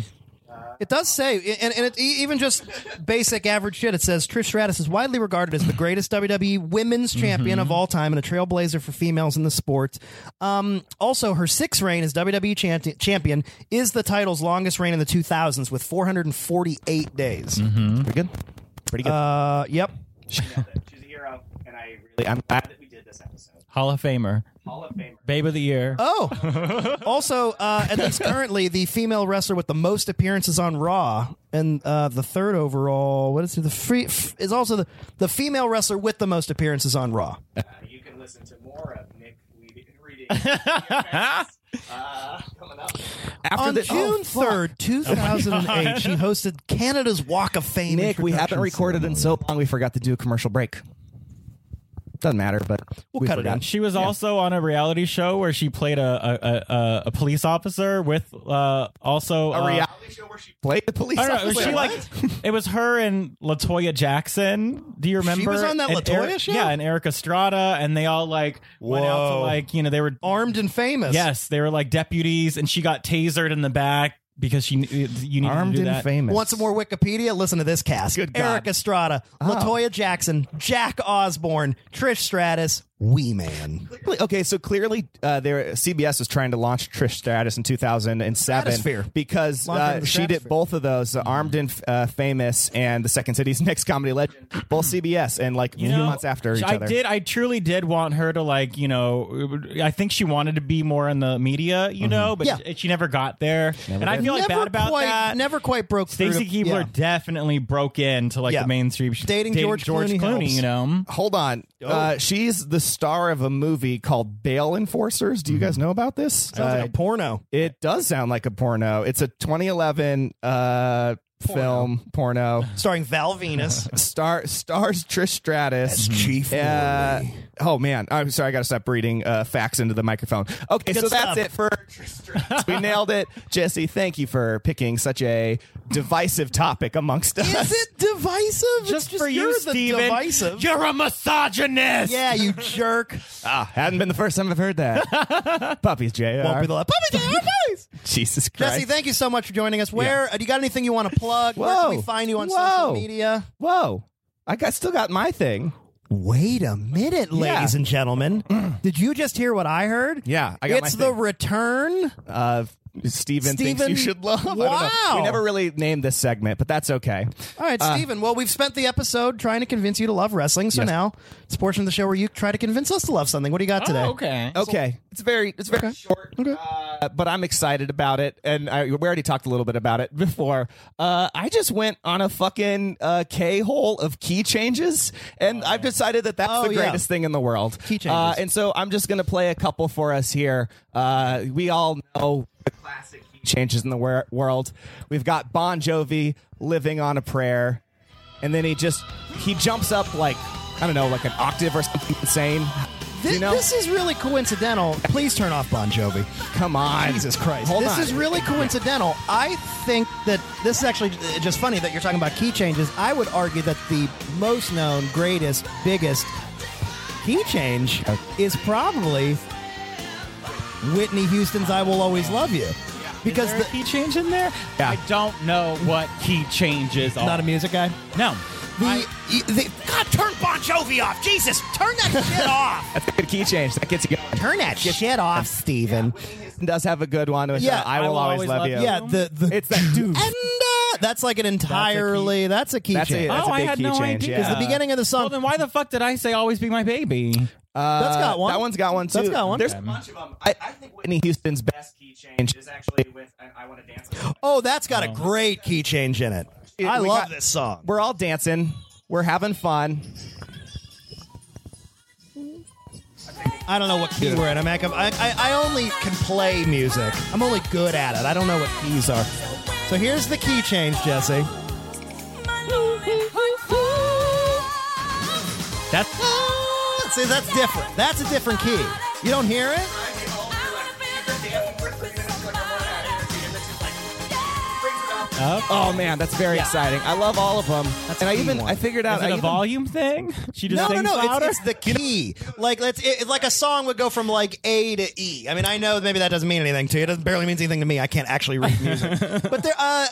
[SPEAKER 3] It does say, and, and it, e- even just basic average shit, it says Trish Stratus is widely regarded as the greatest WWE
[SPEAKER 4] Mm-hmm.
[SPEAKER 3] women's champion of all time and a trailblazer for females in the sport. Um, also, her sixth reign as WWE champ- champion is the title's longest reign in the 2000s with 448 days.
[SPEAKER 4] Mm-hmm.
[SPEAKER 1] Pretty good. Pretty good.
[SPEAKER 3] Uh, yep.
[SPEAKER 1] She's a hero.
[SPEAKER 9] hero, and I really I'm glad that we did this episode.
[SPEAKER 4] Hall of Famer,
[SPEAKER 9] Hall of Famer.
[SPEAKER 4] Babe of the Year.
[SPEAKER 3] Oh, also, uh, at least currently, the female wrestler with the most appearances on Raw and uh, the third overall, what is it? The free f- is also the, the female wrestler with the most appearances on Raw.
[SPEAKER 9] Uh, you can listen to more of Nick reading, reading uh, coming up.
[SPEAKER 1] After
[SPEAKER 3] on
[SPEAKER 1] the, oh,
[SPEAKER 3] June third, two thousand and eight, she hosted Canada's Walk of Fame.
[SPEAKER 1] Nick, we haven't
[SPEAKER 3] introduction
[SPEAKER 1] recorded in so long we forgot to do a commercial break. Doesn't matter, but we'll
[SPEAKER 3] cut it out.
[SPEAKER 4] She was also on a reality show where she played a a, a, a- a police officer with uh, also
[SPEAKER 1] A
[SPEAKER 4] uh,
[SPEAKER 1] reality show where she played the police
[SPEAKER 4] I don't know.
[SPEAKER 1] officer.
[SPEAKER 4] she like it was her and Latoya Jackson. Do you remember?
[SPEAKER 3] was on that
[SPEAKER 4] And
[SPEAKER 3] LaToya
[SPEAKER 4] Eric-
[SPEAKER 3] show?
[SPEAKER 4] Yeah, and Eric Estrada, and they all like went out to
[SPEAKER 3] Whoa.
[SPEAKER 4] like you know they were
[SPEAKER 3] armed and famous.
[SPEAKER 4] Yes, they were like deputies, and she got tasered in the back because she you need
[SPEAKER 1] armed
[SPEAKER 4] to do
[SPEAKER 1] and
[SPEAKER 4] that.
[SPEAKER 1] famous.
[SPEAKER 3] Want some more Wikipedia? Listen to this cast:
[SPEAKER 1] Good God. Oh.
[SPEAKER 3] Eric Estrada, Latoya Jackson, Jack Osborne, Trish Stratus, Wee Man.
[SPEAKER 1] Okay, so clearly, uh, there CBS was trying to launch Trish Stratus in 2007
[SPEAKER 3] Stratosphere.
[SPEAKER 1] because
[SPEAKER 3] Launch her into
[SPEAKER 1] uh,
[SPEAKER 3] the
[SPEAKER 1] she did
[SPEAKER 3] stratosphere.
[SPEAKER 1] both of those, uh, Armed and uh, Famous, and the Second City's Next Comedy Legend, both CBS, and like
[SPEAKER 4] You
[SPEAKER 1] few
[SPEAKER 4] know,
[SPEAKER 1] months after each
[SPEAKER 4] I
[SPEAKER 1] other.
[SPEAKER 4] did. I truly did want her to like, you know. I think she wanted to be more in the media, you know, but
[SPEAKER 3] Yeah.
[SPEAKER 4] she, Mm-hmm. she never got there. and I feel like bad about
[SPEAKER 3] quite,
[SPEAKER 4] that.
[SPEAKER 3] Never quite broke through.
[SPEAKER 4] Stacey
[SPEAKER 3] to-
[SPEAKER 4] Keebler
[SPEAKER 3] yeah.
[SPEAKER 4] definitely broke into like
[SPEAKER 3] Yeah.
[SPEAKER 4] the mainstream. She-
[SPEAKER 3] Dating George Clooney helps.
[SPEAKER 4] you know.
[SPEAKER 1] Hold on, uh, she's the star of a movie called Bail Enforcers. Do you guys know about this?
[SPEAKER 3] Sounds like
[SPEAKER 1] Uh,
[SPEAKER 3] a porno.
[SPEAKER 1] It does sound like a porno. It's a 2011 uh, film porno.
[SPEAKER 3] starring Val Venus.
[SPEAKER 1] Star stars Trish Stratus.
[SPEAKER 3] Chief
[SPEAKER 1] Uh, oh man, I'm sorry. I gotta stop reading uh, facts into the microphone. Okay, so
[SPEAKER 3] stuff.
[SPEAKER 1] that's it for Trish Stratus. we nailed it, Jesse. Thank you for picking such a divisive topic amongst us.
[SPEAKER 3] Is it divisive? It's
[SPEAKER 4] Just, for you,
[SPEAKER 3] you're the
[SPEAKER 4] Steven.
[SPEAKER 3] Divisive.
[SPEAKER 4] You're a misogynist.
[SPEAKER 3] yeah, you jerk.
[SPEAKER 1] Ah, hadn't been the first time I've heard that. Puppies, Jr.
[SPEAKER 3] Won't be the last- Puppy Dog Boys.
[SPEAKER 1] Jesus Christ.
[SPEAKER 3] Jesse, thank you so much for joining us. Where uh, do you got anything you want to plug? Where can
[SPEAKER 1] Whoa.
[SPEAKER 3] we find you on
[SPEAKER 1] Whoa.
[SPEAKER 3] social media?
[SPEAKER 1] Whoa, I got still got my thing.
[SPEAKER 3] Wait a minute, ladies
[SPEAKER 1] Yeah.
[SPEAKER 3] and gentlemen. Did you just hear what I heard?
[SPEAKER 1] Yeah, I got
[SPEAKER 3] it's
[SPEAKER 1] my
[SPEAKER 3] the
[SPEAKER 1] thing.
[SPEAKER 3] return.
[SPEAKER 1] Uh, Steven, thinks
[SPEAKER 3] Steven-
[SPEAKER 1] you should love. I don't know.
[SPEAKER 3] Wow.
[SPEAKER 1] We never really named this segment, but that's okay.
[SPEAKER 3] All right, Steven. Well, we've spent the episode trying to convince you to love wrestling. So
[SPEAKER 1] Yes.
[SPEAKER 3] now it's a portion of the show where you try to convince us to love something. What do you got today?
[SPEAKER 4] Oh, okay.
[SPEAKER 1] Okay, it's very it's very short, uh, but I'm excited about it, and I, we already talked a little bit about it before. Uh, I just went on a fucking uh, k hole of key changes, and I've decided that that's
[SPEAKER 3] Oh,
[SPEAKER 1] the
[SPEAKER 3] yeah.
[SPEAKER 1] greatest thing in the world.
[SPEAKER 3] Key changes.
[SPEAKER 1] uh, and so I'm just gonna play a couple for us here. Uh, we all know the classic key changes in the wor- world. We've got Bon Jovi living on a prayer and then he just he jumps up like I don't know, like an octave or something insane.
[SPEAKER 3] Thi-
[SPEAKER 1] you know,
[SPEAKER 3] This is really coincidental. Please turn off Bon Jovi.
[SPEAKER 1] come on,
[SPEAKER 3] Jesus Christ.
[SPEAKER 1] Hold
[SPEAKER 3] this
[SPEAKER 1] on.
[SPEAKER 3] is really coincidental. I think that this is actually j- just funny that you're talking about key changes. I would argue that the most known, greatest, biggest key change is probably Whitney Houston's I Will Always Love You. Because
[SPEAKER 4] Is there a
[SPEAKER 3] the,
[SPEAKER 4] key change in there?
[SPEAKER 1] Yeah.
[SPEAKER 4] I don't know what key changes are.
[SPEAKER 3] not a Um, music guy.
[SPEAKER 4] no.
[SPEAKER 3] The, the God, turn Bon Jovi off. Jesus, turn that shit off.
[SPEAKER 1] That's a good key change. That gets you going.
[SPEAKER 3] Turn that shit off, Steven.
[SPEAKER 1] Houston does have a good one. Which
[SPEAKER 3] Yeah,
[SPEAKER 1] uh, I will always, love you.
[SPEAKER 3] Yeah, the, the
[SPEAKER 1] It's that dude.
[SPEAKER 3] and uh, that's like an entirely that's a key,
[SPEAKER 1] That's
[SPEAKER 3] change.
[SPEAKER 1] it. That's
[SPEAKER 4] oh,
[SPEAKER 1] a
[SPEAKER 4] I
[SPEAKER 1] big
[SPEAKER 4] had
[SPEAKER 1] key
[SPEAKER 4] no
[SPEAKER 1] change,
[SPEAKER 4] idea.
[SPEAKER 1] yeah. 'Cause
[SPEAKER 3] the beginning of the song-
[SPEAKER 4] Well, then why the fuck did I say "Always Be My Baby"?
[SPEAKER 1] Uh,
[SPEAKER 3] that's got one.
[SPEAKER 1] That one's got one too.
[SPEAKER 3] That's got one.
[SPEAKER 1] There's a bunch of them. I, I think Whitney Houston's best key change is actually with uh, "I, I Want to Dance." With You."
[SPEAKER 3] Oh, that's got a great key change in it.
[SPEAKER 1] It-
[SPEAKER 3] I
[SPEAKER 1] we
[SPEAKER 3] love
[SPEAKER 1] got-
[SPEAKER 3] this song.
[SPEAKER 1] We're all dancing. We're having fun.
[SPEAKER 3] I don't know what key we're in. I'm at, I, I, I only can play music. I'm only good at it. I don't know what keys are. So here's the key change, Jesse.
[SPEAKER 4] That's
[SPEAKER 3] See, that's different. That's a different key. You don't hear it?
[SPEAKER 1] Oh man, that's very exciting. I love all of them. and I
[SPEAKER 3] a key
[SPEAKER 1] even
[SPEAKER 3] one.
[SPEAKER 1] I figured out
[SPEAKER 4] is it
[SPEAKER 1] I
[SPEAKER 4] a
[SPEAKER 1] even-
[SPEAKER 4] volume thing? She just
[SPEAKER 3] Uh, No, no,
[SPEAKER 4] sings
[SPEAKER 3] no.
[SPEAKER 4] louder.
[SPEAKER 3] It's, it's the key. Like let's it, like a song would go from like A to E. I mean, I know maybe that doesn't mean anything to you. It doesn't barely means anything to me. I can't actually read music. but there, uh,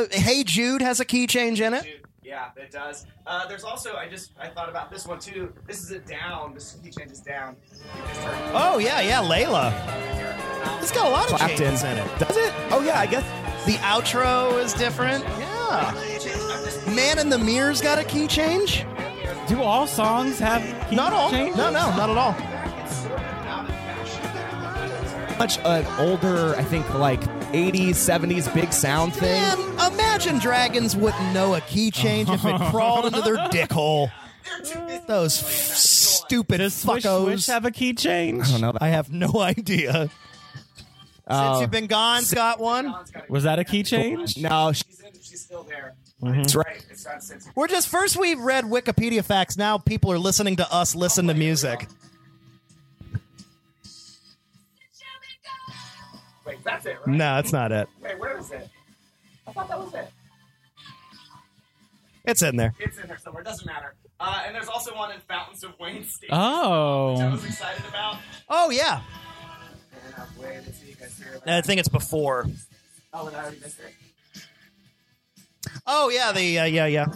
[SPEAKER 3] uh, Hey Jude has a key change in it.
[SPEAKER 9] Yeah, that does. Uh, there's also I just I thought about this one too. This is a down. This key changes down. You just heard it
[SPEAKER 3] Oh yeah, yeah, Layla. It's got a lot of
[SPEAKER 1] Clapton.
[SPEAKER 3] changes in it.
[SPEAKER 1] Does it? Oh yeah, I guess.
[SPEAKER 3] The outro is different. Yeah. Man in the Mirror's got a key change.
[SPEAKER 4] Do all songs have key
[SPEAKER 3] Not all.
[SPEAKER 4] changes?
[SPEAKER 3] No, no, not at all.
[SPEAKER 1] Much an older, I think, like 80s, 70s big sound thing.
[SPEAKER 3] Man, imagine dragons wouldn't know a key change if it crawled into their dick hole. Those f- stupid
[SPEAKER 4] Does Swish
[SPEAKER 3] fuckos.
[SPEAKER 4] Swish have a key change?
[SPEAKER 1] I don't know.
[SPEAKER 3] I have no idea. Uh, Since you've been gone, Scott one.
[SPEAKER 4] Was that a key change?
[SPEAKER 1] No, sh-
[SPEAKER 9] She's in. She's still there.
[SPEAKER 3] Mm-hmm.
[SPEAKER 9] That's right. It's not since.
[SPEAKER 3] We're just first we read Wikipedia facts. Now people are listening to us listen to music.
[SPEAKER 9] Wait, that's it, right?
[SPEAKER 3] No, that's not it.
[SPEAKER 9] Wait, where is it? I thought that was it.
[SPEAKER 3] It's in there.
[SPEAKER 9] It's in there somewhere. Doesn't matter. Uh, and there's also one in Fountains of Wayne State.
[SPEAKER 3] Uh-huh.
[SPEAKER 9] I
[SPEAKER 4] Oh.
[SPEAKER 9] was excited about.
[SPEAKER 3] Oh yeah,
[SPEAKER 9] And I've waited to see you guys hear
[SPEAKER 3] I
[SPEAKER 9] about.
[SPEAKER 3] think it's before.
[SPEAKER 9] Oh, and I already missed it.
[SPEAKER 3] Oh yeah, the uh, yeah yeah.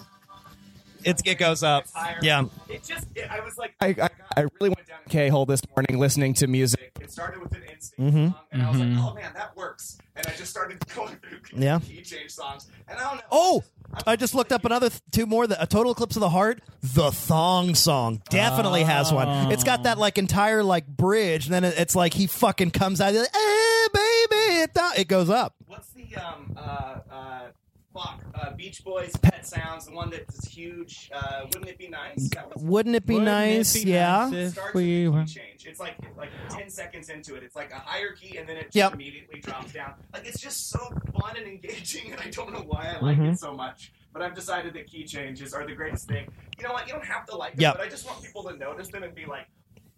[SPEAKER 3] It's it goes up.
[SPEAKER 9] Higher.
[SPEAKER 3] Yeah.
[SPEAKER 9] It just. It, I was like.
[SPEAKER 1] I, I, I really went down K hole this morning listening to music. Mm-hmm.
[SPEAKER 9] It started with an instinct song, and I was like, "Oh man, that works." And I just started going through
[SPEAKER 3] Yeah.
[SPEAKER 9] key change songs, and I don't know.
[SPEAKER 3] Oh, I just looked up another th- two more. The, a total eclipse of the heart. The thong song definitely has one. It's got that like entire like bridge, and then it, it's like he fucking comes out. he's Like, eh, baby, it, th-" it goes up.
[SPEAKER 9] What's the um uh uh fuck uh, Beach Boys Pet Sounds, the one that's huge? Uh, wouldn't it be nice? That was
[SPEAKER 3] Wouldn't it be
[SPEAKER 4] Wouldn't it
[SPEAKER 3] nice?
[SPEAKER 4] be
[SPEAKER 3] yeah.
[SPEAKER 4] nice
[SPEAKER 9] it
[SPEAKER 4] if
[SPEAKER 9] starts
[SPEAKER 4] we
[SPEAKER 9] with a
[SPEAKER 4] were-
[SPEAKER 9] key change. It's like like ten seconds into it, it's like a higher key, and then it just
[SPEAKER 3] Yep.
[SPEAKER 9] immediately drops down. Like it's just so fun and engaging, and I don't know why I
[SPEAKER 3] Mm-hmm.
[SPEAKER 9] like it so much. But I've decided that key changes are the greatest thing. You know what? You don't have to like them,
[SPEAKER 3] Yep.
[SPEAKER 9] but I just want people to notice them and be like,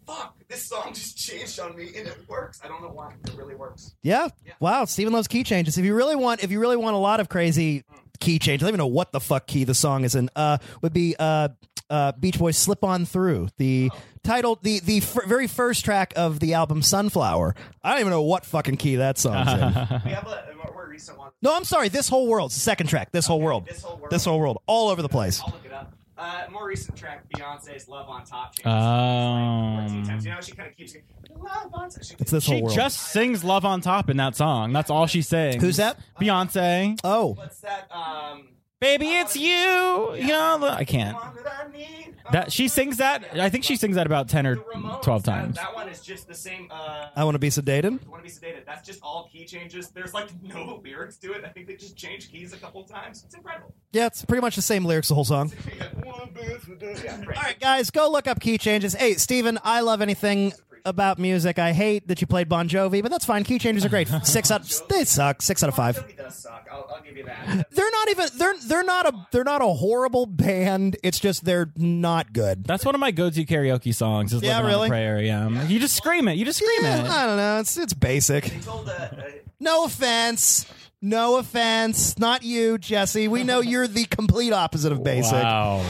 [SPEAKER 9] "Fuck, this song just changed on me, and it works." I don't know why it really works.
[SPEAKER 3] Yeah.
[SPEAKER 9] Yeah.
[SPEAKER 3] Wow, Stephen loves key changes. If you really want, if you really want a lot of crazy key changes, I don't even know what the fuck key the song is in. Uh, would be uh, uh, Beach Boys "Slip On Through," the
[SPEAKER 9] Oh.
[SPEAKER 3] title, the the f- very first track of the album "Sunflower." I don't even know what fucking key that song's in.
[SPEAKER 9] We have a, a more recent one.
[SPEAKER 3] No, I'm sorry. This whole world's the second track. This whole world.
[SPEAKER 9] This Whole World.
[SPEAKER 3] This whole world. All over the place.
[SPEAKER 9] I'll look it up. Uh, more recent track, Beyonce's "Love on Top." Changes.
[SPEAKER 4] Oh.
[SPEAKER 9] It's like 14 times. You know, she kind of keeps. Love on top. She
[SPEAKER 3] Um. It's this
[SPEAKER 4] She
[SPEAKER 3] whole world.
[SPEAKER 4] just sings Love on Top in that song. That's all she sings.
[SPEAKER 3] Who's that?
[SPEAKER 4] Beyonce.
[SPEAKER 3] Oh,
[SPEAKER 9] What's that? Um,
[SPEAKER 4] Baby, it's you. You know, the- I can't.
[SPEAKER 9] one that I need.
[SPEAKER 4] That she sings that. I think she sings that about ten or
[SPEAKER 9] The Ramones,
[SPEAKER 4] twelve
[SPEAKER 9] that-
[SPEAKER 4] times.
[SPEAKER 9] That, one is just the same. Uh,
[SPEAKER 3] I want to be sedated.
[SPEAKER 9] I want to be sedated. That's just all key changes. There's like no lyrics to it. I think they just change keys a couple times. It's incredible.
[SPEAKER 3] Yeah, it's pretty much the same lyrics the whole song.
[SPEAKER 9] Yeah, one booth with the- yeah, great.
[SPEAKER 3] All right, guys, go look up key changes. Hey, Steven, I love anything about music. I hate that you played Bon Jovi, but that's fine. Key changes are great. Six out, they suck. Six out of five.
[SPEAKER 9] Joey does suck. I'll, I'll give you that.
[SPEAKER 3] They're not even. They're they're not a they're not a horrible band. It's just they're not good.
[SPEAKER 4] That's one of my go-to karaoke songs. Is
[SPEAKER 3] Yeah,
[SPEAKER 4] Living on a
[SPEAKER 3] really?
[SPEAKER 4] Prayer. Yeah, you just scream it. You just scream
[SPEAKER 3] Yeah,
[SPEAKER 4] it.
[SPEAKER 3] I don't know. It's it's basic.
[SPEAKER 9] They told, uh, uh,
[SPEAKER 3] No offense. No offense. Not you, Jesse. We know you're the complete opposite of basic.
[SPEAKER 4] Wow.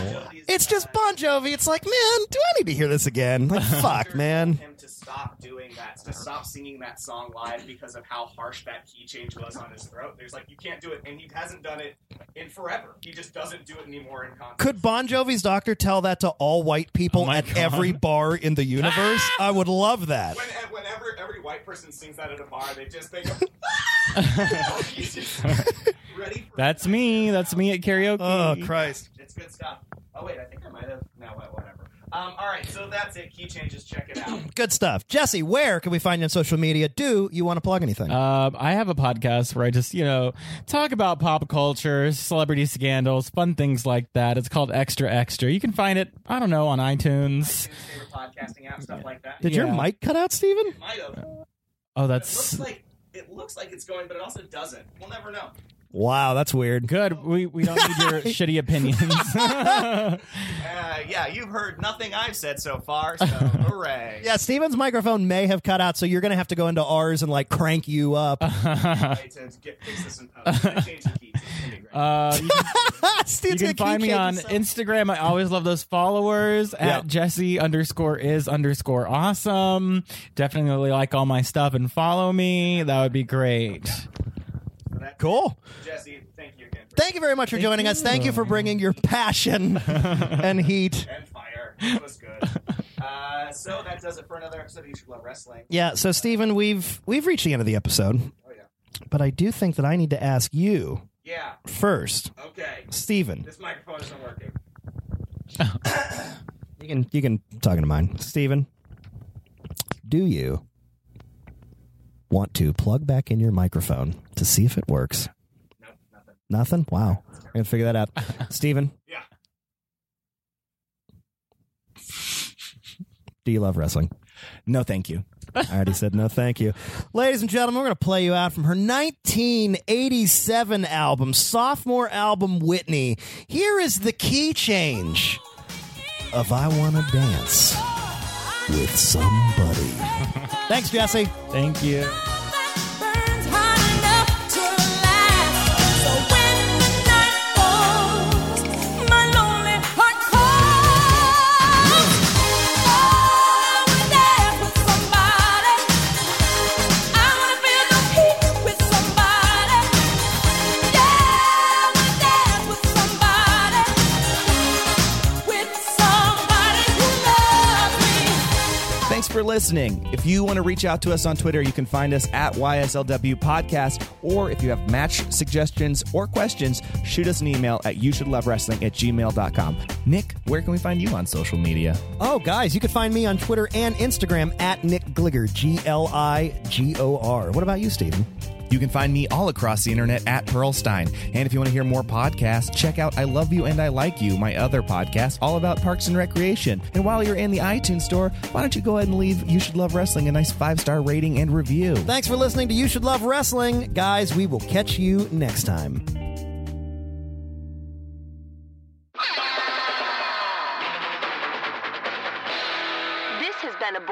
[SPEAKER 3] It's just Bon Jovi. It's like, man, do I need to hear this again? Like, fuck, man.
[SPEAKER 9] him to stop doing that, to stop singing that song live because of how harsh that key change was on his throat. There's like you can't do it, and he hasn't done it in forever. He just doesn't do it anymore in concert.
[SPEAKER 3] Could Bon Jovi's doctor tell that to all white people
[SPEAKER 4] Oh my
[SPEAKER 3] at
[SPEAKER 4] God.
[SPEAKER 3] every bar in the universe? I would love that.
[SPEAKER 9] When, and whenever every white person sings that at a bar, they just think, He's just ready for
[SPEAKER 4] That's me. That's me at karaoke.
[SPEAKER 3] Oh Christ!
[SPEAKER 9] It's good stuff. Oh wait, I think I might have. No, wait, whatever. Um, all right, so that's it. Key changes. Check it out.
[SPEAKER 3] Good stuff, Jesse. Where can we find you on social media? Do you want to plug anything?
[SPEAKER 4] Um, I have a podcast where I just, you know, talk about pop culture, celebrity scandals, fun things like that. It's called Extra Extra. You can find it, I don't know, on iTunes.
[SPEAKER 9] Favorite podcasting app, stuff like that.
[SPEAKER 3] Did your
[SPEAKER 4] yeah.
[SPEAKER 3] mic cut out, Steven?
[SPEAKER 9] Might have.
[SPEAKER 4] Oh,
[SPEAKER 9] It looks
[SPEAKER 4] that's
[SPEAKER 9] like it looks like it's going, but it also doesn't. We'll never know.
[SPEAKER 3] Wow, that's weird.
[SPEAKER 4] good. We we don't need your shitty opinions.
[SPEAKER 9] Uh, yeah, you've heard nothing I've said so far, so hooray.
[SPEAKER 3] Yeah, Steven's microphone may have cut out, so you're gonna have to go into ours and like crank you up.
[SPEAKER 9] Way to get, fix this in post. I changed the keys. It's gonna be great.
[SPEAKER 4] uh, you can, you
[SPEAKER 3] Steven's
[SPEAKER 4] can
[SPEAKER 3] gonna
[SPEAKER 4] find
[SPEAKER 3] keep
[SPEAKER 4] me on
[SPEAKER 3] changing stuff.
[SPEAKER 4] Instagram. I always love those followers
[SPEAKER 3] Yeah.
[SPEAKER 4] at Jesse underscore is underscore awesome. Definitely like all my stuff and follow me. That would be great.
[SPEAKER 9] So that's
[SPEAKER 4] Oh.
[SPEAKER 3] Cool.
[SPEAKER 9] it. Jesse, thank you again. For
[SPEAKER 3] Thank you very much for joining us. Thank you for bringing your passion and heat.
[SPEAKER 9] and fire. It was good. Uh, so that does it for another episode of You Should Love Wrestling.
[SPEAKER 3] Yeah, so Steven, we've we've reached the end of the episode.
[SPEAKER 9] Oh, yeah.
[SPEAKER 3] But I do think that I need to ask you
[SPEAKER 9] Yeah.
[SPEAKER 3] first,
[SPEAKER 9] Okay.
[SPEAKER 3] Steven.
[SPEAKER 9] This microphone isn't working.
[SPEAKER 3] you can you can talk into mine, Steven. Do you want to plug back in your microphone to see if it works? nothing. Wow, we're gonna figure that out, Steven,
[SPEAKER 9] Yeah.
[SPEAKER 3] Do you love wrestling?
[SPEAKER 1] No, thank you.
[SPEAKER 3] I already said no, thank you. Ladies and gentlemen, we're going to play you out from her 1987 album, sophomore album Whitney. Here is the key change of I Want to Dance with Somebody. Thanks, Jesse.
[SPEAKER 4] Thank you.
[SPEAKER 8] Oh,
[SPEAKER 1] Thanks for listening. If you want to reach out to us on Twitter, you can find us at YSLW Podcast, or if you have match suggestions or questions, shoot us an email at you should love wrestling at gmail.com. Nick, where can we find you on social media?
[SPEAKER 3] Oh, guys, you can find me on Twitter and Instagram at Nick Gligor, G L I G O R. What about you, Steven?
[SPEAKER 1] You can find me all across the internet at Pearlstein. And if you want to hear more podcasts, check out I Love You and I Like You, my other podcast, all about parks and recreation. And while you're in the iTunes store, why don't you go ahead and leave You Should Love Wrestling a nice five star rating and review?
[SPEAKER 3] Thanks for listening to You Should Love Wrestling. Guys, we will catch you next time.
[SPEAKER 2] This has been a